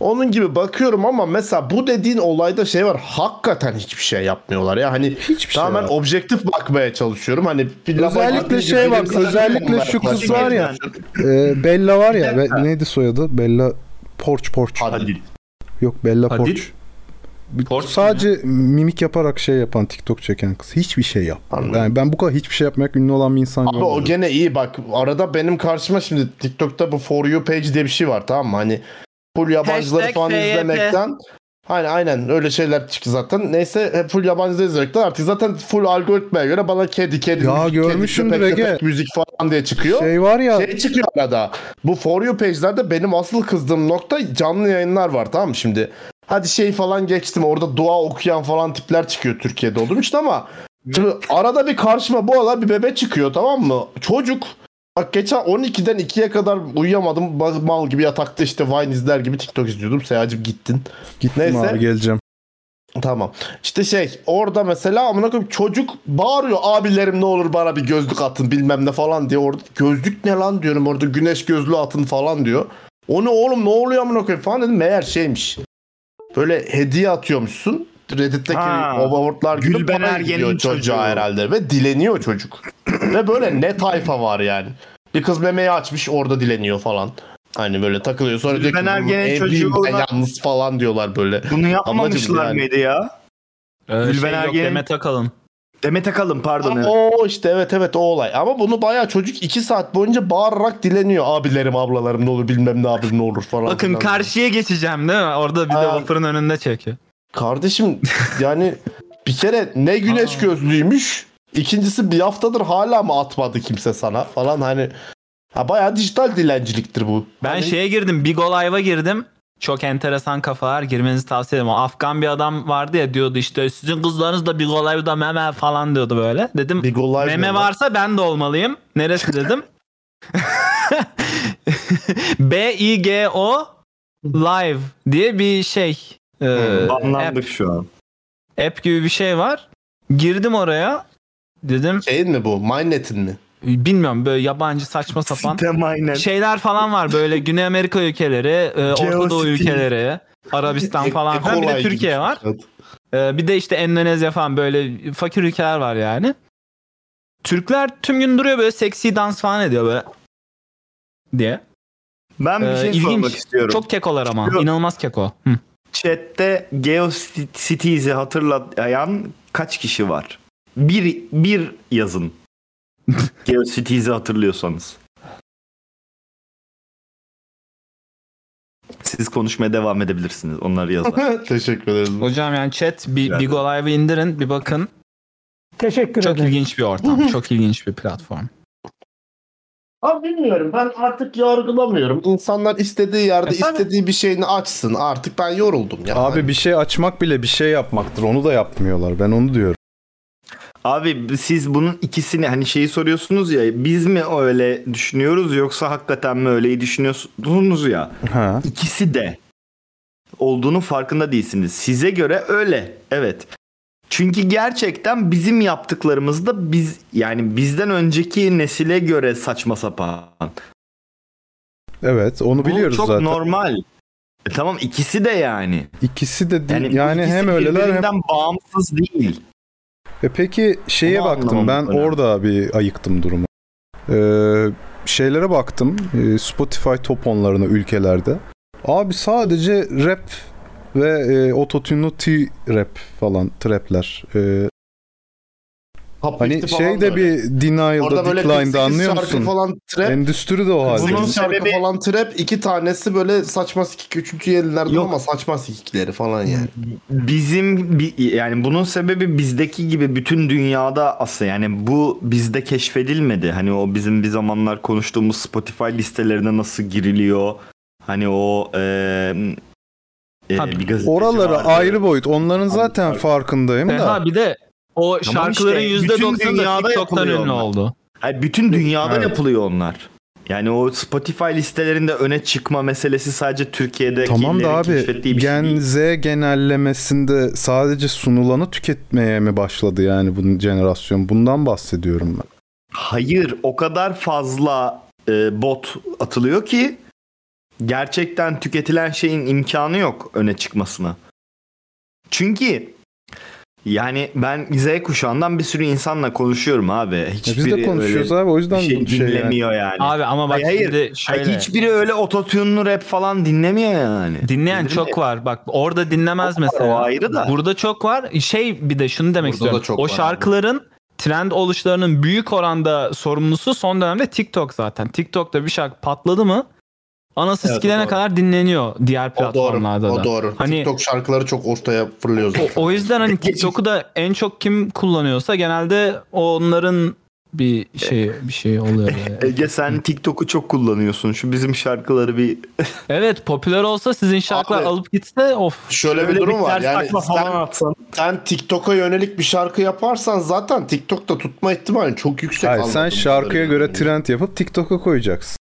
S3: Onun gibi bakıyorum ama mesela bu dediğin olayda şey var hakikaten hiçbir şey yapmıyorlar ya hani
S1: Hiçbir şey.
S3: tamamen
S1: yok.
S3: objektif bakmaya çalışıyorum hani bir lafa
S1: Özellikle
S3: girdiği
S1: şey bak,
S3: bilimsel
S1: özellikle
S3: yorumlar
S1: şu kız
S3: yapmaya
S1: var ya.
S3: çalışıyorum.
S1: Ee, Bella var ya be- neydi soyadı? Bella Porch Porch.
S3: Hadi.
S1: Yok Bella
S4: Hadid.
S1: Porch. Bir-
S4: Porch
S1: Sadece mimik yaparak şey yapan TikTok çeken kız. Hiçbir şey yapmıyor.
S3: Anladım.
S1: Yani ben bu kadar hiçbir şey yapmayarak ünlü olan bir insan
S3: Abi o
S1: görmedim.
S3: gene iyi bak. Arada benim karşıma şimdi TikTok'ta bu For You page diye bir şey var tamam mı? Hani full yabancıları
S4: Hashtag
S3: falan
S4: FYP.
S3: izlemekten Aynen aynen öyle şeyler çıktı zaten. Neyse hep full yabancıları izlemekten artık zaten full algoritmaya göre bana kedi kedi
S1: Ya
S3: müzik,
S1: görmüşsündür
S3: kedi, köpek,
S1: Ege.
S3: köpek, müzik falan diye çıkıyor. Şey,
S1: Şey var ya
S3: çıkıyor arada. Bu For You page'lerde benim asıl kızdığım nokta canlı yayınlar var tamam mı şimdi? Hadi şey falan geçtim orada dua okuyan falan tipler çıkıyor Türkiye'de olur mu işte ama Şimdi arada bir karşıma bu aralar bir bebe çıkıyor tamam mı? Çocuk bak geçen 12'den 2'ye kadar uyuyamadım. Ba- Mal gibi yatakta işte Vine izler gibi TikTok izliyordum. Seyacım gittin.
S1: gittim
S3: Neyse.
S1: abi geleceğim.
S3: Tamam. İşte şey orada mesela amına koyayım çocuk bağırıyor abilerim ne olur bana bir gözlük atın bilmem ne falan diye orada gözlük ne lan diyorum orada güneş gözlüğü atın falan diyor. O ne oğlum ne oluyor amına koyayım falan dedim meğer şeymiş. Böyle hediye atıyormuşsun. Reddit'teki
S2: Ha.
S3: overlordlar gibi
S2: Gülben
S3: para
S2: Ergen'in
S3: gidiyor çocuğa
S2: çocuğu.
S3: herhalde ve dileniyor çocuk. ve böyle ne tayfa var yani. Bir kız memeyi açmış orada dileniyor falan. Hani böyle takılıyor sonra diyor ki
S2: Gülben Ergen'in
S3: "Evliyim ben
S2: çocuğuna-
S3: yalnız falan diyorlar böyle.
S2: Bunu yapmamışlar
S3: yani.
S2: mıydı ya?
S4: Ee,
S2: Gülben
S4: şey yok,
S2: Ergen'in-
S4: Demet Akalın.
S2: Demet Akalın pardon.
S3: Ama
S2: evet.
S3: O işte evet evet o olay. Ama bunu bayağı çocuk 2 saat boyunca bağırarak dileniyor. Abilerim ablalarım ne olur bilmem ne abim ne olur falan.
S4: Bakın
S3: filan.
S4: karşıya geçeceğim değil mi? Orada bir de
S3: Aa.
S4: vapurun önünde çekiyor.
S3: Kardeşim yani bir kere ne güneş gözlüymüş. İkincisi bir haftadır hala mı atmadı kimse sana falan hani. Ha bayağı dijital dilenciliktir bu.
S4: Ben şey-
S3: Hani-
S4: şeye girdim. Big Ol Live'a girdim. Çok enteresan kafalar girmenizi tavsiye ederim. O Afgan bir adam vardı ya diyordu işte sizin kızlarınız da Big Ol Live'da meme falan diyordu böyle. Dedim
S3: Big Ol Live ne
S4: meme
S3: lan?
S4: varsa ben de olmalıyım. Neresi dedim. [LAUGHS] B-I-G-O Live diye bir şey. Ee, app,
S2: Hmm, Banlandık şu an.
S4: app gibi bir şey var. Girdim oraya. Dedim
S3: Şeyin mi bu? Mynet'in mi?
S4: bilmiyorum böyle yabancı saçma sapan.
S2: Sistem aynen.
S4: şeyler falan var böyle Güney Amerika ülkeleri, e, Orta Doğu
S2: Geocity.
S4: ülkeleri,
S2: [LAUGHS]
S4: Arabistan falan
S3: Ek-
S4: filan bir de
S3: E, Ekolay gibi şey.
S4: Türkiye var.
S3: Evet.
S4: E, bir de işte Endonezya falan böyle fakir ülkeler var yani. Türkler tüm gün duruyor böyle seksi dans falan ediyor böyle diye.
S2: Ben bir
S4: Ee,
S2: şey
S4: ilginç.
S2: sormak istiyorum. Çok
S4: Çok kekolar ama.
S2: Yok.
S4: inanılmaz keko. Hı.
S2: chatte GeoCities'i hatırlayan kaç kişi var? Bir, bir yazın. GeoCities'i hatırlıyorsanız. Siz konuşmaya devam edebilirsiniz. Onları yazar.
S3: Teşekkür ederim.
S4: Hocam yani chat bir
S2: Güzel.
S4: Big Live'ı indirin bir bakın.
S11: Teşekkür
S4: Çok
S11: ederim.
S4: ilginç bir ortam. Çok ilginç bir platform.
S3: Abi bilmiyorum ben artık yargılamıyorum. İnsanlar istediği yerde
S4: E, tabii.
S3: istediği bir şeyini açsın. Artık ben yoruldum ya. Hani
S1: Abi bir şey açmak bile bir şey yapmaktır. Onu da yapmıyorlar. Ben onu diyorum.
S2: Abi siz bunun ikisini hani şeyi soruyorsunuz ya biz mi öyle düşünüyoruz yoksa hakikaten mi öyleyi düşünüyorsunuz ya.
S1: Ha.
S2: İkisi de olduğunun farkında değilsiniz. Size göre öyle. Evet. Çünkü gerçekten bizim yaptıklarımızda biz yani bizden önceki nesile göre saçma sapan.
S1: Evet, onu biliyoruz
S2: Bu çok
S1: zaten.
S2: normal. E tamam ikisi de yani.
S1: İkisi de değil.
S2: Yani,
S1: Yani,
S2: ikisi
S1: hem öyleler hem
S2: birbirinden bağımsız değil.
S1: E peki şeye
S2: Onu
S1: baktım
S2: anlamam
S1: ben
S2: önemli.
S1: orada bir ayıktım durumu. Ee, şeylere baktım e, Spotify top onlarına ülkelerde. Abi sadece rap ve e, ototune'lu T-rap falan trapler. Ee,
S3: Hap
S1: hani
S3: bitti falan
S1: şey de
S3: böyle.
S1: bir denial'da
S3: Orada böyle
S1: decline'da
S3: 48
S1: anlıyor
S3: şarkı
S1: musun?
S3: falan trap.
S1: Endüstri de o halde.
S3: bunun
S2: Sekiz
S3: şarkı
S2: sebebi-
S3: falan trap. iki tanesi böyle saçma sikik. Üçüncü yerlerden
S2: Yok.
S3: ama saçma sikikleri
S4: Hmm.
S3: falan yani.
S2: Bizim bi- yani bunun sebebi bizdeki gibi bütün dünyada aslında yani bu bizde keşfedilmedi. Hani o bizim bir zamanlar konuştuğumuz Spotify listelerine nasıl giriliyor. Hani o eee eee,
S4: Abi,
S2: bir gazeteci
S1: Oraları
S2: vardı.
S1: ayrı boyut. Onların zaten
S2: abi.
S1: farkındayım da.
S4: Eha bir de o şarkıların
S2: işte,
S4: yüzde
S2: bütün
S4: %90'ı da
S2: dünyada
S4: TikTok'tan
S2: yapılıyor
S4: ünlü
S2: onlar.
S4: oldu.
S2: Hayır, bütün dünyada
S1: Evet.
S2: yapılıyor onlar. Yani o Spotify listelerinde öne çıkma meselesi sadece Türkiye'de
S1: Tamam da abi
S2: keşfettiği bir şey
S1: Gen
S2: değil.
S1: Z genellemesinde sadece sunulanı tüketmeye mi başladı yani bunun jenerasyon? Bundan bahsediyorum ben.
S2: Hayır, o kadar fazla e, bot atılıyor ki gerçekten tüketilen şeyin imkanı yok öne çıkmasına. Çünkü yani ben Z kuşağından bir sürü insanla konuşuyorum abi.
S1: Ya
S2: Hiçbiri
S1: biz de konuşuyoruz abi o
S2: öyle
S1: yüzden
S2: bir şey
S1: şey yani.
S2: dinlemiyor yani.
S4: Abi ama bak
S2: Hayır, hayır.
S4: şimdi
S2: Ay,
S4: şöyle.
S2: hiçbiri öyle ototune'lu rap falan dinlemiyor yani.
S4: Dinleyen
S2: Dinlemiyor.
S4: çok var. Bak orada dinlemez
S2: Çok var,
S4: mesela.
S2: o ayrı da.
S4: Burada çok var. Şey bir de şunu demek
S3: Burada da
S4: istiyorum.
S3: çok
S4: o
S3: var abi.
S4: şarkıların trend oluşlarının büyük oranda sorumlusu son dönemde TikTok zaten. TikTok'ta bir şarkı patladı mı anası
S3: Evet,
S4: sikilene
S3: doğru.
S4: kadar dinleniyor diğer
S3: O doğru.
S4: platformlarda
S3: O
S4: da.
S3: doğru.
S4: Hani-
S3: TikTok şarkıları çok ortaya fırlıyor zaten.
S4: O, o yüzden hani TikTok'u da en çok kim kullanıyorsa genelde onların bir şey bir şey oluyor. yani.
S3: [LAUGHS]
S2: Ege sen TikTok'u çok kullanıyorsun. Şu bizim şarkıları bir
S4: evet popüler olsa sizin şarkılar
S3: Abi,
S4: alıp gitse of.
S3: Şöyle bir
S2: Öyle
S3: durum var.
S2: ters
S3: Yani
S2: takla
S3: sen,
S2: falan atsan.
S3: sen TikTok'a yönelik bir şarkı yaparsan zaten TikTok'ta tutma ihtimalin çok yüksek.
S1: Hayır, sen
S3: anladığım
S1: şarkıya
S3: kadarıyla.
S1: göre trend yapıp TikTok'a koyacaksın.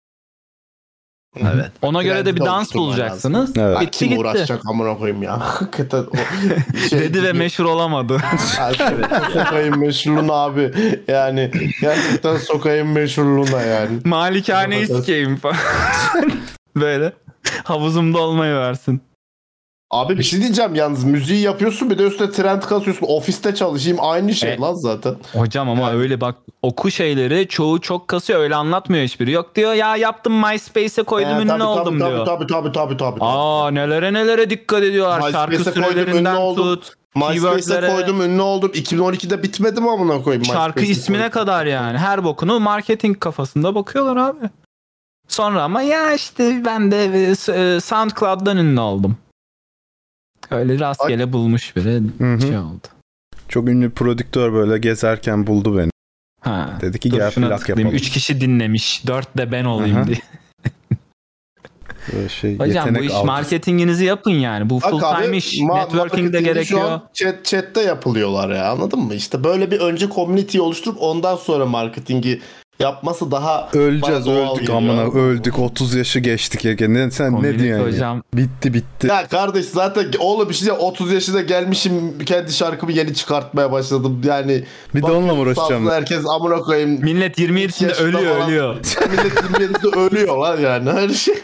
S2: Evet.
S4: Ona göre
S3: Trend
S4: de bir dans
S3: oluşturman
S4: bulacaksınız.
S1: lazım. Evet.
S3: Bak,
S4: Bitti
S3: kim
S4: gitti.
S3: uğraşacak amına koyayım ya. [LAUGHS] Hakikaten
S4: [LAUGHS]
S3: o şey
S4: Dedi ve
S3: gibi- [LAUGHS]
S4: meşhur olamadı.
S3: Ha, so- Sokayın meşhurluğuna abi. Yani gerçekten sokayın meşhurluğuna yani.
S4: Malikane
S3: Evet.
S4: sikeyim falan. [LAUGHS] Böyle. Havuzumda olmayı versin.
S3: Abi bir şey diyeceğim yalnız müziği yapıyorsun bir de üstüne trend kasıyorsun. Ofiste çalışayım aynı şey
S4: E-
S3: lan zaten.
S4: Hocam ama öyle bak oku şeyleri çoğu çok kasıyor öyle anlatmıyor hiçbiri. Yok diyor ya yaptım MySpace'e koydum
S3: Ee,
S4: ünlü
S3: tabii,
S4: oldum
S3: tabii,
S4: diyor.
S3: Tabii tabii tabii tabii.
S4: Aa nelere nelere dikkat ediyorlar.
S3: MySpace'e
S4: Şarkı
S3: koydum, ünlü
S4: sürelerinden
S3: oldum.
S4: tut.
S3: MySpace'e
S4: keywordlere-
S3: koydum ünlü oldum. 2012'de bitmedi mi amına koyayım?
S4: Şarkı
S3: MySpace'e
S4: ismine
S3: koydum.
S4: kadar yani. Her bokunu marketing kafasında bakıyorlar abi. Sonra ama ya işte ben de e, SoundCloud'dan ünlü oldum. Öyle rastgele bulmuş biri
S1: Hı hı.
S4: şey oldu.
S1: Çok ünlü prodüktör böyle gezerken buldu beni.
S4: Ha.
S1: Dedi ki
S4: Dur
S1: gel
S4: şuna
S1: plak
S4: tıklayayım.
S1: yapalım.
S4: Üç kişi dinlemiş. Dört de ben olayım
S1: Aha. [LAUGHS]
S4: diye.
S1: Böyle şey,
S4: Hocam bu
S1: yetenek
S4: iş
S1: avcısı.
S4: marketinginizi yapın yani. Bu
S3: Bak
S4: full
S3: abi,
S4: time iş.
S3: ma-
S4: Networking de
S3: marketingi Şu
S4: gerekiyor.
S3: an chat, chatte yapılıyorlar ya anladın mı? İşte böyle bir önce community oluşturup ondan sonra marketingi yapması daha
S1: Öleceğiz
S3: Bana doğal
S1: öldük
S3: geliyor.
S1: amına öldük 30 yaşı geçtik ya. Ne, sen
S4: Komünite
S1: ne diyorsun ya?
S4: hocam.
S1: Bitti bitti.
S3: ya kardeş zaten oğlum bir şey diyeyim, 30 yaşına gelmişim kendi şarkımı yeni çıkartmaya başladım yani
S1: bir de onunla mı
S3: sağ
S1: uğraşacağım?
S3: olsun herkes amına koyayım
S4: Millet 27'sinde
S3: Yaşında
S4: ölüyor
S3: falan. [LAUGHS]
S4: ölüyor.
S3: millet dinleyicisi ölüyor lan yani her şey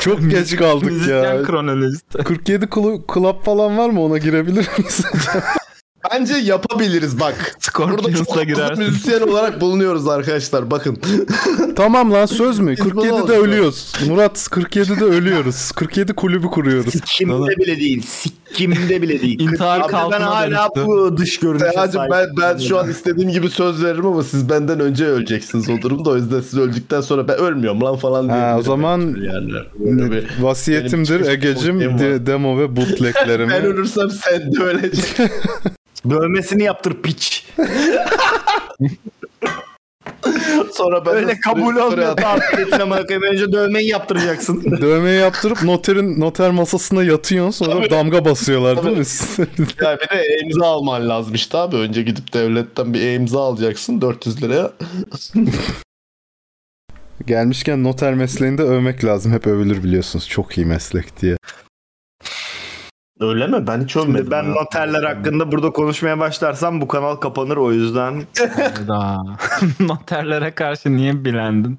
S1: Çok
S2: [LAUGHS]
S1: geç kaldık ya.
S4: Müzisyen kronolojist. [LAUGHS]
S1: 47 klu- club falan var mı ona girebilir miyiz?
S3: bence yapabiliriz bak Burada çok
S4: Scorpions'la
S3: fazla
S4: girersin.
S3: müzisyen olarak bulunuyoruz arkadaşlar bakın.
S1: [LAUGHS] tamam lan söz mü?
S3: Biz bunu
S1: 47'de
S3: alacağız.
S1: ölüyoruz. Murat 47'de ölüyoruz. 47 kulübü
S9: [LAUGHS]
S1: kuruyoruz.
S2: Kimde bile değil. Sikimde bile değil.
S4: [LAUGHS] İntihar
S2: Abi ben
S4: kalkına
S2: hala
S4: dönüştü.
S2: bu dış görünüşe
S3: Sehacım
S2: sahip.
S3: ben, ben şu an istediğim gibi söz veririm ama siz benden önce öleceksiniz o durumda. O yüzden siz öldükten sonra ben ölmüyorum lan falan
S1: Ha,
S3: diyebilirim.
S1: o zaman-
S3: [LAUGHS] yani böyle bir-
S1: Vasiyetimdir
S3: Benim çıkış
S1: Egecim
S3: korkum
S1: de- demo ve
S3: [LAUGHS] ben
S1: bootleglerimi.
S3: ölürsem sen de öleceksin.
S1: [LAUGHS]
S2: Dövmesini yaptır piç.
S3: sonra ben
S2: Öyle
S3: de
S2: kabul
S3: story- story
S2: olmuyor
S3: atarım.
S2: tatil etine bakayım. Önce dövmeyi yaptıracaksın.
S1: Dövmeyi yaptırıp noterin noter masasına yatıyorsun sonra
S3: Tabii.
S1: damga basıyorlar değil
S3: Tabii.
S1: mi?
S3: Yani bir de imza alman lazım işte abi. Önce gidip devletten bir imza alacaksın 400 liraya.
S1: [LAUGHS] Gelmişken noter mesleğinde övmek lazım. Hep övülür biliyorsunuz. Çok iyi meslek diye.
S3: Öyle mi? Ben hiç
S2: Şimdi ben noterler hakkında burada konuşmaya başlarsam bu kanal kapanır o yüzden.
S4: [LAUGHS] Hayda. [LAUGHS] Noterlere karşı niye bilendin?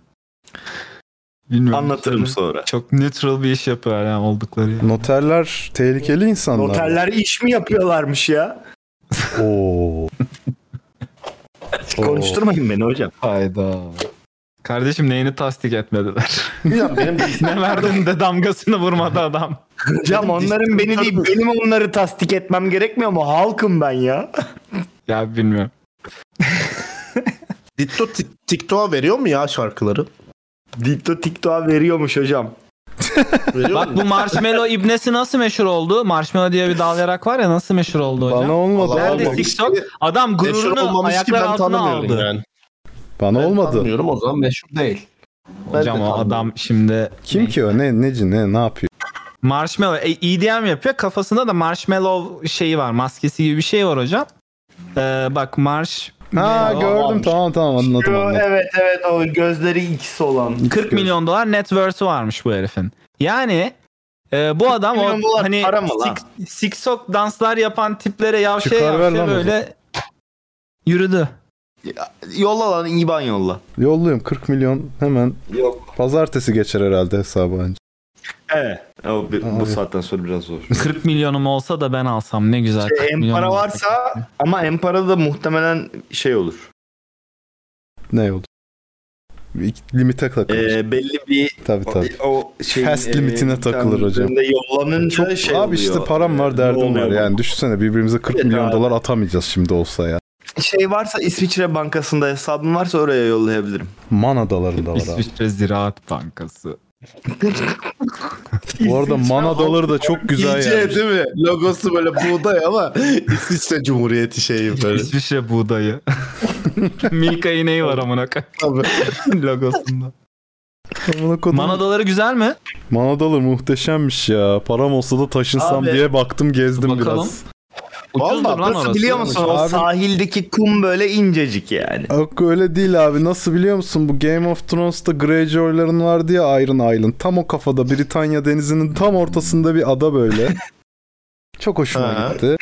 S4: Bilmiyorum.
S2: Anlatırım sonra.
S4: Çok neutral bir iş yapıyor yani oldukları. yer.
S1: Noterler tehlikeli insanlar.
S2: Noterler iş mi yapıyorlarmış ya?
S1: Oo. Oo.
S2: Konuşturmayın beni hocam.
S4: Hayda. Kardeşim neyini tasdik etmediler? [LAUGHS]
S3: benim
S4: ne verdin de damgasını vurmadı adam.
S2: Hocam onların beni değil benim onları tasdik etmem gerekmiyor mu? Halkım ben ya.
S4: Ya bilmiyorum.
S3: Ditto Tik- TikTok'a veriyor mu ya şarkıları?
S2: Dipto TikTok'a veriyormuş hocam.
S3: Veriyor mu?
S4: Bak bu Marshmallow ibnesi nasıl meşhur oldu? Marshmallow diye bir dalayarak var ya nasıl meşhur oldu hocam?
S1: Bana olmadı.
S3: Allah
S1: abi.
S4: Nerede
S3: olmamış
S4: TikTok?
S3: ki-
S4: Adam
S3: Meşhur
S4: gururunu
S3: şey olmamış ki
S4: ayaklar
S3: ben
S4: altına
S3: tanımıyorum
S4: aldı.
S3: yani.
S1: Bana olmadı.
S3: Tanımıyorum o zaman meşhur değil. Ben
S4: Hocam
S3: de
S4: o adam şimdi
S1: Kim ki o? Ne neci ne ne yapıyor?
S4: Marshmallow e, EDM yapıyor. Kafasında da marshmallow şeyi var. Maskesi gibi bir şey var hocam. Ee, bak marsh
S1: Ha
S3: Ne
S1: gördüm
S3: olmuş?
S1: tamam tamam anladım
S2: Yo,
S1: anladım.
S2: evet evet o gözleri ikisi olan.
S4: 40 milyon dolar net worth'ü varmış bu herifin. Yani e, bu adam
S2: milyon
S4: o
S2: dolar
S4: hani
S2: para mı lan?
S4: sik- siksok danslar yapan tiplere yavşaya
S1: Çıkar ver
S4: yavşaya
S1: lan o
S4: böyle yürüdü.
S2: Yolla lan İban yolla.
S1: Yolluyorum 40 milyon hemen.
S2: Yok.
S1: Pazartesi geçer herhalde hesabı anca.
S2: Evet. O, bir-
S1: Abi.
S2: bu saatten sonra biraz zor.
S4: 40 milyonum olsa da ben alsam ne
S3: Şey,
S4: güzel. 40
S2: Em
S4: milyonum
S2: para
S4: olsa.
S2: varsa ama em para da muhtemelen şey olur.
S1: Ne oldu? İlk Limite takılır.
S2: Ee, belli bir
S1: tabii
S2: o-
S1: tabii.
S2: o şeyin,
S1: Fast limitine takılır hocam.
S2: limitlerinde Yollanınca
S1: Çok,
S2: şey
S1: abi işte
S2: oluyor.
S1: param var
S2: Ne
S1: derdim
S2: oluyor
S1: var
S2: bu?
S1: yani düşünsene birbirimize 40
S2: Evet
S1: milyon
S2: abi.
S1: dolar atamayacağız şimdi olsa ya.
S2: Şey varsa İsviçre Bankası'nda hesabım varsa oraya yollayabilirim.
S1: Man adalarında var
S2: [LAUGHS]
S1: abi.
S4: İsviçre Ziraat Bankası.
S1: Bu arada man adaları da çok güzel
S3: İnce
S1: yani.
S3: değil mi? Logosu böyle buğday ama İsviçre Cumhuriyeti şeyi [LAUGHS] böyle.
S4: İsviçre buğdayı. [LAUGHS] Milka ineği var amına koyayım [LAUGHS]
S3: Tabii.
S4: logosunda.
S1: Amına kodum. Man,
S4: Manadaları güzel mi?
S1: adaları muhteşemmiş ya. Param olsa da taşınsam
S2: Abi.
S1: diye baktım gezdim
S4: Bakalım.
S1: biraz.
S4: Ucuzdur
S2: Vallahi
S4: lan
S2: nasıl
S4: orası.
S2: biliyor musun o
S1: Abi-
S2: sahildeki kum böyle incecik yani.
S1: Yok öyle değil abi. Nasıl biliyor musun? Bu Game of Thrones'ta Greyjoy'ların vardı ya Iron Island. Tam o kafada Britanya denizinin tam ortasında bir ada böyle. Çok hoşuma
S3: Ha.
S1: gitti.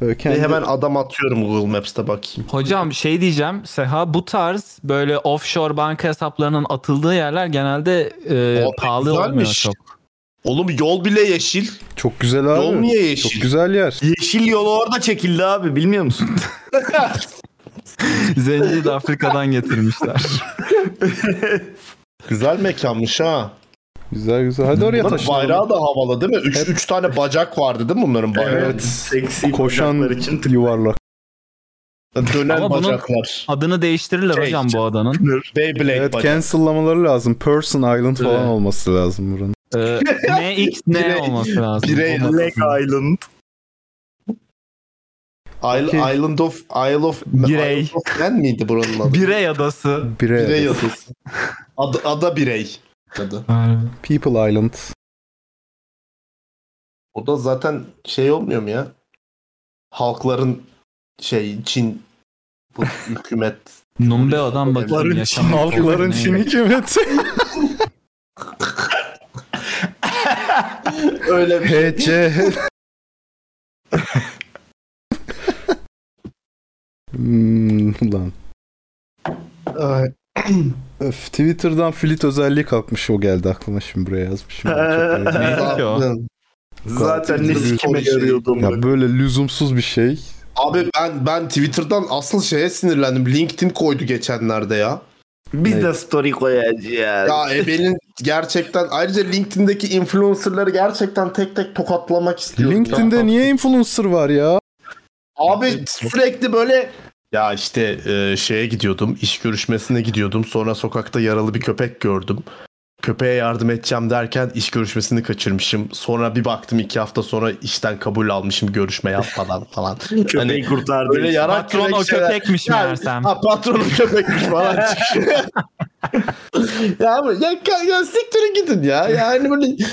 S1: Böyle kendi-
S3: Ve hemen adam atıyorum Google Maps'te bakayım.
S4: Hocam şey diyeceğim. Seha bu tarz böyle offshore banka hesaplarının atıldığı yerler genelde e,
S3: Abi,
S4: pahalı
S3: güzelmiş.
S4: olmuyor çok.
S3: Oğlum yol bile yeşil.
S1: Çok güzel abi.
S3: Yol niye yeşil?
S1: Çok güzel yer.
S2: Yeşil yolu orada çekildi abi bilmiyor musun?
S4: Zenciyi de
S3: [LAUGHS]
S4: Afrika'dan getirmişler.
S3: Güzel mekanmış ha.
S1: Güzel güzel. Hadi oraya
S3: Bunların
S1: taşınalım.
S3: bayrağı da havalı değil mi? 3 üç tane bacak vardı değil mi bunların bayrağı?
S1: Evet.
S2: Seksi
S1: Koşan
S2: bacaklar için.
S1: yuvarlak.
S3: Dönen
S4: Ama bunun-
S3: bacaklar.
S4: Adını değiştirirler
S3: Şey,
S4: hocam bu adanın.
S3: Beyblade
S1: Evet
S3: bacak.
S1: cancel'lamaları lazım. Person Island falan
S4: Evet.
S1: olması lazım buranın.
S3: [LAUGHS]
S4: Ee, NX ne
S3: Birey-
S4: olması lazım?
S3: birey-
S4: Olmaz.
S2: Black Island.
S3: Isle-
S1: Okey.
S3: Island of Isle of
S4: Birey.
S3: Isle of Man miydi buranın adı?
S4: Birey adası.
S1: Birey.
S3: Birey adası. Ada, ada birey. Adı.
S1: People Island.
S3: O da zaten şey olmuyor mu ya? Halkların şey Çin bu hükümet
S4: Numbe adam bakayım
S3: Halkların
S4: yaşam.
S1: Halkların Çin [LAUGHS] hükümeti.
S3: öyle bir
S1: HC. hmm, ulan.
S3: Ay,
S1: Öf, Twitter'dan flit özelliği kalkmış o geldi aklıma şimdi buraya [LAUGHS] yazmışım. Ben çok beğendim.
S4: Ne ki o?
S3: zaten-
S2: Zaten ne sikime yarıyordum.
S1: ya böyle lüzumsuz bir şey.
S3: Abi ben ben Twitter'dan asıl şeye sinirlendim. LinkedIn koydu geçenlerde ya.
S2: Biz de story koyacağız.
S3: Ya Ebel'in gerçekten ayrıca LinkedIn'deki influencerları gerçekten tek tek tokatlamak istiyorum. ya.
S1: LinkedIn'de niye influencer var ya?
S3: Abi sürekli böyle ya işte e, şeye gidiyordum, iş görüşmesine gidiyordum. Sonra sokakta yaralı bir köpek gördüm. Köpeğe yardım edeceğim derken iş görüşmesini kaçırmışım. Sonra bir baktım iki hafta sonra işten kabul almışım görüşme yapmadan falan.
S2: [LAUGHS] Köpeği
S3: Hani
S2: kurtardı.
S3: böyle yarak
S4: Patron o
S3: yürek şeyler-
S4: köpekmiş
S3: Yani-
S4: meğersem.
S3: Ha
S4: [LAUGHS]
S3: patronum köpekmiş falan çıkıyor. ya abi ya, ya siktirin gidin ya. Yani böyle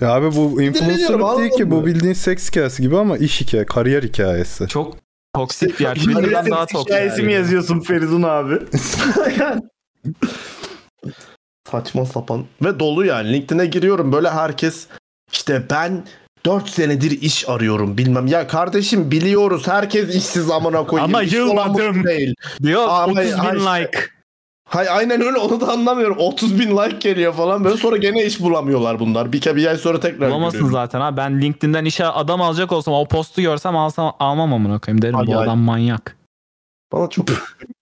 S1: Ya abi bu influencer
S3: Dinliyorum,
S1: değil ki bu
S3: anladım.
S1: bildiğin seks hikayesi gibi ama iş hikaye, kariyer hikayesi.
S4: Çok toksik bir yer.
S2: Millete
S4: Twitter'dan daha
S2: seks
S4: toksik.
S2: hikayesi mi yazıyorsun Feridun abi?
S3: saçma sapan ve dolu yani. LinkedIn'e giriyorum böyle herkes işte ben 4 senedir iş arıyorum bilmem. Ya kardeşim biliyoruz herkes işsiz amına koyayım.
S4: Ama
S3: İş olan bu
S4: yılmadım.
S3: Değil.
S4: Diyor
S3: Abi,
S4: 30
S3: ay
S4: bin
S3: işte.
S4: like.
S3: Hay, aynen öyle onu da anlamıyorum. 30 bin like geliyor falan böyle sonra gene iş bulamıyorlar bunlar. Bir, ke- bir ay sonra tekrar
S4: Bulamazsın
S3: görüyorum.
S4: zaten ha. Ben LinkedIn'den işe adam alacak olsam o postu görsem alsam almam amına koyayım derim
S3: Hadi,
S4: bu
S3: hadi.
S4: adam manyak.
S3: Bana çok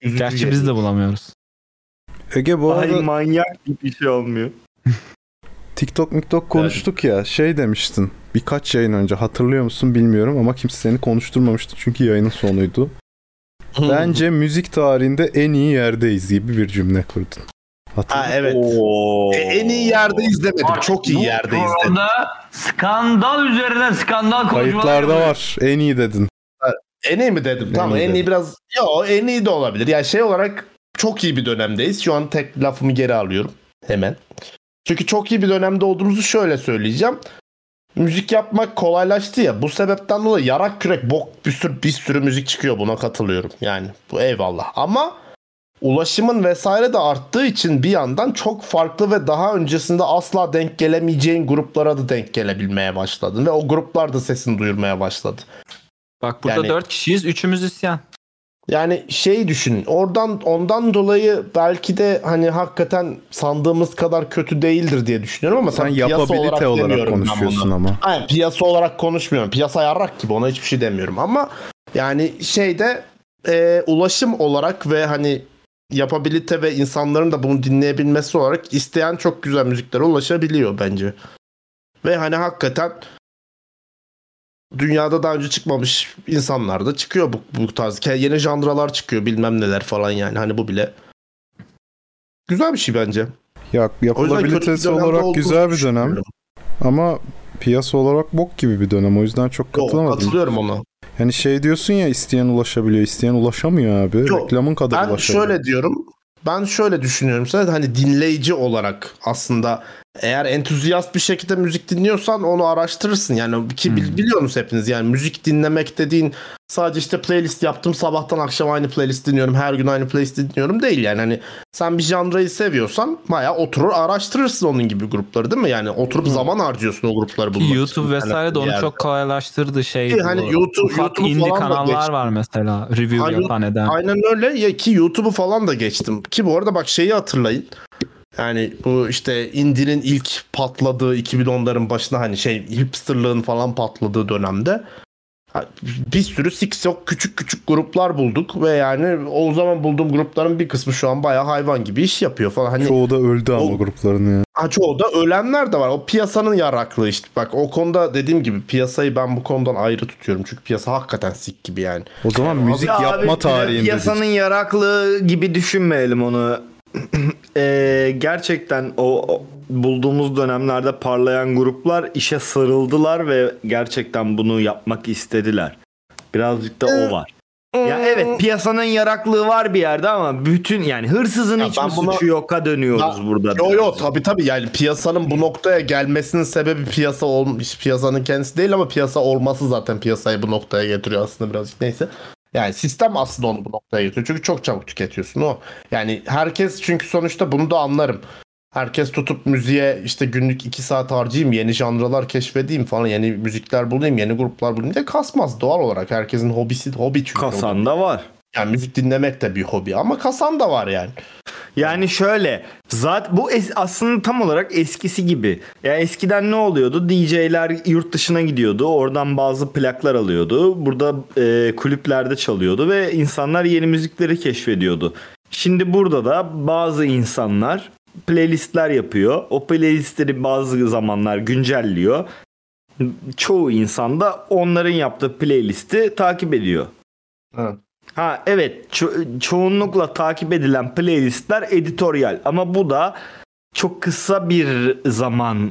S3: üzücü
S4: [LAUGHS] Gerçi
S3: geliyor.
S4: biz de bulamıyoruz.
S1: Ege bu
S2: Ay
S1: arada
S2: manyak gibi bir şey olmuyor.
S1: TikTok miktok konuştuk ya şey demiştin birkaç yayın önce hatırlıyor musun bilmiyorum ama kimse seni konuşturmamıştı çünkü yayının
S3: [LAUGHS]
S1: sonuydu. Bence müzik tarihinde en iyi yerdeyiz gibi bir cümle kurdun.
S3: Ha
S1: Hatırlıyor
S3: evet. E, en iyi yerde izlemedim. Çok iyi yerde izledim.
S12: skandal üzerine skandal
S1: Kayıtlarda var en iyi dedin.
S3: En iyi mi dedim?
S1: En
S3: tamam
S1: iyi
S3: en iyi
S1: dedim.
S3: biraz... Yo en iyi de olabilir. Ya şey olarak çok iyi bir dönemdeyiz. Şu an tek lafımı geri alıyorum hemen. Çünkü çok iyi bir dönemde olduğumuzu şöyle söyleyeceğim. Müzik yapmak kolaylaştı ya. Bu sebepten dolayı yarak kürek bok bir sürü bir sürü müzik çıkıyor buna katılıyorum. Yani bu eyvallah. Ama ulaşımın vesaire de arttığı için bir yandan çok farklı ve daha öncesinde asla denk gelemeyeceğin gruplara da denk gelebilmeye başladın ve o gruplar da sesini duyurmaya başladı.
S4: Bak burada
S3: Yani-
S4: 4 kişiyiz 3'ümüz isyan.
S3: Yani şey düşün. Oradan ondan dolayı belki de hani hakikaten sandığımız kadar kötü değildir diye düşünüyorum ama
S1: Sen
S3: tabii piyasa
S1: yapabilite olarak,
S3: demiyorum ben bunu.
S1: konuşuyorsun ama.
S3: Aynen piyasa olarak konuşmuyorum. Piyasa yarrak gibi ona hiçbir şey demiyorum ama yani şeyde e, ulaşım olarak ve hani yapabilite ve insanların da bunu dinleyebilmesi olarak isteyen çok güzel müziklere ulaşabiliyor bence. Ve hani hakikaten dünyada daha önce çıkmamış insanlar da çıkıyor bu, bu tarz. Ke- Yeni jandralar çıkıyor bilmem neler falan yani. Hani bu bile güzel bir şey bence.
S1: Ya,
S3: O yüzden kötü bir
S1: yapılabilitesi
S3: dönemde
S1: olarak
S3: olduğumuzu
S1: güzel bir dönem
S3: düşünmüyorum.
S1: ama piyasa olarak bok gibi bir dönem o yüzden çok
S3: Yo,
S1: katılamadım.
S3: katılıyorum ona.
S1: Yani şey diyorsun ya isteyen ulaşabiliyor, isteyen ulaşamıyor abi.
S3: Yok,
S1: Reklamın kadar
S3: Ben
S1: ulaşabiliyor.
S3: şöyle diyorum. Ben şöyle düşünüyorum. Sen hani dinleyici olarak aslında eğer entüziyast bir şekilde müzik dinliyorsan onu araştırırsın. Yani ki
S4: Hmm.
S3: bil- biliyorsunuz hepiniz yani müzik dinlemek dediğin sadece işte playlist yaptım sabahtan akşam aynı playlist dinliyorum her gün aynı playlist dinliyorum değil yani hani sen bir janrayı seviyorsan bayağı oturur araştırırsın onun gibi grupları değil mi? Yani oturup zaman harcıyorsun o grupları bulmak için.
S4: Hmm. YouTube vesaire de onu
S3: Yani-
S4: çok kolaylaştırdı şey.
S3: Ki hani
S4: bu.
S3: YouTube-
S4: Ufak
S3: YouTube
S4: indie
S3: falan da
S4: kanallar
S3: geçti.
S4: var mesela review
S2: Hani
S3: Aynen-
S4: yapan eden.
S3: Aynen öyle ya ki YouTube'u falan da geçtim. Ki bu arada bak şeyi hatırlayın. Yani bu işte indinin ilk patladığı 2010'ların başına hani şey hipsterlığın falan patladığı dönemde ha, bir sürü six yok küçük küçük gruplar bulduk ve yani o zaman bulduğum grupların bir kısmı şu an bayağı hayvan gibi iş yapıyor falan. Hani
S1: Çoğu da öldü ama grupların ya.
S3: Ha çoğu da ölenler de var. O piyasanın yaraklığı işte. Bak o konuda dediğim gibi piyasayı ben bu konudan ayrı tutuyorum. Çünkü piyasa hakikaten sik gibi yani.
S1: O zaman müzik
S2: Ya abi,
S1: yapma
S2: bir de Piyasanın
S1: tarihinde.
S2: yaraklığı gibi düşünmeyelim onu. [CLEARS THROAT] Ee, gerçekten o, o bulduğumuz dönemlerde parlayan gruplar işe sarıldılar ve gerçekten bunu yapmak istediler. Birazcık da o var. Ya evet piyasanın yaraklığı var bir yerde ama bütün yani hırsızın
S3: Ya
S2: hiç
S3: ben
S2: mi
S3: buna-
S2: suçu yoka dönüyoruz
S3: Ben-
S2: burada.
S3: Yo yo tabi tabi yani piyasanın bu noktaya gelmesinin sebebi piyasa olmuş piyasanın kendisi değil ama piyasa olması zaten piyasayı bu noktaya getiriyor aslında birazcık neyse. Yani sistem aslında onu bu noktaya getiriyor. Çünkü çok çabuk tüketiyorsun o. Yani herkes çünkü sonuçta bunu da anlarım. Herkes tutup müziğe işte günlük 2 saat harcayayım, yeni janralar keşfedeyim falan, yeni müzikler bulayım, yeni gruplar bulayım diye kasmaz doğal olarak. Herkesin hobisi hobi çünkü.
S2: Kasan da var.
S3: Yani müzik dinlemek de bir hobi ama kasan da var yani.
S2: Yani şöyle zat bu es- aslında tam olarak eskisi gibi. Ya eskiden ne oluyordu? DJ'ler yurt dışına gidiyordu. Oradan bazı plaklar alıyordu. Burada e, kulüplerde çalıyordu ve insanlar yeni müzikleri keşfediyordu. Şimdi burada da bazı insanlar playlistler yapıyor. O playlistleri bazı zamanlar güncelliyor. Çoğu insan da onların yaptığı playlisti takip ediyor.
S3: Evet.
S2: Ha evet ço- çoğunlukla takip edilen playlistler editoryal ama bu da çok kısa bir zaman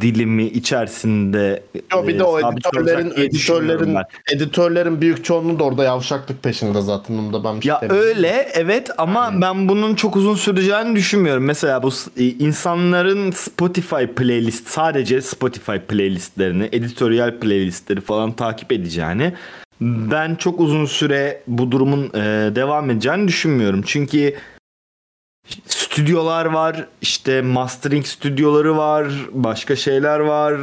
S2: dilimi içerisinde
S3: Yo, bir
S2: e,
S3: de o
S2: sabit olacak
S3: editörlerin
S2: diye düşünüyorum
S3: editörlerin
S2: ben.
S3: editörlerin büyük çoğunluğu da orada yavşaklık peşinde zaten. Onu da ben bir şey
S2: Ya
S3: demiyorum.
S2: öyle evet ama ben bunun çok uzun süreceğini düşünmüyorum. Mesela bu s- e, insanların Spotify playlist sadece Spotify playlistlerini, editoryal playlistleri falan takip edeceğini ben çok uzun süre bu durumun e, devam edeceğini düşünmüyorum. Çünkü stüdyolar var, işte mastering stüdyoları var, başka şeyler var.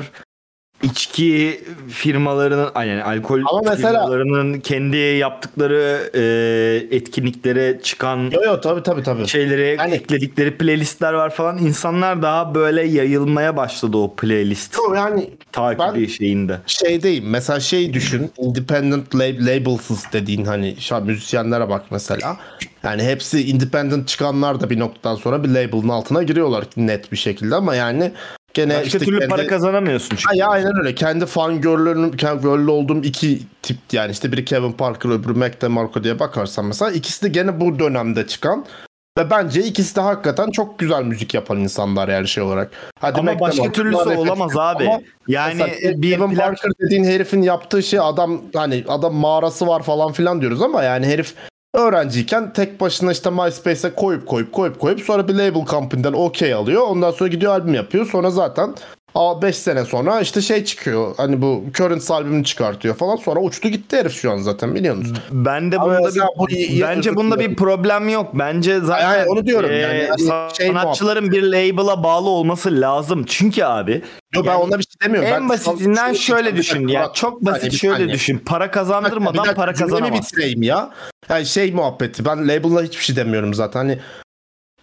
S2: İçki firmalarının ay, yani alkol
S3: Ama mesela-
S2: firmalarının kendi yaptıkları e, etkinliklere çıkan
S3: Yo yo tabii tabii tabii.
S2: şeylere
S3: Yani-
S2: ekledikleri playlistler var falan. İnsanlar daha böyle yayılmaya başladı o playlist
S3: Yo, yani
S2: takibi
S3: ben-
S2: şeyinde.
S3: şey değil. Mesela şey düşün. Independent lab- labelsız dediğin hani şu an müzisyenlere bak mesela. Yani hepsi independent çıkanlar da bir noktadan sonra bir label'ın altına giriyorlar net bir şekilde ama yani gene
S2: Başka
S3: işte
S2: türlü
S3: kendi-
S2: para kazanamıyorsun çünkü.
S3: Ha, ya aynen öyle. Kendi fan görlünün görlü olduğum iki tip yani işte biri Kevin Parker öbürü Mac DeMarco diye bakarsan mesela ikisi de gene bu dönemde çıkan ve bence ikisi de hakikaten çok güzel müzik yapan insanlar yani şey olarak. Hadi
S2: Ama
S3: Mac
S2: başka
S3: DeMarco,
S2: türlüsü
S3: Marco-
S2: olamaz abi.
S3: Ama
S2: yani
S3: mesela
S2: bir
S3: Kevin
S2: plak
S3: Parker dediğin herifin yaptığı şey adam hani adam mağarası var falan filan diyoruz ama yani herif öğrenciyken tek başına işte MySpace'e koyup koyup koyup koyup sonra bir label company'den okey alıyor. Ondan sonra gidiyor albüm yapıyor. Sonra zaten 5 sene sonra işte şey çıkıyor. Hani bu Currents albümünü çıkartıyor falan. Sonra uçtu gitti herif şu an zaten biliyorsunuz.
S2: Ben de
S3: Ama
S2: bunda
S3: mesela bu
S2: bir,
S3: iyi-
S2: bence bunda bir problem yok. Bence zaten
S3: Hayır, hayır, onu diyorum yani. Hani şey
S2: sanatçıların bir label'a bağlı olması lazım. Çünkü abi
S3: Yo, ben
S2: yani
S3: ona bir şey demiyorum.
S2: en
S3: Ben-
S2: basitinden
S4: şey-
S2: şöyle
S3: Bir şey
S2: düşün.
S3: dakika,
S2: Ya
S3: bak.
S2: çok
S3: Hani
S2: basit
S3: bir
S2: şöyle
S3: saniye.
S2: düşün. Para
S3: Bir
S2: kazandırmadan
S3: dakika,
S2: para
S3: cümlemi
S2: kazanamaz.
S3: bitireyim ya. Yani şey muhabbeti ben label'la hiçbir şey demiyorum zaten. Hani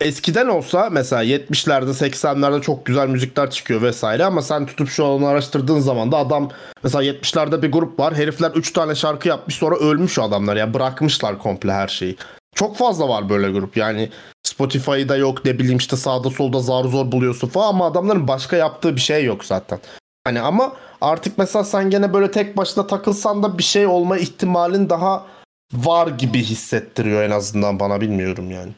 S3: eskiden olsa mesela 70'lerde 80'lerde çok güzel müzikler çıkıyor vesaire ama sen tutup şu an onu araştırdığın zaman da adam mesela 70'lerde bir grup var. Herifler 3 tane şarkı yapmış sonra ölmüş o adamlar ya bırakmışlar komple her şeyi. Çok fazla var böyle grup yani Spotify'da yok ne bileyim işte sağda solda zar zor buluyorsun falan ama adamların başka yaptığı bir şey yok zaten. Hani ama artık mesela sen gene böyle tek başına takılsan da bir şey olma ihtimalin daha var gibi hissettiriyor en azından bana bilmiyorum yani.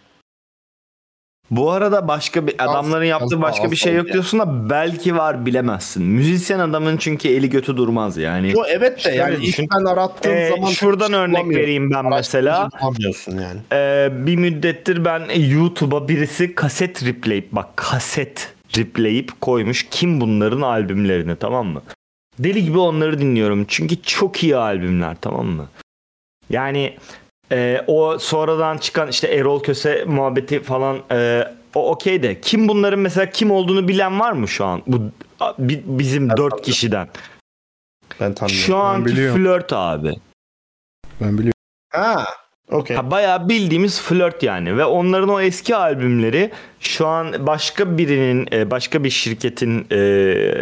S2: Bu arada başka bir adamların yaptığı
S3: az-
S2: başka
S3: az-
S2: bir şey
S3: az-
S2: yok diyorsun da belki var bilemezsin. Müzisyen adamın çünkü eli götü durmaz yani.
S3: Yo evet de yani
S2: düşün.
S3: ilk ben arattığım
S2: Ee,
S3: zaman şey
S2: şuradan örnek vereyim ben mesela.
S3: Anlıyorsun yani.
S2: Ee, bir müddettir ben YouTube'a birisi kaset replay bak kaset stripleyip koymuş. Kim bunların albümlerini tamam mı? Deli gibi onları dinliyorum. Çünkü çok iyi albümler tamam mı? Yani e, o sonradan çıkan işte Erol Köse muhabbeti falan e, o okey de kim bunların mesela kim olduğunu bilen var mı şu an? Bu a- bi- bizim dört kişiden.
S3: Ben tanıyorum.
S2: Şu anki
S1: biliyorum.
S2: flört abi.
S1: Ben biliyorum.
S3: Ha. Okey.
S2: Ha, bayağı bildiğimiz flört yani ve onların o eski albümleri şu an başka birinin e, başka bir şirketin e,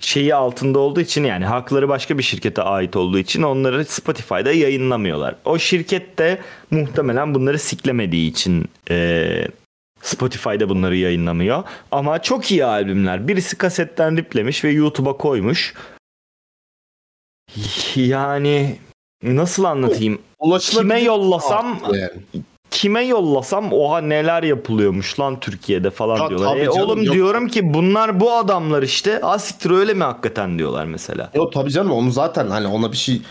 S2: şeyi altında olduğu için yani hakları başka bir şirkete ait olduğu için onları Spotify'da yayınlamıyorlar. O şirket de muhtemelen bunları siklemediği için e, Spotify'da bunları yayınlamıyor. Ama çok iyi albümler. Birisi kasetten riplemiş ve YouTube'a koymuş. Yani nasıl anlatayım?
S3: Ulaşılabilir
S2: Kime yollasam
S3: yani.
S2: kime yollasam oha neler yapılıyormuş lan Türkiye'de falan
S3: Ya
S2: diyorlar.
S3: tabii
S2: E,
S3: canım,
S2: oğlum
S3: yok.
S2: diyorum ki bunlar bu adamlar işte. Asiktir öyle mi hakikaten diyorlar mesela.
S3: Yok tabii canım onu zaten hani ona bir şey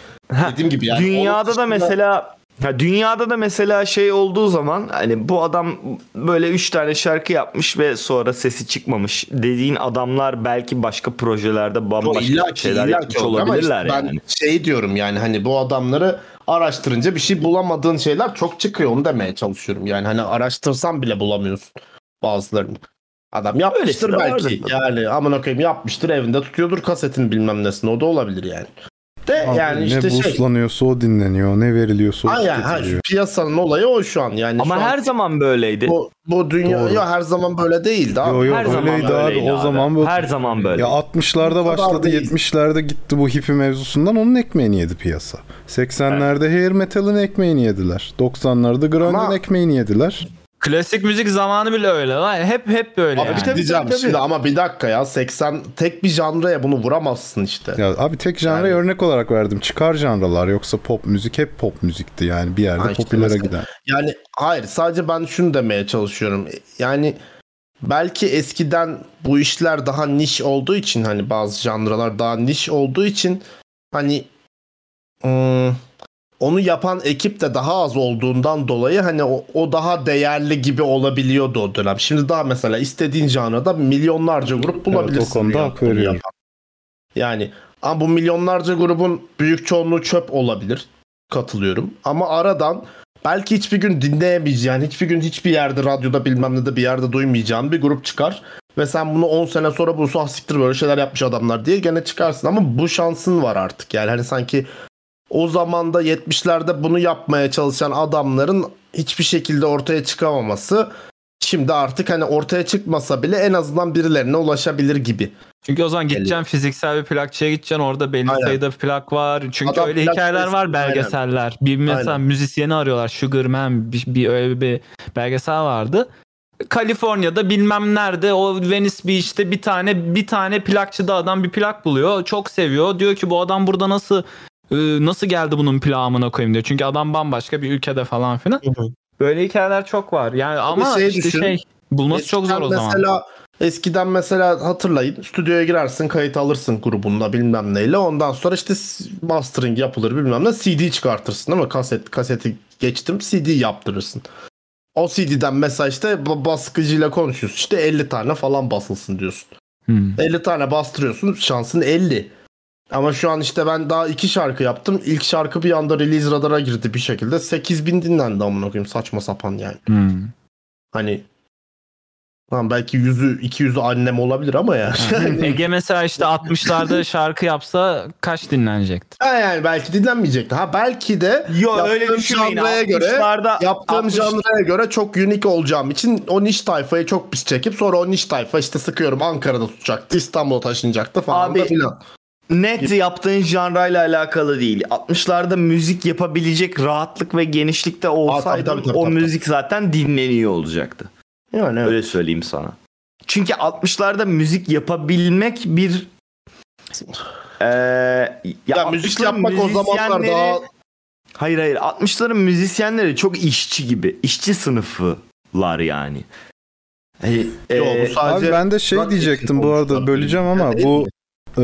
S3: dediğim gibi yani. onun
S2: dünyada da
S3: dışında-
S2: mesela ha, dünyada da mesela şey olduğu zaman hani bu adam böyle 3 tane şarkı yapmış ve sonra sesi çıkmamış dediğin adamlar belki başka projelerde
S3: Yo,
S2: bambaşka
S3: illa ki,
S2: şeyler
S3: illa ki
S2: yapmış
S3: olur ama
S2: olabilirler
S3: işte
S2: yani.
S3: Ben şey diyorum yani hani bu adamları araştırınca bir şey bulamadığın şeyler çok çıkıyor onu demeye çalışıyorum. Yani hani araştırsan bile bulamıyorsun bazılarını. Adam yapmıştır
S2: Öylesi de
S3: belki. Yani amına koyayım yapmıştır evinde tutuyordur kasetini bilmem nesini o da olabilir yani. De
S1: Abi
S3: yani
S1: ne
S3: işte şey.
S1: buslanıyorsa o dinleniyor, ne veriliyorsa o
S3: Ha yani, ha,
S1: tüketiliyor.
S3: piyasanın olayı o şu an yani.
S2: Ama
S3: şu an
S2: her zaman böyleydi.
S3: bu, bu dünya
S1: Doğru.
S3: ya her zaman böyle değildi abi.
S1: Yo, yo,
S2: her zaman
S1: öyleydi abi,
S2: böyleydi
S1: o
S2: abi.
S1: zaman bu-
S2: Her zaman böyle.
S1: Ya 60'larda başladı,
S3: değil.
S1: 70'lerde gitti bu hippie mevzusundan onun ekmeğini yedi piyasa. 80'lerde hair metal'ın ekmeğini yediler. 90'larda grunge'ın
S3: Ama-
S1: ekmeğini yediler.
S4: Klasik müzik zamanı bile öyle lan. Hep hep böyle
S3: Abi
S4: yani.
S3: bir diyeceğim şimdi ama bir dakika ya 80 tek bir janraya bunu vuramazsın işte.
S1: Ya abi tek janra örnek olarak verdim. Çıkar janralar yoksa pop müzik hep pop müzikti yani bir yerde
S3: Ha işte
S1: popülere
S3: mesela.
S1: giden.
S3: Yani hayır sadece ben şunu demeye çalışıyorum. Yani belki eskiden bu işler daha niş olduğu için hani bazı janralar daha niş olduğu için hani ım, onu yapan ekip de daha az olduğundan dolayı hani o, o daha değerli gibi olabiliyordu o dönem. Şimdi daha mesela istediğin janrada milyonlarca grup bulabilirsin.
S1: o konuda
S3: ya,
S1: hak
S3: bunu
S1: veriyorum.
S3: yapan. Yani ama bu milyonlarca grubun büyük çoğunluğu çöp olabilir. Katılıyorum. Ama aradan belki hiçbir gün dinleyemeyeceğin, hiçbir gün hiçbir yerde radyoda bilmem ne de bir yerde duymayacağın bir grup çıkar. Ve sen bunu 10 sene sonra bu "Ah siktir böyle şeyler yapmış adamlar diye gene çıkarsın. Ama bu şansın var artık. Yani hani sanki o zamanda 70'lerde bunu yapmaya çalışan adamların hiçbir şekilde ortaya çıkamaması şimdi artık hani ortaya çıkmasa bile en azından birilerine ulaşabilir gibi.
S4: Çünkü o zaman gideceksin fiziksel bir plakçıya gideceksin. Orada belli
S3: Aynen.
S4: sayıda plak var. Çünkü
S3: Adam
S4: öyle
S3: plak
S4: hikayeler
S3: sayısı-
S4: var belgeseller. Bir mesela
S3: Aynen.
S4: müzisyeni arıyorlar. Sugarman bir, bir öyle bir belgesel vardı. Kaliforniya'da bilmem nerede o Venice Beach'te bir tane bir tane plakçıda adam bir plak buluyor. Çok seviyor. Diyor ki bu adam burada nasıl e, nasıl geldi bunun plağımına koyayım diyor. Çünkü adam bambaşka bir ülkede falan filan. Böyle hikayeler çok var. Yani ama
S3: şey
S4: işte
S3: düşün.
S4: şey bulması çok zor o
S3: Eskiden
S4: zaman.
S3: Mesela eskiden mesela hatırlayın stüdyoya girersin kayıt alırsın grubunla bilmem neyle ondan sonra işte s- mastering yapılır bilmem ne CD çıkartırsın ama kaset kaseti geçtim CD yaptırırsın. O CD'den mesela işte ba- baskıcıyla konuşuyorsun işte 50 tane falan basılsın diyorsun.
S4: Hmm.
S3: 50 tane bastırıyorsun şansın 50. Ama şu an işte ben daha iki şarkı yaptım. İlk şarkı bir anda release radara girdi bir şekilde. 8000 dinlendi amına koyayım saçma sapan yani.
S4: Hmm.
S3: Hani Lan belki yüzü 200'ü annem olabilir ama ya. [LAUGHS]
S4: [LAUGHS] Ege mesela işte 60'larda şarkı yapsa kaç dinlenecekti?
S3: ha yani belki dinlenmeyecekti. Ha belki de
S2: Yo,
S3: yaptığım
S2: öyle düşünmeyin.
S3: janraya göre
S2: 60'larda
S3: yaptığım
S2: 60
S3: janraya göre çok unique olacağım için o niş tayfaya çok pis çekip sonra o niş tayfa işte sıkıyorum Ankara'da tutacaktı, İstanbul'a taşınacaktı falan
S2: Abi,
S3: da filan.
S2: net yaptığın janrayla alakalı değil. 60'larda müzik yapabilecek rahatlık ve genişlikte olsaydı
S3: tabii, tabii,
S2: o
S3: tabii.
S2: müzik zaten dinleniyor olacaktı.
S3: Yani evet.
S2: Öyle söyleyeyim sana. Çünkü 60'larda müzik yapabilmek bir Eee
S3: Ya, müzik
S2: 60'ların
S3: yapmak o zamanlar
S2: müzisyenleri-
S3: daha
S2: Hayır hayır 60'ların müzisyenleri çok işçi gibi. işçi sınıfılar yani. Hani,
S3: Yo, bu
S2: eee,
S3: sadece
S1: Abi ben de şey
S3: rock
S1: diyecektim
S3: için
S1: bu arada
S3: olmuşlar.
S1: böleceğim ama
S3: Değil
S1: bu e,
S3: mi?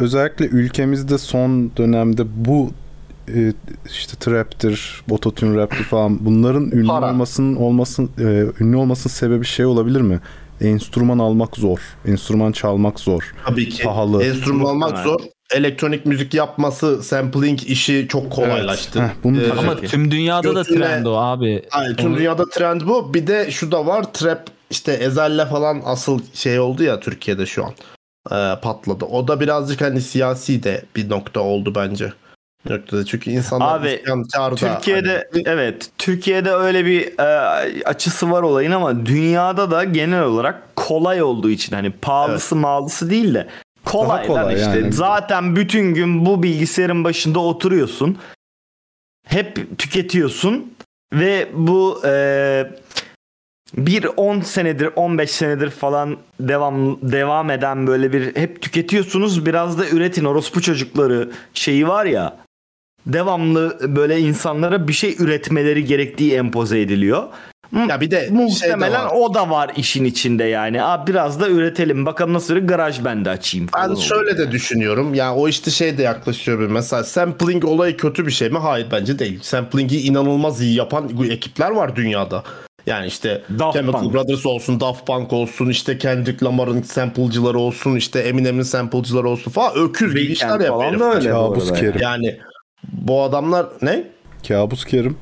S1: özellikle ülkemizde son dönemde bu e, işte trap'tir, autotune rap'tir falan bunların ünlü
S3: Para.
S1: olmasının olmasın e, ünlü olmasının sebebi şey olabilir mi? Enstrüman almak zor. Enstrüman çalmak zor.
S3: Tabii ki.
S1: Pahalı.
S3: Enstrüman almak E, zor. Elektronik müzik yapması, sampling işi çok kolaylaştı. Ee,
S1: Heh, bunu diyecektim.
S4: Ama tüm dünyada
S3: götüne-
S4: da trend o abi.
S3: Hayır, tüm
S4: Onu-
S3: dünyada trend bu. Bir de şu da var trap işte Ezel'le falan asıl şey oldu ya Türkiye'de şu an Ee, patladı. O da birazcık hani siyasi de bir nokta oldu bence. Noktada çünkü insanlar
S2: Abi,
S3: isyan, çağrı da hani-
S2: Türkiye'de evet Türkiye'de öyle bir e, açısı var olayın ama dünyada da genel olarak kolay olduğu için hani pahalısı mağlısı değil de kolay,
S1: Daha kolay
S2: lan işte.
S1: yani.
S2: Zaten bütün gün bu bilgisayarın başında oturuyorsun. Hep tüketiyorsun ve bu e, bir 10 senedir 15 senedir falan devam devam eden böyle bir hep tüketiyorsunuz biraz da üretin orospu çocukları şeyi var ya devamlı böyle insanlara bir şey üretmeleri gerektiği empoze ediliyor.
S3: hani- ya bir de
S2: Muhtemelen
S3: şey de var.
S2: o da var işin içinde yani. Aa, biraz da üretelim. Bakalım nasıl bir garaj bende açayım falan.
S3: Ben
S2: olur.
S3: şöyle de düşünüyorum. Ya o işte şey de yaklaşıyor bir mesela sampling olayı kötü bir şey mi? Hayır bence değil. Sampling'i inanılmaz iyi yapan ekipler var dünyada. Yani işte
S2: Daft
S3: Chemical
S2: Punk.
S3: Brothers olsun, Daft Punk olsun, işte Kendrick Lamar'ın sample'cıları olsun, işte Eminem'in sample'cıları olsun falan öküz gibi
S2: Weekend
S3: işler yapıyor.
S2: falan
S3: herif.
S2: da öyle bu
S1: Kabus
S2: arada.
S1: kerim.
S3: Yani bu adamlar ne?
S1: Kabus kerim.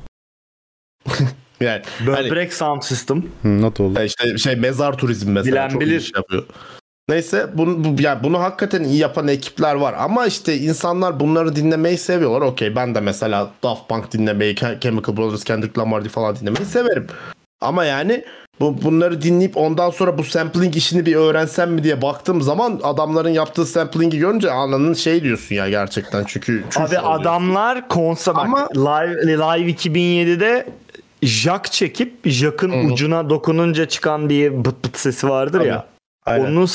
S3: Yani hani-
S2: Böbrek sound system.
S1: Hı, not oldu.
S3: Ya işte şey mezar turizmi mesela
S2: Bilen
S3: çok iyi
S2: bilir.
S3: iş yapıyor. Neyse bunu bu, yani bunu hakikaten iyi yapan ekipler var ama işte insanlar bunları dinlemeyi seviyorlar. Okey ben de mesela Daft Punk dinlemeyi, Ke- Chemical Brothers, Kendrick Lamar falan dinlemeyi severim. Ama yani bu bunları dinleyip ondan sonra bu sampling işini bir öğrensem mi diye baktığım zaman adamların yaptığı sampling'i görünce ananın şey diyorsun ya gerçekten çünkü çüş
S2: Abi
S3: oluyor.
S2: adamlar konser bak,
S3: Ama-
S2: live, live 2007'de jak çekip jakın ucuna dokununca çıkan bir bıt bıt sesi vardır ya.
S3: Aynen.
S2: Onu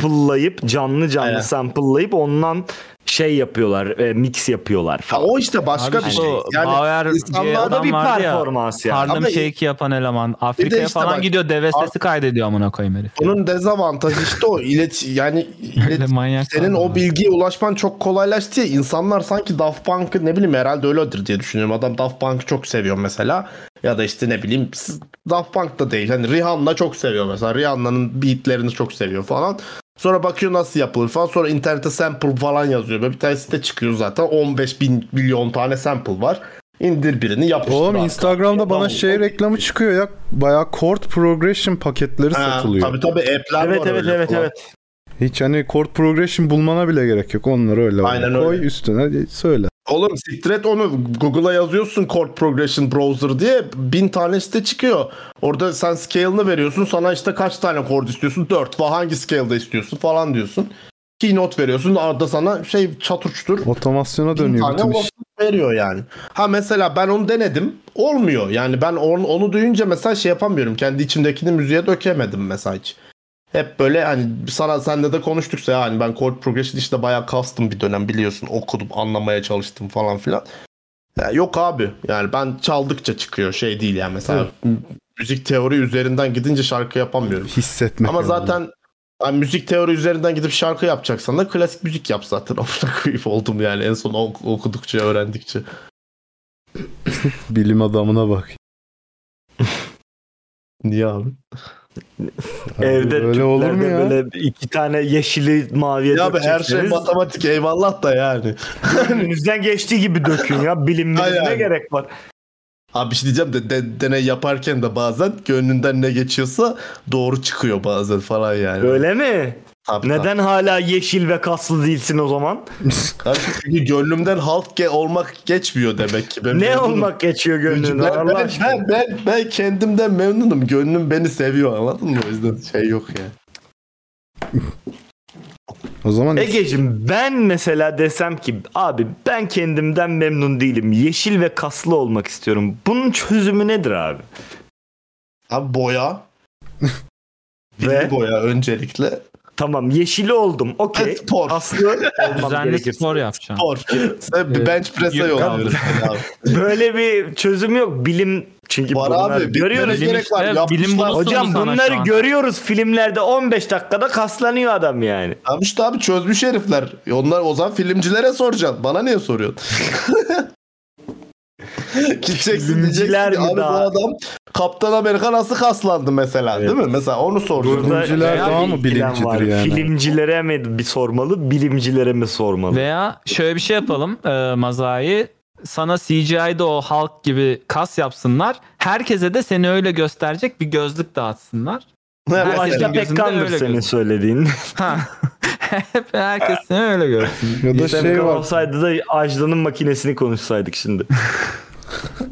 S2: sample'layıp canlı canlı
S3: Aynen.
S2: sample'layıp ondan şey yapıyorlar, e, mix yapıyorlar
S3: Ha,
S2: falan.
S3: o işte başka
S4: Abi
S3: bir
S4: şu
S3: şey. Yani
S4: Bauer diye
S3: insanlarda
S2: da
S4: adam
S2: bir
S4: vardı ya,
S2: performans yani.
S4: Harlem
S3: Ama-
S4: Shake yapan eleman. Afrika'ya
S3: işte
S4: falan
S3: bak,
S4: gidiyor deve
S3: Ar-
S4: sesi kaydediyor amına koyayım herif.
S3: Bunun dezavantajı işte o ilet
S2: [LAUGHS]
S3: yani ilet-
S4: Öyle manyak
S3: senin
S4: adam
S3: o
S4: var.
S3: bilgiye ulaşman çok kolaylaştı ya insanlar sanki Daft Punk'ı ne bileyim herhalde öyledir diye düşünüyorum. Adam Daft Punk'ı çok seviyor mesela ya da işte ne bileyim s- Daft Punk da değil hani Rihanna çok seviyor mesela Rihanna'nın beatlerini çok seviyor falan. Sonra bakıyor nasıl yapılır falan sonra internete sample falan yazıyor. Böyle bir tane site çıkıyor zaten 15 bin milyon tane sample var. İndir birini yapıştır.
S1: Oğlum
S3: arkana.
S1: Instagram'da bana
S3: Tamam.
S1: şey reklamı çıkıyor ya. Bayağı chord progression paketleri
S3: Ha,
S1: satılıyor.
S3: Tabii tabii app'ler
S2: Evet
S3: var
S2: evet
S3: öyle
S2: evet
S3: falan.
S2: evet.
S1: Hiç hani chord progression bulmana bile gerek yok. Onları öyle
S3: Aynen öyle.
S1: koy üstüne söyle.
S3: Oğlum siktir et onu Google'a yazıyorsun chord progression browser diye bin tane site çıkıyor. Orada sen scale'ını veriyorsun sana işte kaç tane chord istiyorsun 4 falan hangi scale'da istiyorsun falan diyorsun. Keynote veriyorsun arada sana şey çatırçtur
S1: Otomasyona
S3: bin
S1: dönüyor
S3: tane
S1: bütün iş.
S3: olsun veriyor yani. Ha mesela ben onu denedim olmuyor yani ben onu, onu duyunca mesela şey yapamıyorum kendi içimdekini müziğe dökemedim mesela hiç. Hep böyle hani sana senle de konuştuksa ya hani ben chord progression işte bayağı kastım bir dönem biliyorsun okudum anlamaya çalıştım falan filan. Ya yok abi yani ben çaldıkça çıkıyor şey değil yani mesela m- müzik teori üzerinden gidince şarkı yapamıyorum.
S1: Hissetmek.
S3: Ama
S1: önemli.
S3: zaten hani müzik teori üzerinden gidip şarkı yapacaksan da klasik müzik yap zaten. [LAUGHS] Amına koyayım oldum yani en son ok- okudukça öğrendikçe.
S1: bilim adamına bak.
S3: Niye abi?
S1: Abi
S2: Evde
S1: böyle olur mu ya?
S2: böyle iki tane yeşili maviye
S3: Ya abi her şey
S2: dökeceksiniz.
S3: matematik eyvallah da yani.
S2: [LAUGHS] Önünüzden geçtiği gibi dökün ya. Bilim bilim ne
S3: Aynen.
S2: gerek var?
S3: Abi bir şey diyeceğim de, de- deney yaparken de bazen gönlünden ne geçiyorsa doğru çıkıyor bazen falan yani.
S2: Öyle mi?
S3: Tabii, tabii.
S2: Neden hala yeşil ve kaslı değilsin o zaman?
S3: Abi çünkü gönlümden halk ge- olmak geçmiyor demek ki. Ben
S2: ne
S3: memnunum.
S2: olmak geçiyor
S3: Ben,
S2: gönlünden?
S3: ben,
S2: Allah
S3: ben,
S2: aşkına.
S3: ben, ben, ben kendimden memnunum. Gönlüm beni seviyor anladın mı? O yüzden şey yok yani.
S1: O zaman
S2: Egeciğim ben mesela desem ki abi ben kendimden memnun değilim. Yeşil ve kaslı olmak istiyorum. Bunun çözümü nedir abi?
S3: Abi boya.
S2: Ve?
S3: Ve boya öncelikle.
S2: Tamam yeşili oldum. Okey.
S3: Ve spor.
S2: Kaslı olmam
S4: [LAUGHS] Düzenli
S2: gerekir.
S4: spor yapacaksın.
S3: Spor. Sen bir
S4: Evet.
S3: bench press'e
S4: Yok abi.
S3: yollandın seni abi.
S2: Böyle bir çözüm yok. Bilim çünkü
S3: Var
S2: bunlar
S3: abi.
S2: görüyoruz.
S3: Görüyoruz gerek var.
S4: işte,
S3: Yapmışlar.
S4: bilim bunu-
S2: Hocam
S4: sana şu
S2: bunları
S4: an.
S2: görüyoruz filmlerde 15 dakikada kaslanıyor adam yani.
S3: Abi işte abi çözmüş herifler. E Onlar o zaman filmcilere soracaksın. Bana niye soruyorsun? [LAUGHS] Gideceksin diyeceksin. ki,
S2: Filmciler mi
S3: Abi bu
S2: daha?
S3: adam Kaptan Amerika nasıl kaslandı mesela değil mi? Mesela onu soruyorum. [LAUGHS]
S2: Burada daha mı
S4: bilimcidir yani?
S2: Filmcilere mi bir sormalı, bilimcilere mi sormalı?
S4: Veya şöyle bir şey yapalım e, Mazai. Sana CGI'de o halk gibi kas yapsınlar. Herkese de seni öyle gösterecek bir gözlük dağıtsınlar.
S2: Bu
S4: Herkesin
S2: Ajda
S4: gözünde
S2: Pekkan'dır
S4: öyle
S2: senin
S4: gözüksün.
S2: söylediğin.
S4: Ha. [LAUGHS] Hep herkes seni öyle görsün.
S1: Ya da
S2: İşte
S1: şey
S2: Amerikan
S1: var.
S2: olsaydı da Ajda'nın makinesini konuşsaydık şimdi. [LAUGHS]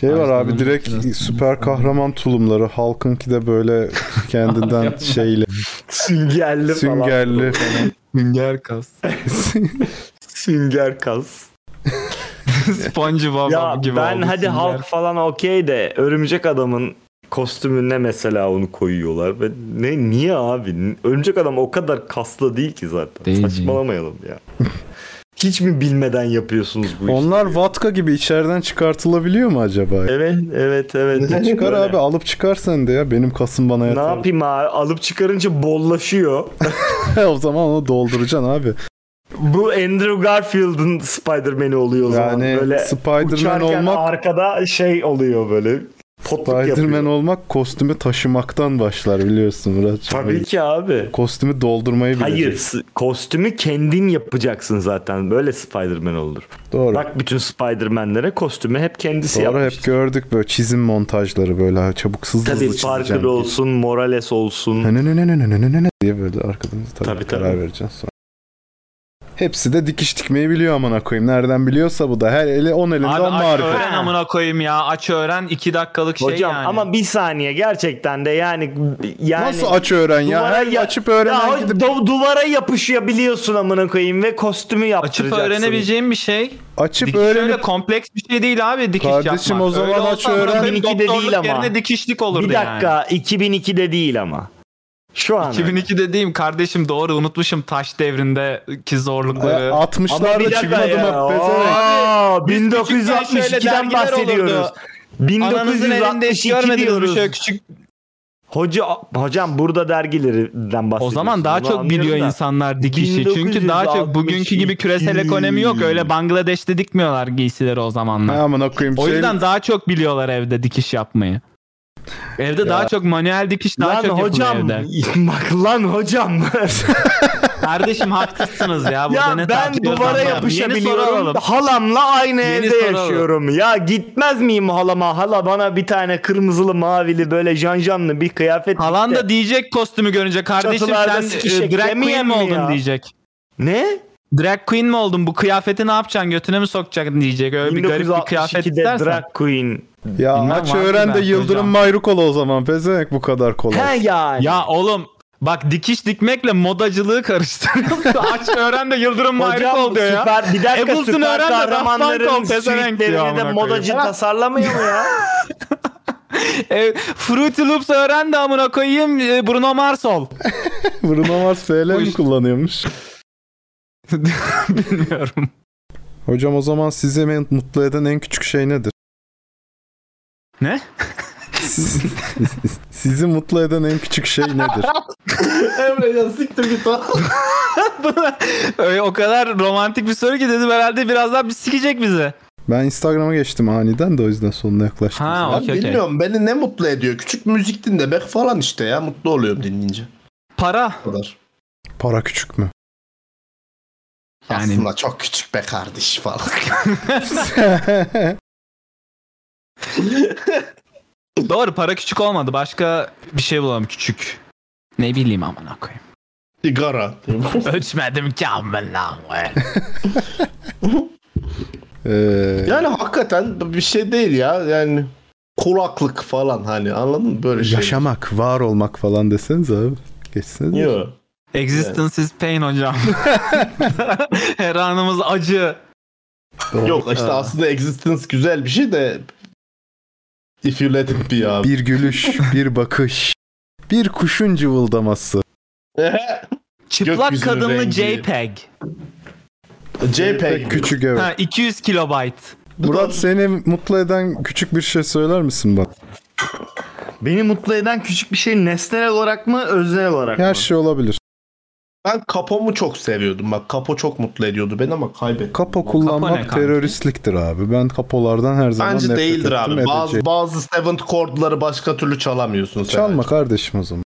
S1: Şey var abi direkt süper kahraman tulumları. Halkınki de böyle kendinden şeyle
S2: Süngerli falan.
S1: süngerli.
S4: Sünger kas.
S2: Sünger kas.
S4: SpongeBob
S2: Ya
S4: gibi
S2: ben
S4: oldu
S2: hadi
S4: sünger.
S2: halk falan okey de örümcek adamın kostümüne mesela onu koyuyorlar. Ve ne niye abi? Örümcek adam o kadar kaslı değil ki zaten.
S4: Değil, değil.
S2: Saçmalamayalım ya. [LAUGHS] Hiç mi bilmeden yapıyorsunuz bu işi?
S1: Onlar vatka gibi içeriden çıkartılabiliyor mu acaba? E
S2: Evet, evet, evet.
S1: Çıkar
S2: Böyle.
S1: abi alıp çıkar sen de ya. Benim kasım bana
S2: Ne
S1: yeter.
S2: yapayım abi? Alıp çıkarınca bollaşıyor.
S1: [LAUGHS] o zaman onu dolduracaksın abi.
S2: Bu Andrew Garfield'ın Spider-Man'i oluyor o zaman.
S1: Yani
S2: böyle
S1: Spider-Man
S2: uçarken
S1: olmak-
S2: arkada şey oluyor böyle. Potluk
S1: Spider-Man
S2: yapıyor.
S1: olmak kostümü taşımaktan başlar biliyorsun Murat.
S2: Tabii ki abi.
S1: Kostümü doldurmayı bilecek.
S2: Hayır, s- kostümü kendin yapacaksın zaten. Böyle Spider-Man olur.
S1: Doğru.
S2: Bak bütün Spider-Man'lere kostümü hep kendisi
S1: Sonra
S2: yapmış.
S1: hep gördük böyle çizim montajları böyle ha, çabuk hızlı
S2: Tabii
S1: hızlı
S2: Parker
S1: çizeceğim.
S2: olsun,
S1: [LAUGHS]
S2: Morales olsun.
S1: Ne ne ne ne ne ne ne ne diye böyle arkadan tabii,
S2: Tabii,
S1: karar
S2: tabii.
S1: vereceğiz sonra. Hepsi de dikiş dikmeyi biliyor amına koyayım. Nereden biliyorsa bu da. Her eli on elinden
S4: Abi aç
S1: marifet.
S4: öğren amına koyayım ya. Aç öğren 2 dakikalık şey
S2: Hocam
S4: yani.
S2: ama bir saniye gerçekten de yani yani
S1: Nasıl aç öğren ya?
S2: Duvara
S1: Her
S2: ya-
S1: açıp öğrenen
S2: ya o
S1: gidip
S2: du- duvara yapışabiliyorsun amına koyayım ve kostümü
S4: Açıp
S2: yaptıracaksın.
S4: öğrenebileceğim bir şey.
S1: açıp
S4: Dikiş öyle
S1: öğrenip
S4: kompleks bir şey değil abi dikiş
S1: Kardeşim
S4: yapmak.
S1: o zaman
S4: Öyle
S1: aç
S4: olsa amına
S1: öğren.
S4: koyayım,
S2: 2002'de değil
S4: doktorluk
S2: ama.
S4: Yerine dikişlik olurdu
S2: Bir
S4: yani.
S2: dakika 2002'de değil ama. Şu an.
S4: 2002 dediğim kardeşim doğru unutmuşum taş devrindeki
S2: Ee,
S4: zorlukları.
S1: 60'larda çıkmadım hep pezevenk.
S2: Aa,
S4: Biz küçükken şöyle
S2: 1962'den
S4: dergiler
S2: bahsediyoruz.
S4: olurdu. Ananızın elinde hiç
S2: 1962
S4: görmediniz mi
S2: diyoruz.
S4: şöyle küçük.
S2: Hoca, hocam burada dergilerden
S4: O
S2: bahsediyoruz.
S4: zaman daha
S2: Onu
S4: çok
S2: anlıyorum
S4: biliyor
S2: da.
S4: insanlar dikişi. Çünkü daha çok bugünkü gibi küresel
S2: 1962.
S4: ekonomi yok. Öyle Bangladeş'te dikmiyorlar giysileri o zamanlar.
S1: Ha amına koyayım.
S4: O
S1: şey-
S4: yüzden daha çok biliyorlar evde dikiş yapmayı. Evde daha çok manuel dikiş daha
S2: Lan
S4: çok hocam.
S2: hocam,
S4: evde.
S2: [LAUGHS] bak lan
S4: [LAUGHS]
S2: hocam.
S4: Kardeşim haklısınız ya. Burada
S2: ya
S4: ne
S2: ben
S4: tartışıyoruz
S2: duvara
S4: anlamadım. Yeni soru
S2: yapışabiliyorum.
S4: alalım.
S2: Halamla aynı
S4: Yeni
S2: evde
S4: soru
S2: yaşıyorum. Ya gitmez miyim halama? Hala bana bir tane kırmızılı mavili böyle janjanlı bir kıyafet.
S4: Halan da diyecek kostümü görünce kardeşim
S2: Çatılarda
S4: sen
S2: sikişek
S4: e, drag
S2: yemeyen
S4: queen mi
S2: mi
S4: oldun
S2: ya?"
S4: diyecek.
S2: Ne?
S4: Drag queen mi oldun bu kıyafeti ne yapacaksın götüne mi sokacaksın diyecek. Öyle bir garip bir kıyafet
S2: 1962'de
S4: istersen.
S2: drag queen.
S1: Ya
S4: Bilmem
S1: aç
S4: var mı
S1: öğren de
S4: belki
S1: Yıldırım
S4: hocam.
S1: Mayrukol o zaman. Pezevenk bu kadar kolay.
S2: He
S1: [LAUGHS]
S2: yani.
S4: Ya oğlum bak dikiş dikmekle modacılığı karıştırıyorsun. [LAUGHS] Aç öğren de Yıldırım Mayruk
S2: Hocam
S4: ol diyor ya.
S2: süper bir dakika
S4: Ableton
S2: süper
S4: öğren de Daft Punk
S2: kahramanların
S4: ol, pezevenk diyor
S2: suitlerini
S4: amına
S2: de
S4: koyayım.
S2: modacı
S4: Ha.
S2: tasarlamıyor mu ya?
S4: E, Fruity Loops öğren de amına koyayım e, Bruno Mars ol.
S1: Bruno
S4: [LAUGHS]
S1: Mars FL
S4: Bu
S1: mi
S4: iş-
S1: kullanıyormuş?
S4: [LAUGHS] Bilmiyorum.
S1: Hocam o zaman sizi en mutlu eden en küçük şey nedir?
S4: Ne?
S1: Siz- [LAUGHS] sizi mutlu eden en küçük şey nedir?
S3: Emre ya siktir git lan.
S4: Öyle o kadar romantik bir soru ki dedim herhalde birazdan bir sikecek bizi.
S1: Ben Instagram'a geçtim aniden de o yüzden sonuna yaklaştım.
S4: Ha
S3: Abi
S4: okey okey.
S3: bilmiyorum beni ne mutlu ediyor. Küçük müzik dinlemek falan işte ya. Mutlu oluyorum dinleyince.
S4: Para.
S3: Bu kadar.
S1: Para küçük
S4: [LAUGHS]
S1: mü?
S4: Yani-
S3: Aslında çok küçük be kardeş falan.
S4: Doğru para küçük olmadı. Başka bir şey bulalım küçük. Ne bileyim amına koyayım.
S3: Sigara.
S4: Ölçmedim ki amına koyayım.
S1: Ee,
S3: [LAUGHS] yani hakikaten bir şey değil ya. Yani kulaklık falan hani anladın mı böyle şey.
S1: yaşamak, var olmak falan deseniz abi. Geçsiniz.
S3: Yok.
S4: Existence is pain
S9: [LAUGHS]
S4: hocam. Her anımız acı.
S3: Yok işte
S4: Ha.
S3: aslında existence güzel bir şey de if you let it
S1: [LAUGHS]
S3: be abi.
S1: Bir gülüş, bir bakış, bir kuşun cıvıldaması.
S4: Çıplak
S3: Gökyüzünün
S4: kadınlı
S3: rengi.
S4: JPEG.
S3: JPEG küçük.
S1: Küçük evet.
S4: Ha, 200 kilobayt.
S1: Murat seni mutlu eden küçük bir şey söyler misin bak?
S2: Beni mutlu eden küçük bir şey nesnel olarak mı öznel olarak mı?
S1: Her şey olabilir.
S3: Ben Kapo'mu çok seviyordum. Bak Kapo çok mutlu ediyordu beni ama kaybettim.
S1: Kapo kullanmak teröristliktir abi. Ben kapolardan her zaman
S3: Bence
S1: nefret
S3: değildir
S1: ettim,
S3: abi. Bazı,
S1: edeceğim.
S3: bazı Seventh Chord'ları başka türlü çalamıyorsun sen.
S1: Çalma kardeşim o zaman.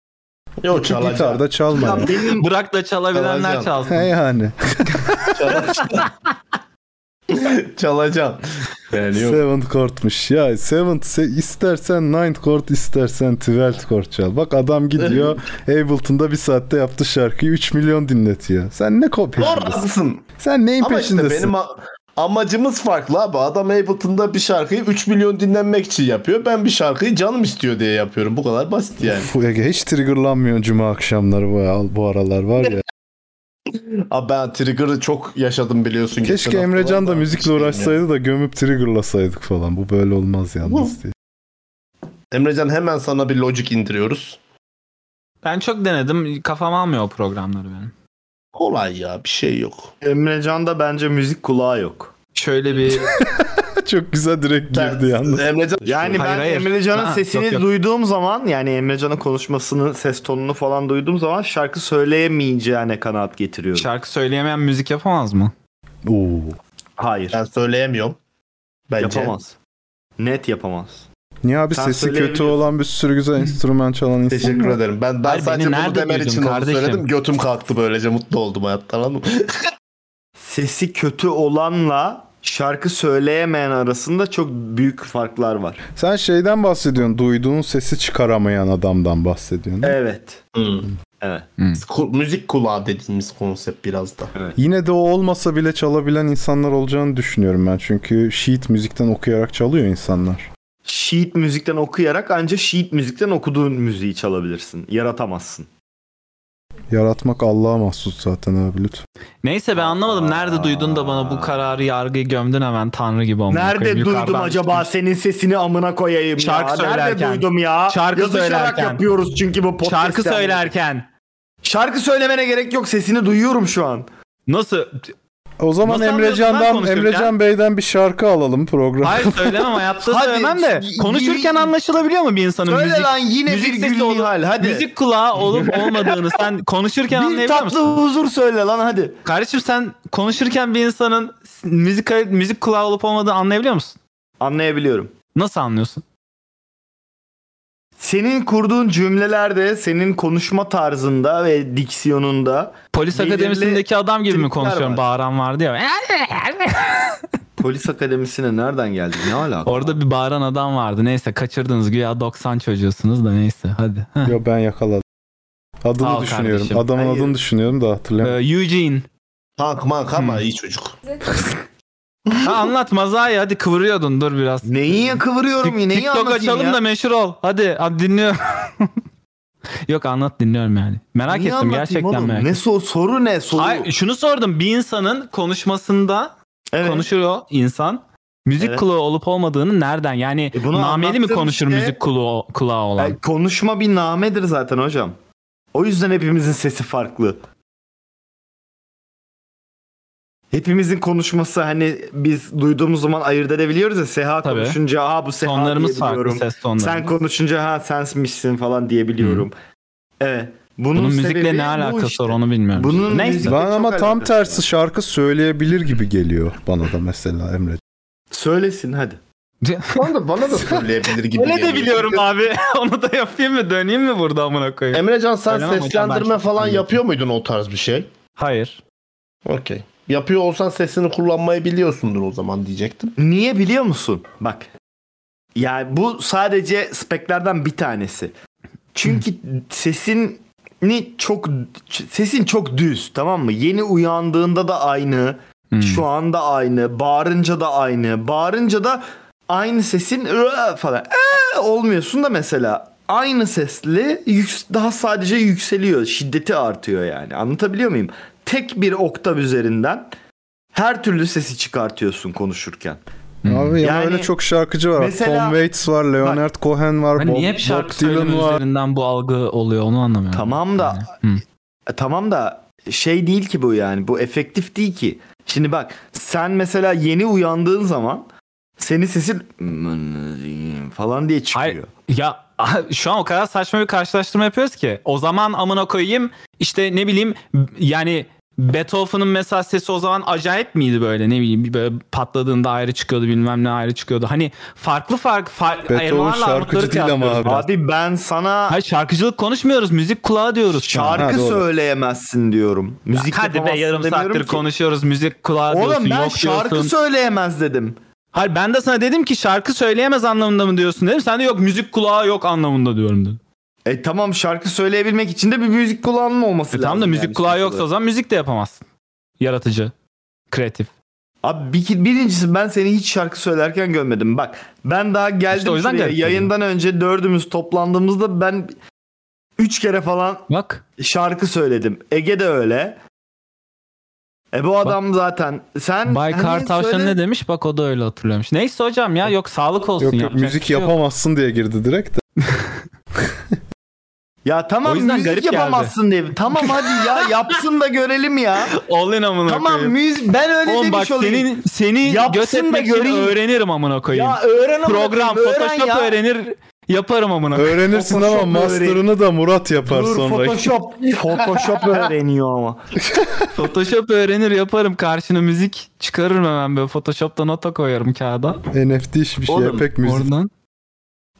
S3: Yok çalacağım.
S1: Gitarda çalma. yani.
S4: Bırak da çalabilenler
S3: Çalacağım.
S4: çalsın.
S1: He yani. [LAUGHS]
S3: çalacağım. Yani yok.
S1: Seventh chordmuş. Ya seventh se- istersen ninth chord istersen twelfth chord çal. Bak adam gidiyor
S3: [LAUGHS]
S1: Ableton'da bir saatte yaptı şarkıyı 3 milyon dinletiyor. Sen ne
S3: Doğru
S1: kopyasındasın?
S3: haklısın.
S1: Sen neyin
S3: Ama işte
S1: peşindesin?
S3: benim a- amacımız farklı abi. Adam Ableton'da bir şarkıyı 3 milyon dinlenmek için yapıyor. Ben bir şarkıyı canım istiyor diye yapıyorum. Bu kadar
S1: [LAUGHS]
S3: basit yani.
S1: Uf, Ege hiç triggerlanmıyor cuma akşamları bu, bu aralar var
S3: [LAUGHS]
S1: ya.
S3: abi ben Trigger'ı çok yaşadım biliyorsun.
S1: Keşke
S3: geçen
S1: Emrecan da
S3: haftalarda.
S1: müzikle uğraşsaydı da gömüp triggerlasaydık falan. Bu böyle olmaz yalnız diye.
S3: Emrecan hemen sana bir logic indiriyoruz.
S4: Ben çok denedim. Kafam almıyor o programları benim.
S3: Kolay ya bir şey yok.
S9: [LAUGHS] Emrecan'da bence müzik kulağı yok.
S4: Şöyle bir...
S1: Çok güzel direkt girdi yalnız.
S3: Emrecan
S9: Yani
S4: Hayır,
S9: ben
S4: hayır.
S9: Emrecan'ın
S4: Ha,
S9: sesini
S4: yok, yok.
S9: duyduğum zaman yani Emrecan'ın konuşmasını, ses tonunu falan duyduğum zaman şarkı söyleyemeyeceğine kanaat getiriyorum.
S4: Şarkı söyleyemeyen müzik yapamaz mı?
S1: Oo.
S9: Hayır.
S3: ben söyleyemiyorum. Bence.
S9: Yapamaz. Net yapamaz.
S1: Niye abi
S9: Sen
S1: sesi kötü
S9: söyleyebiliyorsun.
S1: olan bir sürü güzel enstrüman çalan insan
S3: Teşekkür ederim. Ben ben
S4: Hayır,
S3: sadece
S4: beni
S3: bunu
S4: nerede
S3: demen
S4: duydun
S3: için onu
S4: kardeşim?
S3: söyledim. Götüm kalktı böylece mutlu oldum hayattan anladın mı?
S9: Sesi kötü olanla şarkı söyleyemeyen arasında çok büyük farklar var.
S1: Sen şeyden bahsediyorsun. Duyduğun sesi çıkaramayan adamdan bahsediyorsun.
S9: Evet. Evet.
S3: Evet. müzik kulağı dediğimiz konsept biraz da.
S4: Hmm.
S1: Yine de o olmasa bile çalabilen insanlar olacağını düşünüyorum ben. Çünkü sheet müzikten okuyarak çalıyor insanlar.
S9: Sheet müzikten okuyarak anca sheet müzikten okuduğun müziği çalabilirsin. Yaratamazsın.
S1: Yaratmak Allah'a mahsus zaten abi lütfen.
S4: Neyse ben anlamadım. Nerede duydun da bana bu kararı yargıyı gömdün hemen tanrı gibi olmak.
S9: Nerede duydum acaba senin sesini amına koyayım
S4: Şarkı
S9: ya?
S4: söylerken.
S9: Nerede duydum ya?
S4: Şarkı
S9: Yazışarak
S4: söylerken.
S9: yapıyoruz çünkü bu podcast.
S4: Şarkı söylerken.
S9: Şarkı söylemene gerek yok. Sesini duyuyorum şu an.
S4: Nasıl?
S1: O zaman
S4: Nasıl anlıyorsun lan
S1: Emrecan'dan
S4: konuşurken?
S1: Emrecan Bey'den bir şarkı alalım program.
S9: [LAUGHS]
S4: Hayır söylemem hayatta
S9: Hadi,
S4: söylemem de.
S9: y-
S4: Konuşurken
S9: y-
S4: anlaşılabiliyor mu bir insanın
S9: Söyle
S4: müzik?
S9: lan yine
S4: müzik
S9: bir
S4: sesi
S9: gül
S4: olur.
S9: Nihal hadi.
S4: Müzik kulağı olup olmadığını sen konuşurken
S9: bir
S4: anlayabiliyor
S9: tatlı
S4: musun?
S9: huzur söyle lan hadi.
S4: Kardeşim sen konuşurken bir insanın müzik müzik kulağı olup olmadığını anlayabiliyor musun?
S9: Anlayabiliyorum.
S4: Nasıl anlıyorsun?
S9: Senin kurduğun cümlelerde, senin konuşma tarzında ve diksiyonunda
S4: Polis
S9: Belirli
S4: akademisindeki adam gibi mi konuşuyorum?
S9: var.
S4: Bağıran vardı ya. [LAUGHS]
S9: Polis akademisine nereden geldi? Ne alaka?
S4: Orada bir bağıran adam vardı. Neyse kaçırdınız. Güya 90 çocuğusunuz da neyse. Hadi. Heh.
S1: Yo ben yakaladım. Adını
S4: Sağ ol
S1: düşünüyorum.
S4: kardeşim.
S1: Adamın
S9: Hayır.
S1: adını düşünüyorum da
S4: Ee,
S1: hatırlayamadım.
S4: Eugene.
S3: Tank mank ama iyi çocuk.
S4: Ha, anlat Mazai hadi kıvırıyordun dur biraz.
S9: Neyi ya kıvırıyorum
S4: Tik-
S9: yine? Neyi
S4: TikTok
S9: anlatayım
S4: açalım
S9: ya?
S4: da meşhur ol. Hadi, hadi dinliyorum. [LAUGHS] Yok anlat dinliyorum yani. Merak
S9: Neyi
S4: ettim
S9: anlatayım
S4: gerçekten
S9: oğlum?
S4: merak
S9: Ne
S4: ettim.
S9: so- soru ne? Soru.
S4: Hayır, şunu sordum. Bir insanın konuşmasında
S9: Evet.
S4: konuşur o insan. Müzik
S9: Evet.
S4: kulağı olup olmadığını nereden? Yani
S9: E bunu
S4: nameli mi
S9: anlattım
S4: konuşur
S9: işte.
S4: müzik kulağı, kulağı olan?
S9: Ay, E, konuşma bir namedir zaten hocam. O yüzden hepimizin sesi farklı. Hepimizin konuşması hani biz duyduğumuz zaman ayırt edebiliyoruz ya Seha
S4: Tabii.
S9: konuşunca ha bu Seha
S4: Tonlarımız farklı
S9: diyebiliyorum.
S4: ses tonları.
S9: Sen konuşunca ha sensmişsin falan diyebiliyorum. Evet. Bunun,
S4: Bunun müzikle
S9: sebebi
S4: ne
S9: bu
S4: alakası
S9: işte.
S4: var onu bilmiyorum.
S9: Bunun
S4: Neyse.
S9: müzik-
S1: Ben
S9: Ee, Çok
S1: ama tam
S9: alakası
S1: tersi şarkı söyleyebilir gibi geliyor bana da mesela Emre.
S9: Söylesin hadi.
S3: Bana da,
S4: [LAUGHS]
S3: bana da söyleyebilir gibi
S4: Öyle de
S3: geliyor.
S4: biliyorum abi. [LAUGHS] onu da yapayım mı? Döneyim mi burada amına koyayım?
S3: Emrecan sen
S4: Söylemem hocam,
S3: seslendirme
S4: ben çok
S3: falan
S4: anlıyorum.
S3: yapıyor muydun o tarz bir şey?
S4: Hayır.
S3: Okey. Yapıyor olsan sesini kullanmayı biliyorsundur o zaman diyecektim.
S9: Niye biliyor musun? Bak. Yani bu sadece speklerden bir tanesi. Çünkü sesin ni çok sesin çok düz tamam mı? Yeni uyandığında da aynı,
S4: Hmm.
S9: şu anda aynı, bağırınca da aynı. Bağırınca da aynı sesin "Ö" falan "Ö" olmuyorsun da mesela aynı sesli yüks- daha sadece yükseliyor, şiddeti artıyor yani. Anlatabiliyor muyum? Tek bir oktav üzerinden her türlü sesi çıkartıyorsun konuşurken.
S1: Abi ya
S9: Yani
S1: öyle çok şarkıcı var.
S9: mesela-
S1: Tom Waits var, Leonard Cohen var,
S4: Hani
S1: Bob,
S4: niye hep
S1: Bob
S4: şarkı
S1: Dylan
S4: söyleme
S1: var.
S4: üzerinden bu algı oluyor onu anlamıyorum.
S9: Tamam da
S4: Yani, hı.
S9: e, tamam da şey değil ki bu yani. Bu efektif değil ki. Şimdi bak sen mesela yeni uyandığın zaman senin sesin falan diye çıkıyor.
S4: Hayır, Ya [LAUGHS] şu an o kadar saçma bir karşılaştırma yapıyoruz ki. O zaman amına koyayım işte ne bileyim yani Beethoven'ın mesela sesi o zaman acayip miydi böyle ne bileyim böyle patladığında ayrı çıkıyordu bilmem ne ayrı çıkıyordu. Hani farklı farklı farklı
S1: Beethoven şarkıcı değil ama abi.
S2: Abi ben sana
S4: Hayır şarkıcılık konuşmuyoruz. Müzik kulağı diyoruz. şu an.
S2: şarkı söyleyemezsin diyorum. Müzik
S4: Hadi be yarım
S2: yapamazsın demiyorum
S4: saattir
S2: ki.
S4: konuşuyoruz. Müzik kulağı diyorsun.
S2: Oğlum ben
S4: yok
S2: şarkı
S4: diyorsun.
S2: söyleyemez dedim.
S4: Hayır ben de sana dedim ki şarkı söyleyemez anlamında mı diyorsun dedim. Sen de yok müzik kulağı yok anlamında diyorum dedim.
S2: E tamam şarkı söyleyebilmek için de bir müzik kulağının olması
S4: E
S2: lazım.
S4: tamam da müzik
S2: yani
S4: kulağı
S2: sonuç
S4: yoksa o
S2: olarak.
S4: zaman müzik de yapamazsın. Yaratıcı. Kreatif.
S2: Abi bir, birincisi ben seni hiç şarkı söylerken görmedim. Bak ben daha geldim
S4: İşte o yüzden
S2: şuraya.
S4: garip
S2: Yayından önce dördümüz toplandığımızda ben üç kere falan
S4: Bak.
S2: şarkı söyledim. Ege de öyle. E bu adam zaten sen
S4: Bay
S2: hani
S4: Kartavşan
S2: söyle-
S4: ne demiş? Bak o da öyle hatırlamış. Neyse hocam ya yok sağlık olsun.
S1: Yok yok
S4: yapacak bir
S1: müzik
S4: şey yok.
S1: yapamazsın diye girdi direkt de.
S2: Ya
S4: O
S2: tamam
S4: yüzden
S2: müzik
S4: garip geldi.
S2: yapamazsın diye. Tamam hadi [LAUGHS] ya yapsın da görelim ya.
S4: [LAUGHS] All in amına
S2: tamam
S4: koyayım.
S2: müzik ben öyle
S4: Oğlum
S2: demiş
S4: bak
S2: olayım.
S4: senin, seni
S2: Yapsın
S4: göt
S2: da
S4: etmek için
S2: göreyim.
S4: öğrenirim amına koyayım.
S2: Ya öğren amına
S4: Program,
S2: koyayım, öğren
S4: Photoshop
S2: ya.
S4: öğrenir yaparım amına koyayım.
S1: Öğrenirsin ama
S2: Photoshop
S1: master'ını da Murat yapar
S2: Dur
S1: sonra.
S2: Photoshop. Photoshop öğreniyor ama.
S4: Photoshop öğrenir yaparım. Karşına müzik çıkarırım hemen böyle. Photoshop'ta nota koyarım kağıda.
S1: NFT iş bir şey
S2: Oğlum,
S1: pek müzik.
S4: Oradan.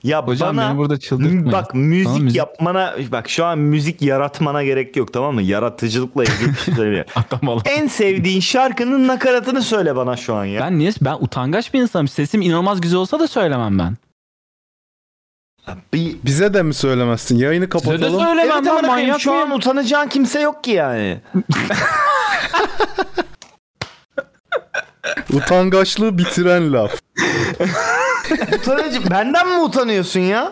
S2: Ya
S4: Hocam
S2: bana
S4: beni burada çıldırtmayın.
S2: bak müzik,
S4: Tamam, müzik-
S2: yapmana bak şu an müzik yaratmana gerek yok tamam mı? Yaratıcılıkla ilgili bir şey
S4: [LAUGHS]
S2: söyleyeyim.
S4: Adam Allah.
S2: en sevdiğin şarkının nakaratını söyle bana şu an ya.
S4: Ben niye? Ben utangaç bir insanım. Sesim inanılmaz güzel olsa da söylemem ben.
S2: Bir
S1: Bize de mi söylemezsin? Yayını
S4: Size de
S1: kapatalım.
S4: söylemem
S2: Evet
S4: lan,
S2: amına koyayım
S4: manyak
S2: şu an
S4: mıyım?
S2: utanacağın kimse yok ki yani.
S1: Utangaçlığı bitiren laf.
S2: Utanıcı [LAUGHS] benden mi utanıyorsun
S4: [LAUGHS]
S2: ya?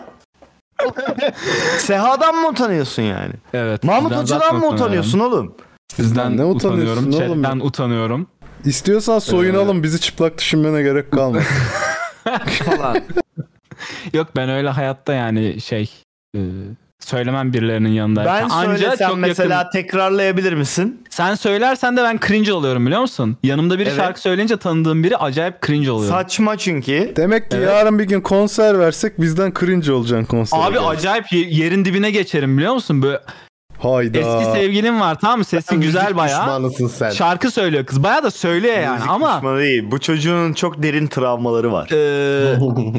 S2: Seha'dan mı utanıyorsun yani?
S4: Evet.
S2: Mahmut
S4: sizden
S2: Hoca'dan
S4: zaten
S2: mı
S4: utanıyorum.
S2: utanıyorsun oğlum?
S4: Sizden
S1: Ne
S4: ne
S1: utanıyorsun
S4: utanıyorum.
S1: oğlum?
S4: Chatten utanıyorum.
S1: İstiyorsan soyunalım bizi çıplak düşünmene gerek
S4: [LAUGHS]
S1: kalmaz.
S2: Falan.
S4: Yok ben öyle hayatta yani şey e, söylemem birilerinin yanında.
S2: ben
S4: Anca
S2: söylesem
S4: çok
S2: mesela
S4: yakın-
S2: tekrarlayabilir misin?
S4: Sen söylersen de ben cringe oluyorum biliyor musun? Yanımda biri
S2: Evet.
S4: şarkı söyleyince tanıdığım biri acayip cringe oluyor.
S2: Saçma çünkü.
S1: Demek ki yarın bir gün konser versek bizden cringe olacaksın konser.
S4: Abi acayip ye- yerin dibine geçerim biliyor musun? Böyle
S1: Hayda.
S4: eski sevgilim var tamam mı? Sesi güzel bayağı.
S3: Düşmanısın sen.
S4: Şarkı söylüyor kız. Bayağı da söylüyor yani
S2: Müzik
S4: ama
S2: düşmanı değil. Bu çocuğun çok derin travmaları var.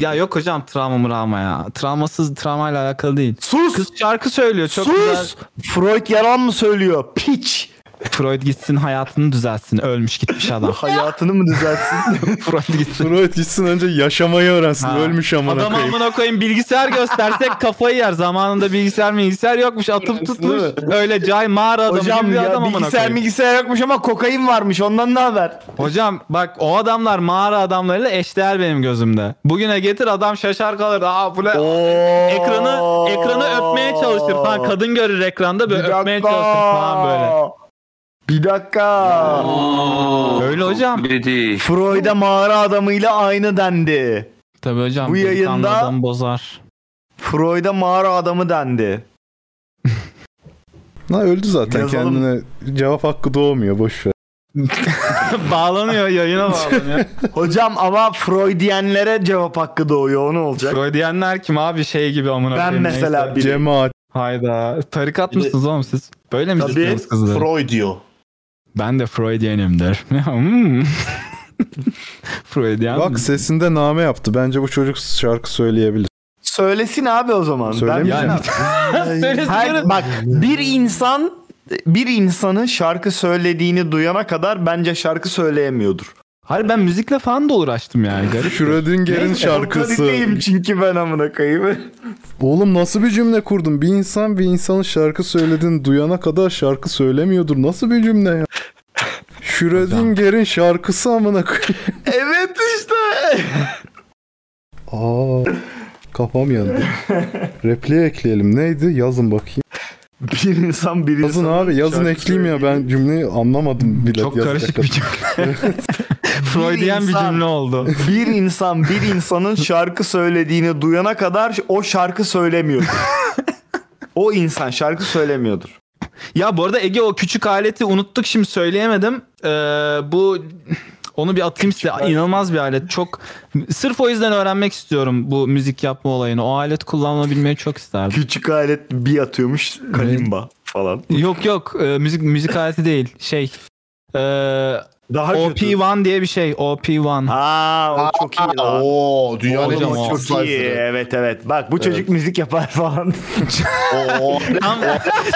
S4: e, [LAUGHS] ya yok hocam travma mravma ya. Travmasız travmayla alakalı değil.
S2: Sus!
S4: Kız şarkı söylüyor çok
S2: Sus!
S4: güzel.
S2: Freud yalan mı söylüyor? Piç!
S4: Freud gitsin hayatını düzelsin. Ölmüş gitmiş [LAUGHS] adam.
S2: Hayatını mı düzeltsin?
S4: [LAUGHS] Freud gitsin.
S1: Freud gitsin önce yaşamayı öğrensin.
S4: Ha.
S1: Ölmüş amına
S4: Adam
S1: koyayım.
S4: amına koyayım bilgisayar göstersek kafayı yer. Zamanında bilgisayar bilgisayar yokmuş atıp tutmuş. Öyle cay mağara adamı
S2: Hocam
S4: gibi bir adam
S2: ya
S4: amına
S2: bilgisayar
S4: koyayım.
S2: bilgisayar yokmuş ama kokain varmış. Ondan ne haber?
S4: Hocam bak o adamlar mağara adamlarıyla eşdeğer benim gözümde. Bugüne getir adam şaşar kalır. Aa bu ne? Ekranı ekranı öpmeye çalışır falan. Kadın görür ekranda böyle öpmeye çalışır falan böyle.
S2: Bir dakika.
S4: Öyle hocam.
S12: Dedi.
S2: Freud'a mağara adamıyla aynı dendi.
S4: Tabii hocam.
S2: Bu
S4: delikanlı
S2: yayında-
S4: adam bozar.
S2: Freud'a mağara adamı dendi.
S1: Ha, öldü zaten
S2: Yazalım.
S1: kendine. Cevap hakkı doğmuyor boş ver.
S4: [LAUGHS] bağlanıyor yayına bağlanıyor.
S2: Hocam ama Freudiyenlere cevap hakkı doğuyor. O ne olacak?
S4: Freud diyenler kim abi şey gibi amına
S2: Ben
S4: koyayım.
S2: mesela
S4: neyse.
S2: biri.
S1: Cemaat.
S4: Hayda. Tarikat
S3: Bir de-
S4: mısınız oğlum siz? Böyle mi
S3: Tabii
S4: istiyorsunuz kızları?
S3: Freud diyor.
S4: ben de Freudyenimdir. [LAUGHS] Hmm. Freudyen
S1: Bak
S4: mi?
S1: sesinde name yaptı. Bence bu çocuk şarkı söyleyebilir.
S2: Söylesin abi o zaman. Ben-
S1: Söylemeyeceğim.
S4: [LAUGHS] Yani- Söylesin canım.
S2: Her, bak bir insan bir insanın şarkı söylediğini duyana kadar bence şarkı söyleyemiyordur.
S4: Hayır ben müzikle falan da uğraştım yani. Garip.
S1: Schrödinger'in
S2: O
S1: şarkısı.
S2: kaliteyim çünkü ben amına koyayım.
S1: Oğlum nasıl bir cümle kurdun? Bir insan bir insanın şarkı söylediğini duyana kadar şarkı söylemiyordur. Nasıl bir cümle ya? Schrödinger'in şarkısı amına koyayım.
S2: [LAUGHS] evet işte.
S1: Aa, kafam yandı. Repliğe ekleyelim. Neydi? Yazın bakayım.
S2: Bir insan bir
S1: Yazın
S2: insan.
S1: abi yazın
S2: şarkı
S1: ekleyeyim ya ben cümleyi anlamadım bile.
S4: Çok
S1: yazacak
S4: karışık
S1: kadar.
S4: bir cümle. Freudyen bir
S2: insan-
S4: cümle oldu.
S2: Bir insan bir insanın şarkı söylediğini duyana kadar o şarkı
S4: [LAUGHS]
S2: söylemiyordur. o insan şarkı söylemiyordur.
S4: Ya bu arada Ege o küçük aleti unuttuk şimdi söyleyemedim. Ee, bu Onu bir atayım size. İnanılmaz bir alet. Çok sırf o yüzden öğrenmek istiyorum bu müzik yapma olayını. O alet kullanılabilmeyi çok isterdim.
S2: Küçük alet bir atıyormuş kalimba falan.
S4: Yok yok e, müzik müzik aleti değil. Şey. E,
S2: Daha kötü.
S4: OP1 diye bir şey. OP1.
S2: Aa o çok iyi lan.
S3: Oo dünyanın en
S4: Oğlum,
S3: iyi
S4: çok
S3: çok
S2: Çok iyi. Evet evet. Bak bu çocuk müzik yapar [LAUGHS] falan.
S3: Oo,
S4: tam,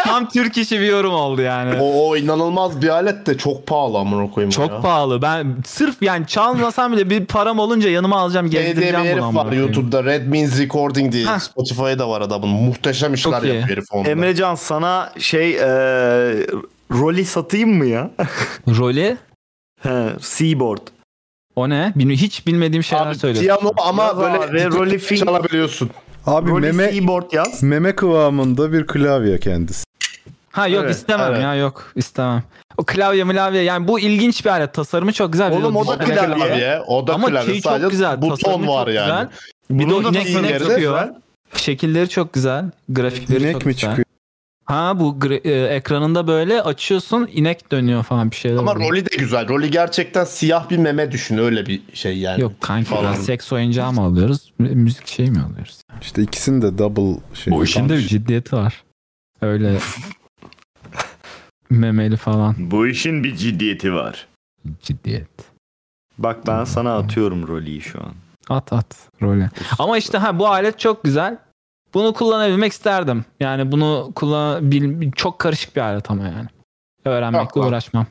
S4: tam Türk işi bir yorum oldu yani.
S3: oo, inanılmaz bir alet de çok pahalı amına koyayım.
S4: Çok
S3: ya.
S4: pahalı. Ben sırf yani çalmasam bile bir param olunca yanıma alacağım
S3: Şey diye bir
S4: gezdireceğim bunu.
S3: herif
S4: amına
S3: var
S4: koyayım.
S3: YouTube'da Red Means Recording diye
S4: Hah.
S3: Spotify'da var adamın. Muhteşem işler
S4: Çok iyi.
S3: yapıyor herif onda.
S2: Emrecan sana şey e, roli satayım mı ya?
S4: Role
S2: He, Seaboard.
S4: o ne? Bilmi- hiç bilmediğim şeyler söylüyorsun.
S3: Piyano ama
S2: Yaz
S3: böyle
S2: abi, Rolly Fink.
S3: çalabiliyorsun.
S1: Abi
S2: Roli
S1: meme
S2: Seaboard yaz.
S1: meme kıvamında bir klavye kendisi.
S4: Ha yok
S3: Evet,
S4: istemem
S3: evet.
S4: ya yok istemem. O klavye milavye yani bu ilginç bir alet. Tasarımı çok güzel.
S2: Oğlum,
S4: Bir
S2: o da
S4: dijital
S2: klavye.
S3: Klavye, o da
S4: Ama
S3: klavye.
S4: şeyi çok
S3: Sadece
S4: güzel.
S3: buton
S4: tasarımı
S3: var
S4: çok
S3: yani.
S4: güzel. Bir de o
S2: Bunun da
S4: inek
S2: tasarımı
S4: inek
S2: çok
S4: yapıyor.
S2: güzel.
S4: Şekilleri çok güzel. Grafikleri çok
S1: İnek mi
S4: güzel.
S1: çıkıyor?
S4: Ha bu gra- e, ekranında böyle açıyorsun inek dönüyor falan bir şeyler.
S3: Ama
S4: oluyor.
S3: rolü de güzel. Rolü gerçekten siyah bir meme düşün öyle bir şey yani.
S4: Yok kanki
S3: Falan.
S4: biraz seks oyuncağı mı alıyoruz? mü- Müzik şey mi alıyoruz?
S1: İşte ikisinin de double şey.
S4: Bu işin de bir
S1: Punch.
S4: ciddiyeti var. Öyle memeli falan
S9: Bu işin bir ciddiyeti var.
S4: ciddiyet.
S2: Bak ben sana atıyorum rolü şu an.
S4: At at role. Ama işte ha bu alet çok güzel. Bunu kullanabilmek isterdim. Yani bunu kullan bil- çok karışık bir alet ama yani. Öğrenmekle
S3: Yok lan.
S4: uğraşmam.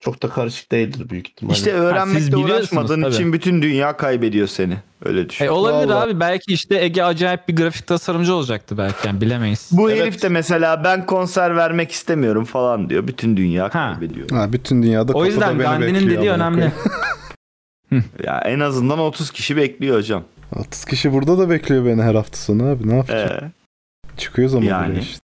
S3: Çok da karışık değildir büyük ihtimalle.
S2: İşte
S4: siz
S2: öğrenmekle
S4: biliyorsunuz
S2: uğraşmadığın
S4: tabii.
S2: için bütün dünya kaybediyor seni. Öyle düşün.
S4: E, olabilir
S3: Vallahi.
S4: abi belki işte Ege acayip bir grafik tasarımcı olacaktı belki yani bilemeyiz.
S2: Bu
S3: Evet.
S2: herif de mesela ben konser vermek istemiyorum falan diyor. Bütün dünya kaybediyor.
S1: Ha, bütün dünyada
S4: O
S1: kapıda
S4: yüzden
S1: beni
S4: Gandhi'nin
S1: bekliyor
S4: dediği
S1: amına [LAUGHS]
S4: önemli.
S1: koyayım.
S2: Ya en azından 30 kişi bekliyor hocam.
S1: 30 kişi burada da bekliyor beni her hafta sonu abi. Ne yapacağım?
S2: Ee,
S1: Çıkıyoruz ama
S2: yani.
S1: buraya işte.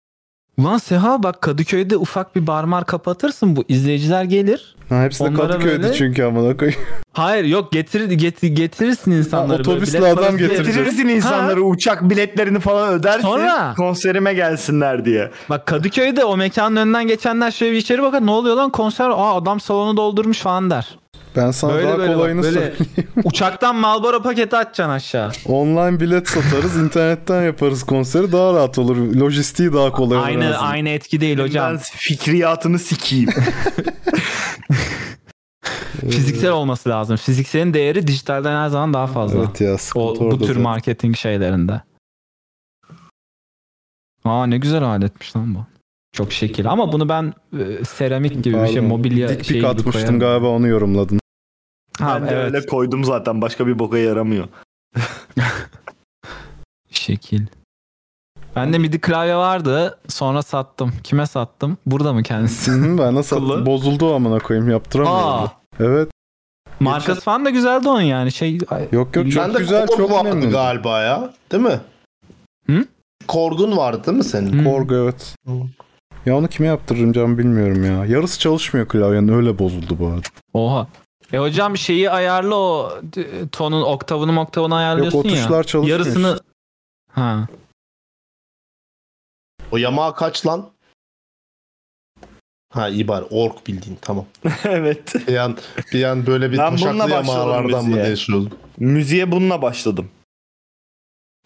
S4: Ulan Seha bak Kadıköy'de ufak bir barmar kapatırsın bu izleyiciler gelir.
S1: Ha, hepsi de
S4: Onlara
S1: Kadıköy'de
S4: böyle-
S1: çünkü amına koyayım. [LAUGHS]
S4: Hayır yok getir, getir getirirsin insanları. böyle.
S1: otobüsle
S4: Bilet
S1: adam
S4: parası-
S1: getirecek.
S2: getirirsin insanları uçak biletlerini falan ödersin.
S4: Sonra?
S2: Konserime gelsinler diye.
S4: Bak Kadıköy'de o mekanın önünden geçenler şöyle bir içeri bakar ne oluyor lan konser aa adam salonu doldurmuş falan der.
S1: Ben sana
S4: Böyle
S1: daha
S4: böyle bak,
S1: kolayını
S4: böyle.
S1: söyleyeyim.
S4: [LAUGHS] Uçaktan Malboro paketi atacaksın aşağı.
S1: Online bilet satarız, internetten yaparız konseri daha rahat olur. Lojistiği daha kolay olur. en
S4: aynı
S1: azından.
S4: aynı etki değil hocam.
S2: Ben fikriyatını sikeyim.
S4: Fiziksel olması lazım. Fizikselin değeri dijitalden her zaman daha fazla.
S1: Evet ya sıkıntı
S4: O, bu
S1: orada
S4: tür
S1: zaten.
S4: marketing şeylerinde. Aa ne güzel aletmiş lan bu. Çok şekil. Ama bunu ben e, seramik gibi bir şey
S1: Pardon.
S4: mobilya
S1: Dik
S4: şeyi
S1: pik
S4: gibi
S1: atmıştım
S4: koyarım.
S1: galiba onu yorumladın.
S4: Ha,
S2: ben de
S4: evet.
S2: öyle koydum zaten. Başka bir boka yaramıyor.
S4: Şekil. Bende midi klavye vardı. Sonra sattım. Kime sattım? Burada mı kendisi?
S1: Hı, ben nasıl
S4: Kıllı.
S1: bozuldu o amına koyayım yaptıramıyorum.
S4: Aa,
S1: Evet.
S4: markası falan da güzeldi onun yani. Şey ay,
S1: Yok yok çok
S3: Ben de
S1: güzel
S3: korgun
S1: çok
S3: vardı
S1: memnunum.
S3: galiba ya. Değil mi?
S4: Hı?
S3: Korgun vardı değil mi senin?
S4: Hmm.
S1: Korgu evet. Ya onu kime yaptırırım canım bilmiyorum ya. Yarısı çalışmıyor klavyenin öyle bozuldu bu arada.
S4: Oha. E hocam şeyi ayarlı o e, tonun oktavını oktavını ayarlıyorsun
S1: Yok, o
S4: ya.
S1: tuşlar çalışmıyor
S4: Yarısını
S1: işte.
S4: Ha.
S3: O yamağa kaç lan? Ha iyi bari ork bildiğin tamam.
S2: evet.
S3: Bir an, bir an böyle bir
S2: Ben bununla
S3: taşaklı
S2: başladım
S3: yamalardan mı
S2: müziğe.
S3: değişiyordum?
S2: Müziğe bununla başladım.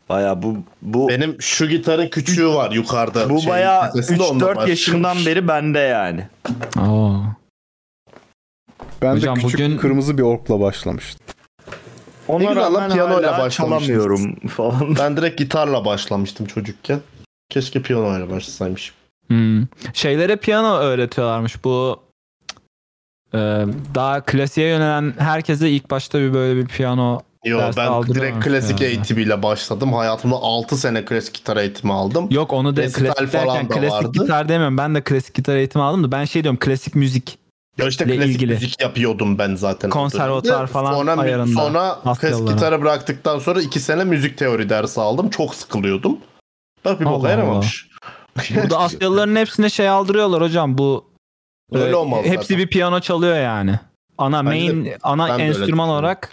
S2: Baya bu bu
S3: Benim şu gitarın küçüğü var yukarıda.
S2: bu
S3: Şey,
S2: baya
S3: sesinde onunla
S2: 3-4
S3: başladım.
S2: yaşından beri bende yani.
S4: Oo.
S1: Ben
S4: Hocam
S1: de küçük
S4: bugün-
S1: kırmızı bir orkla başlamıştım.
S3: Ne
S2: Ona
S3: güzel lan,
S2: rağmen
S3: piyanoyla
S2: hala
S3: başlamıştın.
S2: çalamıyorum falan.
S3: Ben direkt gitarla başlamıştım çocukken. Keşke piyanoyla başlasaymışım.
S4: Hmm. Şeylere piyano öğretiyorlarmış bu e, daha klasiğe yönelen herkese ilk başta bir böyle bir piyano
S3: Yo
S4: Ders
S3: ben
S4: aldırmamış
S3: direkt klasik
S4: yani.
S3: eğitimiyle başladım. Hayatımda 6 sene klasik gitar eğitimi aldım.
S4: yok onu da
S3: Resital
S4: klasik
S3: falan
S4: derken
S3: da
S4: klasik
S3: vardı.
S4: gitar demiyorum ben de klasik gitar eğitimi aldım da ben şey diyorum
S3: [LAUGHS]
S4: klasik müzik
S3: Ya işte
S4: ile
S3: klasik
S4: ilgili.
S3: müzik yapıyordum ben zaten. o
S4: Konservatuar
S3: dönemde.
S4: falan
S3: sonra,
S4: ayarında.
S3: Sonra klasik
S4: Asyalılara.
S3: gitarı bıraktıktan sonra 2 sene müzik teori dersi aldım. Çok sıkılıyordum. Bak bir
S4: Allah
S3: boka yaramamış.
S4: burada Asyalıların hepsine şey aldırıyorlar hocam bu e,
S3: Öyle olmaz
S4: hepsi
S3: zaten.
S4: bir piyano çalıyor yani ana
S3: Ben
S4: main ana
S3: ben de öyle
S4: enstrüman
S3: düşünüyorum.
S4: olarak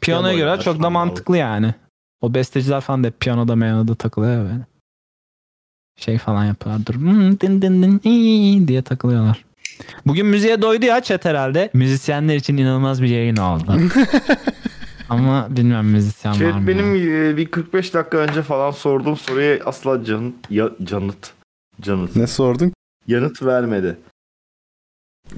S4: piyanoya
S3: Piyano
S4: göre
S3: oynar
S4: çok da
S3: falan
S4: mantıklı yani o besteciler falan da hep piyanoda meyanoda takılıyor ya böyle şey falan yapıyorlar dur hmm, din din din ii diye takılıyorlar Bugün müziğe doydu ya chat herhalde. Müzisyenler için inanılmaz bir
S2: [LAUGHS]
S4: yayın oldu. Ama bilmem müzisyen var
S2: Chat
S4: mı?
S2: benim e, bir 45 dakika önce falan sorduğum soruya asla can, ya, canıt. Canıt.
S1: Ne sordun?
S2: Yanıt vermedi.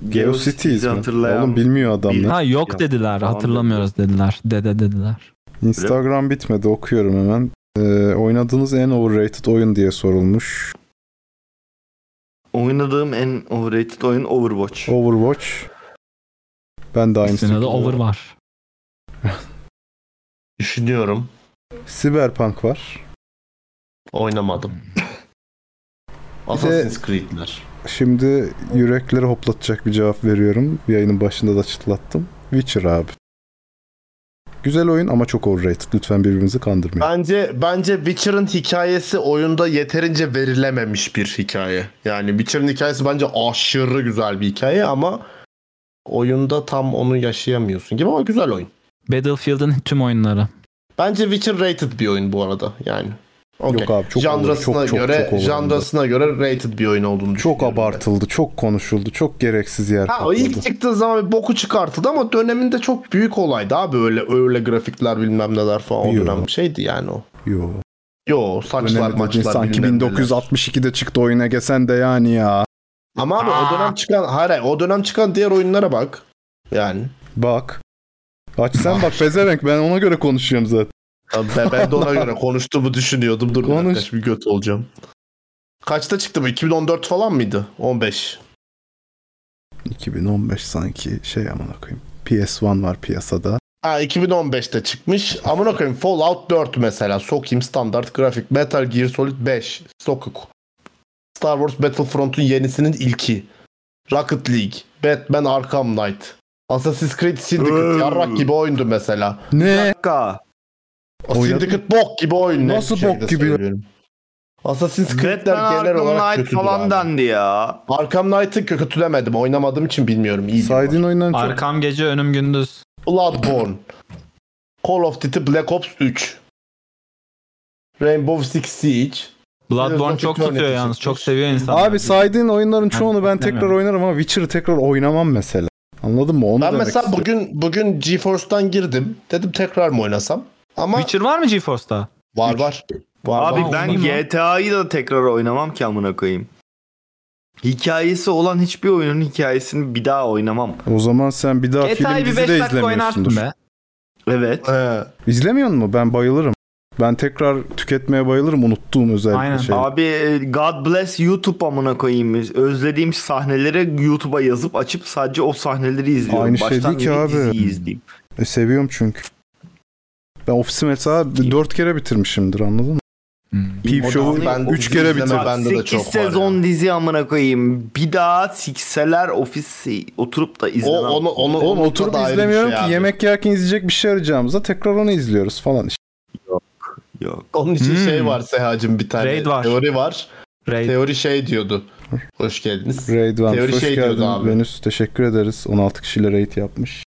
S1: Geocities mi?
S2: hatırlayan
S1: Oğlum bilmiyor adamlar.
S4: Ha yok dediler. Hatırlamıyoruz dediler. Dede dediler.
S1: Instagram bitmedi okuyorum hemen. Ee, oynadığınız en overrated oyun diye sorulmuş.
S2: Oynadığım en overrated oyun Overwatch.
S1: Overwatch. Ben de aynı
S4: Üstüne de over var.
S3: Düşünüyorum.
S1: Cyberpunk var.
S3: Oynamadım.
S4: Hmm.
S3: Assassin's Creed'ler.
S1: Şimdi yürekleri hoplatacak bir cevap veriyorum. Yayının başında da çıtlattım. Witcher abi. Güzel oyun ama çok overrated. Lütfen birbirimizi kandırmayın.
S3: Bence bence Witcher'ın hikayesi oyunda yeterince verilememiş bir hikaye. Yani Witcher'ın hikayesi bence aşırı güzel bir hikaye ama oyunda tam onu yaşayamıyorsun gibi ama güzel oyun.
S4: Battlefield'ın tüm oyunları.
S3: Bence Witcher rated bir oyun bu arada yani. Okey.
S1: Yok abi, çok
S3: Janrasına
S1: olur, çok, çok,
S3: göre
S1: çok olur.
S3: janrasına göre rated bir oyun olduğunu
S1: Çok abartıldı, çok konuşuldu, çok gereksiz yer
S3: Ha o ilk
S1: kapladı.
S3: çıktığı zaman bir boku çıkartıldı ama döneminde çok büyük olaydı abi öyle öyle grafikler bilmem neler falan o
S1: Yo.
S3: dönem şeydi yani o.
S1: Yo.
S3: Yo saçlar
S1: Önemli dediğin
S3: maçlar
S1: sanki
S3: bilmem neler.
S1: 1962'de çıktı oyuna gesen de yani ya.
S3: Ama abi o dönem çıkan hayır, hayır o dönem çıkan diğer oyunlara bak. Yani.
S1: Bak. Aç
S3: [LAUGHS]
S1: sen bak pezevenk ben ona göre konuşuyorum zaten.
S3: Ben, ben de ona göre konuştuğumu düşünüyordum. Dur
S1: Konuş.
S3: Konuş. bir göt olacağım. Kaçta çıktı bu? 2014 falan mıydı? 15.
S1: 2015 sanki şey aman koyayım. PS1 var piyasada.
S3: Ha 2015'te çıkmış. Amına koyayım Fallout 4 mesela. Sokayım standart grafik. Metal Gear Solid 5. Sokuk. Star Wars Battlefront'un yenisinin ilki. Rocket League. Batman Arkham Knight. Assassin's Creed Syndicate.
S5: Hmm.
S3: Yarrak gibi oyundu mesela.
S1: Ne?
S2: dakika.
S3: O
S1: Oynadın
S3: Syndicate bok gibi oyun. ne?
S1: Nasıl
S3: Şeyde
S1: bok gibi?
S3: söylüyorum. Assassin's Creed'ler
S2: Batman
S3: genel
S2: Arkham
S3: olarak
S2: Knight
S3: kötüdür
S2: falan
S3: abi.
S2: dendi ya.
S3: Arkham Knight'ı kötülemedim. Oynamadığım için bilmiyorum. İyi.
S1: Saydığın oyundan çok.
S4: Arkam gece önüm gündüz.
S3: Bloodborne. Call of Duty Black Ops 3. Rainbow Six Siege.
S4: Bloodborne
S3: Biraz
S4: çok
S3: vakit
S4: tutuyor
S3: yönetecek.
S4: yalnız. Çok seviyor insanlar.
S1: Abi saydığın oyunların çoğunu ben tekrar
S4: beklemiyorum.
S1: oynarım ama Witcher'ı tekrar oynamam mesela. Anladın mı? Onu
S3: Ben
S1: demek
S3: mesela
S1: istiyorum.
S3: bugün bugün GeForce'dan girdim. Dedim tekrar mı oynasam? Ama
S4: Witcher var mı GeForce'da?
S3: var var. Var
S2: Abi
S3: var.
S2: ben
S4: olur mu?
S2: GTA'yı da tekrar oynamam ki amına koyayım. Hikayesi olan hiçbir oyunun hikayesini bir daha oynamam.
S1: O zaman sen bir daha film
S4: GTA'yı bir
S1: dizi
S4: 5
S1: de
S4: dakika oynarsın
S1: izlemiyorsundur.
S4: be.
S2: Evet.
S3: Ee,
S1: İzlemiyor mu? Ben bayılırım. Ben tekrar tüketmeye bayılırım unuttuğum özellikle
S4: Aynen.
S1: şey.
S2: Abi e, God bless YouTube amına koyayım. Özlediğim sahneleri YouTube'a yazıp açıp sadece o sahneleri izliyorum.
S1: Aynı şey değil ki
S2: yeni
S1: abi.
S2: diziyi izleyeyim.
S1: E, seviyorum çünkü. Ben ofisi mesela dört kere bitirmişimdir anladın mı?
S4: Hmm.
S1: Peep
S3: O
S1: Show'u
S3: dizi ben-
S1: şey üç
S3: o
S1: kere
S3: dizi
S1: bitirdim.
S3: izleme-
S2: Bak,
S3: bende de çok var
S2: 8 sezon
S3: ya.
S2: dizi amına koyayım. Bir daha sikseler ofisi oturup da
S3: o,
S2: izlemem.
S3: onu, onu,
S1: Oğlum
S3: onu
S1: oturup
S3: da ayrı bir
S1: izlemiyorum
S3: şey
S1: ki
S3: abi.
S1: yemek yerken izleyecek bir şey arayacağımıza tekrar onu izliyoruz falan işte.
S2: Yok.
S3: Onun için
S4: Hmm.
S3: şey var Sehacım bir tane.
S4: Raid var.
S3: Teori var.
S4: Raid.
S3: Teori şey diyordu. Hoş geldiniz.
S1: Raid Vans
S3: Teori
S1: hoş
S3: şey diyordu
S1: geldin
S3: abi.
S1: Venüs teşekkür ederiz. 16 kişiyle raid yapmış.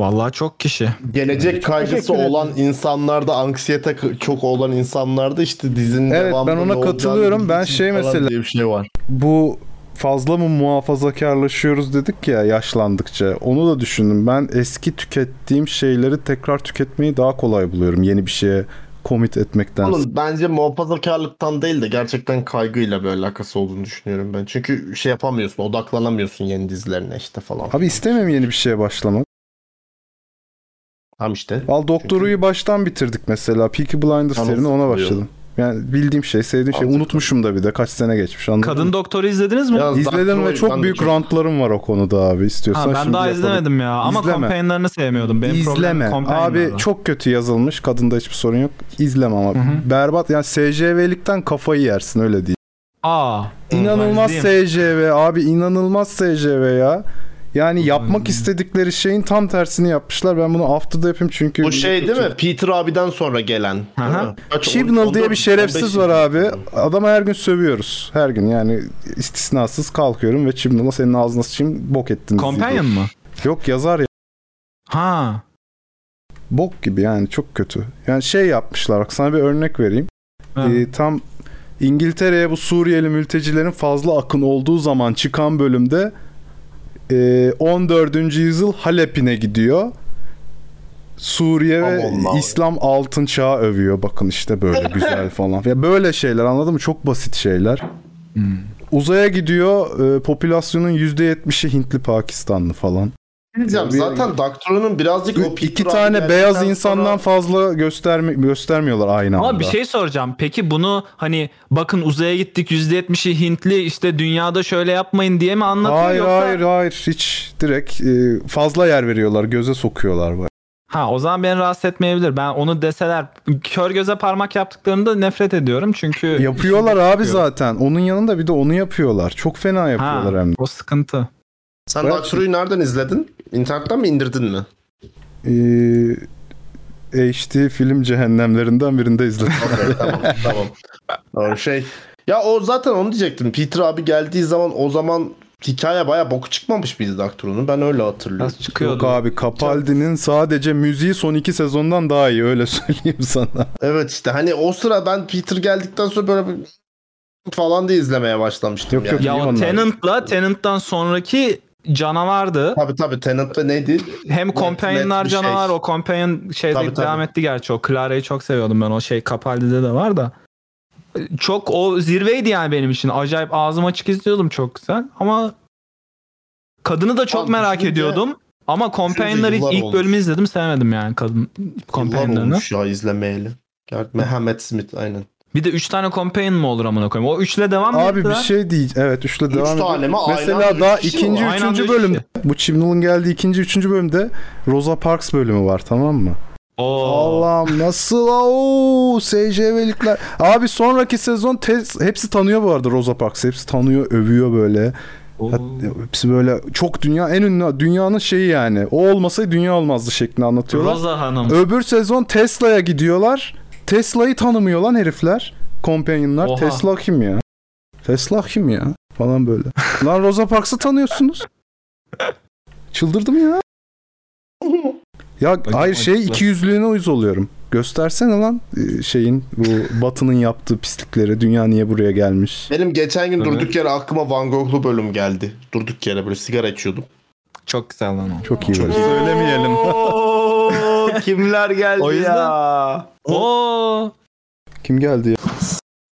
S4: Vallahi çok kişi.
S3: Gelecek kaygısı olan insanlarda, anksiyete k- çok olan insanlarda işte dizinin
S1: Evet,
S3: devamında
S1: ben ona
S3: ne olacağını
S1: katılıyorum. Ben
S3: bildiği için
S1: şey
S3: falan
S1: mesela-
S3: diye bir şey var.
S1: Bu fazla mı muhafazakarlaşıyoruz dedik ya yaşlandıkça. Onu da düşündüm. Ben eski tükettiğim şeyleri tekrar tüketmeyi daha kolay buluyorum. Yeni bir şeye commit etmekten.
S3: Oğlum bence muhafazakarlıktan değil de gerçekten kaygıyla bir alakası olduğunu düşünüyorum ben. Çünkü şey yapamıyorsun, odaklanamıyorsun yeni dizilerine işte falan.
S1: Abi istemem yeni bir şeye başlamak.
S3: Tam işte.
S1: Al Doktoru'yu baştan bitirdik mesela. Peaky Blinders
S3: Anasını
S1: yerine ona
S3: satıyor.
S1: başladım. Yani bildiğim şey, sevdiğim şey.
S3: Mantıklı.
S1: Unutmuşum da bir de. Kaç sene geçmiş anladın
S4: Kadın
S1: mı?
S4: Doktor'u izlediniz mi?
S3: Ya,
S1: İzledim ve çok
S3: Doctor Who'dan da
S1: büyük
S3: çok-
S1: rantlarım var o konuda abi istiyorsan.
S4: Ha, ben
S1: şimdi
S4: daha
S1: yapalım.
S4: izlemedim ya. Ama
S1: İzleme.
S4: Companions'larını sevmiyordum. Benim
S1: İzleme.
S4: problemim
S1: Abi
S4: Companion'larla.
S1: çok kötü yazılmış. Kadında hiçbir sorun yok. İzleme ama.
S4: Hı hı.
S1: Berbat. Yani SCV'likten kafayı yersin öyle değil.
S4: Aa.
S1: İnanılmaz
S4: ben izleyeyim.
S1: SCV abi. inanılmaz SCV ya. Yani yapmak
S4: izleyeyim.
S1: istedikleri şeyin tam tersini yapmışlar. Ben bunu after'da yapayım çünkü...
S3: Bu şey değil mi? Peter abiden sonra gelen. değil
S4: Aha.
S3: mi? Kaç, on-
S1: Chibnall diye
S3: 14,
S1: bir şerefsiz
S3: 15
S1: var abi. Adama her gün sövüyoruz. Her gün yani istisnasız kalkıyorum ve Chibnall'a senin ağzına sıçayım bok ettin. diye.
S4: Companion mı?
S1: Yok yazar ya.
S4: Ha.
S1: Bok gibi yani çok kötü. Yani şey yapmışlar. Bak sana bir örnek vereyim.
S4: Ha.
S1: Ee, tam İngiltere'ye bu Suriyeli mültecilerin fazla akın olduğu zaman çıkan bölümde e, 14. yüzyıl Halep'ine gidiyor. Suriye ve
S3: Aman Allah'ım.
S1: İslam altın çağı övüyor. Bakın işte
S3: [LAUGHS]
S1: böyle güzel falan. Ya böyle şeyler anladın mı? Çok basit şeyler.
S4: Hmm.
S1: Uzaya gidiyor. e, popülasyonun %70'i Hintli Pakistanlı falan.
S3: Diyeceğim, zaten Daktro'nun birazcık o
S1: İki tane beyaz insandan fazla gösterme göstermiyorlar aynı anda.
S4: Ama bir şey soracağım. Peki bunu hani bakın uzaya gittik %70'i Hintli işte dünyada şöyle yapmayın diye mi anlatıyor
S1: Hayır
S4: yoksa?
S1: hayır hayır hiç direkt e, fazla yer veriyorlar göze sokuyorlar böyle.
S4: Ha o zaman beni rahatsız etmeyebilir. Ben onu deseler kör göze parmak yaptıklarında nefret ediyorum çünkü
S1: Yapıyorlar abi zaten. Onun yanında bir de onu yapıyorlar. Çok fena yapıyorlar hem de.
S4: O sıkıntı.
S3: Sen Daktro'yu nereden izledin? İnternetten mi indirdin mi?
S1: HD E, film cehennemlerinden birinde izledim.
S3: [LAUGHS] tamam tamam. Doğru şey. Ya o zaten onu diyecektim. Peter abi geldiği zaman o zaman hikaye baya boku çıkmamış mıydı Daktro'nun? Ben öyle hatırlıyorum.
S1: Yok abi Capaldi'nin sadece müziği son iki sezondan daha iyi öyle [LAUGHS] söyleyeyim sana.
S3: Evet işte hani o sıra ben Peter geldikten sonra böyle bir falan da izlemeye başlamıştım.
S1: Yok, yok,
S4: Ya o Tenant'la Tenant'tan sonraki canavardı.
S3: Tabii tabii Tenant ve neydi?
S4: Hem Companion'lar
S3: bir şey.
S4: canavar o Companion şeyde
S3: Tabii,
S4: devam
S3: tabii.
S4: etti gerçi o. Clara'yı çok seviyordum ben o şey Capaldi'de de var da. Çok o zirveydi yani benim için. Acayip ağzım açık izliyordum çok güzel ama kadını da çok
S3: Abi
S4: merak
S3: düşününce-
S4: ediyordum. Ama Companion'ları
S3: yıllar
S4: ilk
S3: olmuş.
S4: bölümü izledim sevmedim yani kadın
S3: Yıllar
S4: Companion'larını.
S3: olmuş ya izlemeyeli. Gerçi Mehmet Smith aynen.
S4: Bir de 3 tane Companion mı olur amına koyayım? O üçle devam mı
S1: Abi bir
S4: ettiler?
S1: şey değil. Evet üçle devam edelim.
S3: tane mi? Aynı
S1: Mesela
S3: anda
S1: daha
S3: üç kişi mi
S1: ikinci
S4: var? Aynı anda
S1: üçüncü
S4: üç
S1: bölümde.
S4: kişi.
S1: Bu Chibnall'ın geldiği ikinci üçüncü bölümde Rosa Parks bölümü var tamam mı?
S4: Oo.
S1: Allah'ım nasıl o SCV'likler. Abi sonraki sezon tez- hepsi tanıyor bu arada Rosa Parks. Hepsi tanıyor, övüyor böyle. Hat- hepsi böyle çok dünya en ünlü dünyanın şeyi yani. O olmasaydı dünya olmazdı şeklinde anlatıyorlar.
S4: Rosa Hanım.
S1: Öbür sezon Tesla'ya gidiyorlar. Tesla'yı tanımıyor lan herifler. Companion'lar.
S4: Oha.
S1: Tesla kim ya? Tesla kim ya? Falan
S3: [LAUGHS]
S1: böyle. lan Rosa Parks'ı tanıyorsunuz. Çıldırdım ya. Ya hayır şey iki yüzlüğüne uyuz oluyorum. Göstersene lan e, şeyin bu Batı'nın yaptığı pislikleri. Dünya niye buraya gelmiş?
S3: Benim geçen gün
S4: Hı hı.
S3: durduk yere aklıma Van Gogh'lu bölüm geldi. Durduk yere böyle sigara içiyordum.
S4: Çok güzel lan o.
S1: Çok iyi.
S3: Çok
S1: böyle.
S3: iyi.
S1: Söylemeyelim.
S2: Oo,
S1: [LAUGHS]
S2: kimler geldi
S4: O yüzden-
S2: ya?
S4: Oo.
S1: Kim geldi ya?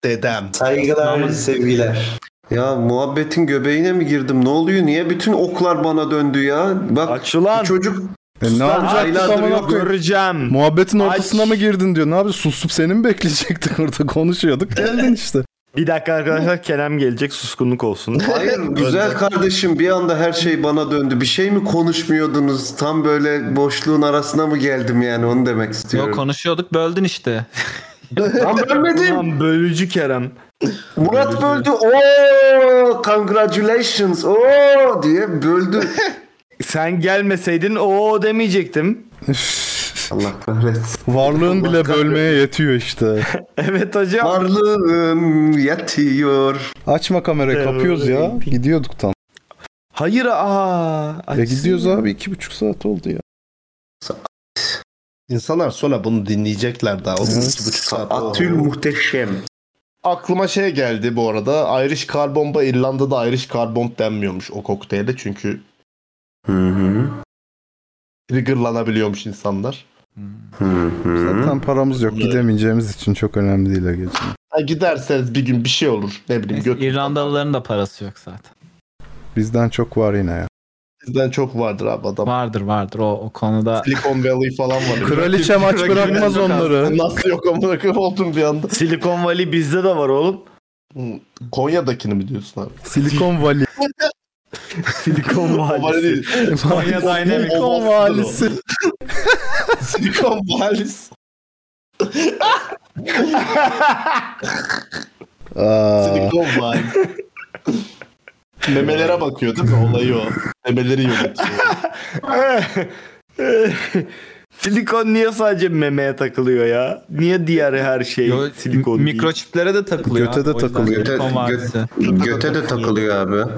S3: Dedem.
S4: Aman.
S6: Saygılar, sevgiler.
S8: Ya muhabbetin göbeğine mi girdim? Ne oluyor? Niye bütün oklar bana döndü ya? Bak
S2: Açılan
S8: çocuk
S1: E, ne yapacaktık
S8: aylardır
S1: amına
S8: yok,
S1: koyayım?
S2: göreceğim.
S1: Muhabbetin
S2: Aç.
S1: ortasına mı girdin diyor. Ne yapacağız? Susup seni mi bekleyecektik [LAUGHS] orada konuşuyorduk. Geldin işte.
S2: Bir dakika arkadaşlar Kerem gelecek suskunluk olsun. [LAUGHS]
S8: Hayır güzel kardeşim bir anda her şey bana döndü. Bir şey mi konuşmuyordunuz? Tam böyle boşluğun arasına mı geldim yani onu demek istiyorum.
S4: Yok konuşuyorduk böldün işte.
S8: Lan bölmedim.
S2: Ulan bölücü Kerem.
S8: Murat böldü. Oo congratulations. Oo diye böldü.
S2: Sen gelmeseydin o demeyecektim.
S8: [LAUGHS]
S2: [LAUGHS]
S8: Allah kahretsin.
S1: Varlığın bile
S8: kahretsin.
S1: bölmeye yetiyor işte.
S2: Evet hocam.
S8: Varlığım yatıyor.
S1: Açma kamerayı kapıyoruz ya. Gidiyorduk tam.
S2: Hayır aa. [LAUGHS]
S1: Ya
S2: açsın.
S1: gidiyoruz abi iki buçuk saat oldu ya.
S3: İnsanlar sonra bunu dinleyecekler daha. 32,5 saat.
S8: Atül muhteşem.
S3: Aklıma şey geldi bu arada. Irish Car Bomb'a İrlanda'da Irish Car Bomb denmiyormuş o kokteyle. Çünkü
S8: Hı hı.
S3: triggerlanabiliyormuş insanlar.
S8: Hı hı.
S1: Zaten paramız yok. Gidemeyeceğimiz için çok önemli değil o gece.
S3: Ha, giderseniz bir gün bir şey olur. Ne bileyim göt
S4: İrlandalıların da parası yok zaten.
S1: Bizden çok var yine ya.
S3: sizden çok vardır abi adam.
S4: Vardır vardır o, o konuda.
S3: Silicon Valley falan
S8: [LAUGHS]
S3: var.
S1: Kraliçe maç bırakmaz onları.
S3: Nasıl yok amına koyayım oldum bir anda.
S2: Silikon Valley bizde de var oğlum.
S3: Konya'dakini mi diyorsun abi?
S1: Silikon Vali.
S2: Silikon
S3: Konya
S2: Valley.
S3: değil.
S1: Silikon valisi.
S3: Silikon Valisi.
S1: Aa,
S3: Silikon Valisi. Memelere bakıyor değil mi? Olayı o. Memeleri yönetiyor.
S2: Silikon niye sadece memeye takılıyor ya? Niye diğer her şey
S4: Yo,
S2: silikon değil?
S4: mikroçiplere de takılıyor.
S1: Göte
S4: abi,
S1: de
S4: o yüzden
S1: takılıyor.
S8: Göte,
S4: silikon vadisi.
S8: göte, göte de takılıyor abi.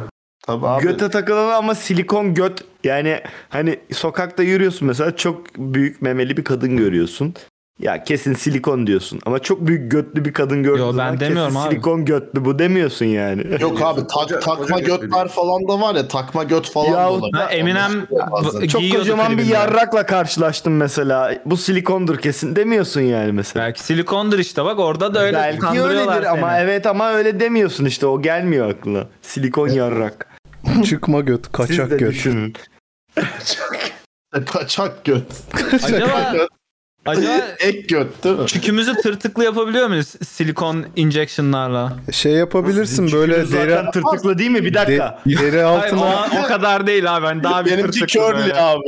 S3: Tabii abi.
S2: Göte takılan ama silikon göt. Yani hani sokakta yürüyorsun mesela çok büyük memeli bir kadın görüyorsun. Ya kesin silikon diyorsun ama çok büyük götlü bir kadın gördüğün
S4: Yo, ben
S2: zaman
S4: demiyorum
S2: kesin
S4: abi.
S2: silikon götlü bu demiyorsun yani.
S3: Yok abi tak- takma götler falan da var ya takma göt falan da
S2: Yahut
S3: olabilir.
S2: da
S4: Eminem
S3: Bazen.
S2: çok kocaman bir yarrakla karşılaştım mesela. Bu silikondur kesin demiyorsun yani mesela.
S4: Belki silikondur işte bak orada da öyle
S2: Belki
S4: kandırıyorlar
S2: öyledir
S4: seni.
S2: ama evet ama öyle demiyorsun işte o gelmiyor aklına. Silikon yarrak.
S1: Çıkma göt, kaçak
S2: de
S1: göt.
S2: düşünün.
S3: E, Kaçak göt.
S4: [LAUGHS] Acaba- Acaba
S3: Ek göt değil mi?
S4: çükümüzü tırtıklı yapabiliyor muyuz silikon injectionlarla?
S1: Şey yapabilirsin böyle
S2: Zaten
S1: deri,
S2: tırtıklı değil mi? Bir dakika.
S1: de- deri altına
S4: Hayır, o, o kadar değil abi. Ben daha bir
S3: Benimki
S4: tırtıklı
S3: curly
S4: böyle.
S3: abi.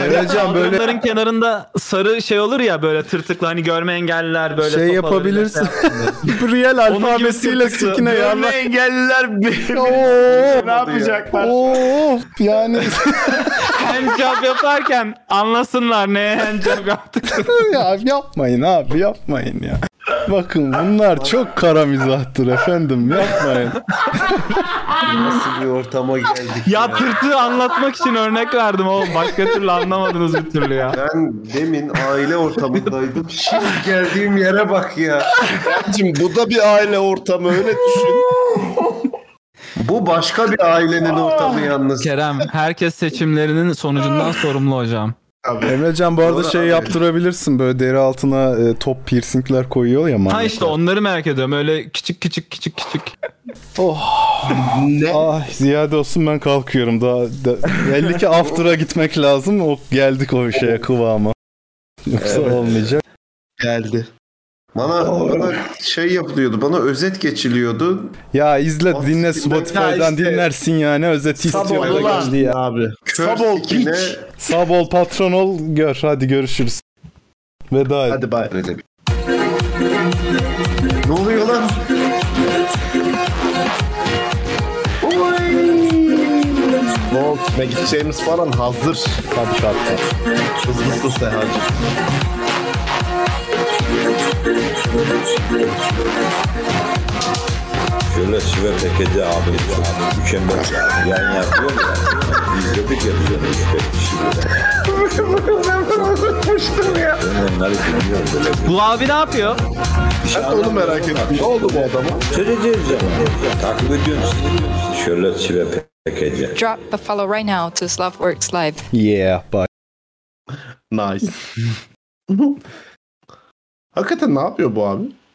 S1: Emrecan böyle
S4: Bunların kenarında sarı şey olur ya böyle tırtıklı hani görme engelliler böyle
S1: şey
S4: sopaları
S1: yapabilirsin.
S4: şey-
S2: [LAUGHS]
S1: Briel
S4: gibi
S1: alfabesiyle
S4: tırtıklı.
S1: sikine
S2: Görme
S1: yarrak.
S2: engelliler
S1: Oo,
S2: ne yapacaklar?
S1: Of yani [LAUGHS]
S4: handjob yaparken anlasınlar ne handjob yaptık.
S1: ya yapmayın abi yapmayın ya. Bakın bunlar çok kara mizahtır efendim yapmayın.
S8: Nasıl bir ortama geldik?
S4: ya tırtığı anlatmak için örnek verdim oğlum. Başka türlü anlamadınız bir türlü ya.
S8: Ben demin aile ortamındaydım. Şimdi geldiğim yere bak ya.
S3: Şimdi bu da bir aile ortamı öyle düşün.
S8: Bu başka bir ailenin ortamı yalnız.
S4: Kerem herkes seçimlerinin sonucundan sorumlu hocam.
S1: Emrecan bu arada
S8: Doğru
S1: şey
S8: abi.
S1: yaptırabilirsin böyle deri altına e, top piercingler koyuyor ya
S4: Ha
S1: manyaklar.
S4: işte onları merak ediyorum. Öyle küçük küçük küçük küçük.
S3: Ne?
S1: Ay Ah, ziyade olsun ben kalkıyorum daha da, belli
S8: [LAUGHS]
S1: ki after'a gitmek lazım o geldik o şeye kıvama. Yoksa olmayacak.
S3: Geldi.
S8: Bana, bana şey yapılıyordu. Bana özet geçiliyordu.
S1: Ya izle
S8: Of,
S1: dinle
S8: ya
S1: Spotify'dan
S8: işte.
S1: dinlersin yani özeti istiyor da
S2: ulan.
S1: geldi ya.
S3: Abi.
S8: Kör
S3: Sabol,
S8: sikine-
S3: piç.
S1: Sabol patron ol gör hadi görüşürüz. Veda et.
S3: Hadi bay.
S8: Öyle bir- Ne oluyor lan?
S3: Volt ve gideceğimiz falan hazır. Tabii şartlar. Hızlısın sen hacı.
S13: Şöyle şive pekeci abi. Mükemmel ya. Yan yapıyor ya. İzledik ya biz onu üç beş kişi böyle. Ben onları dinliyorum böyle.
S4: Bu abi ne yapıyor?
S13: Bir şey
S3: Ben de onu
S13: anlamıyorum
S3: merak
S13: ama.
S3: ettim. Ne oldu bu adama?
S13: Çözeceğiz ama. Takip ediyoruz. Şöyle şive pekeci.
S14: Drop Buffalo right now to Slavworks Live.
S1: Yeah bye.
S3: Nice. Hakikaten ne yapıyor bu abi?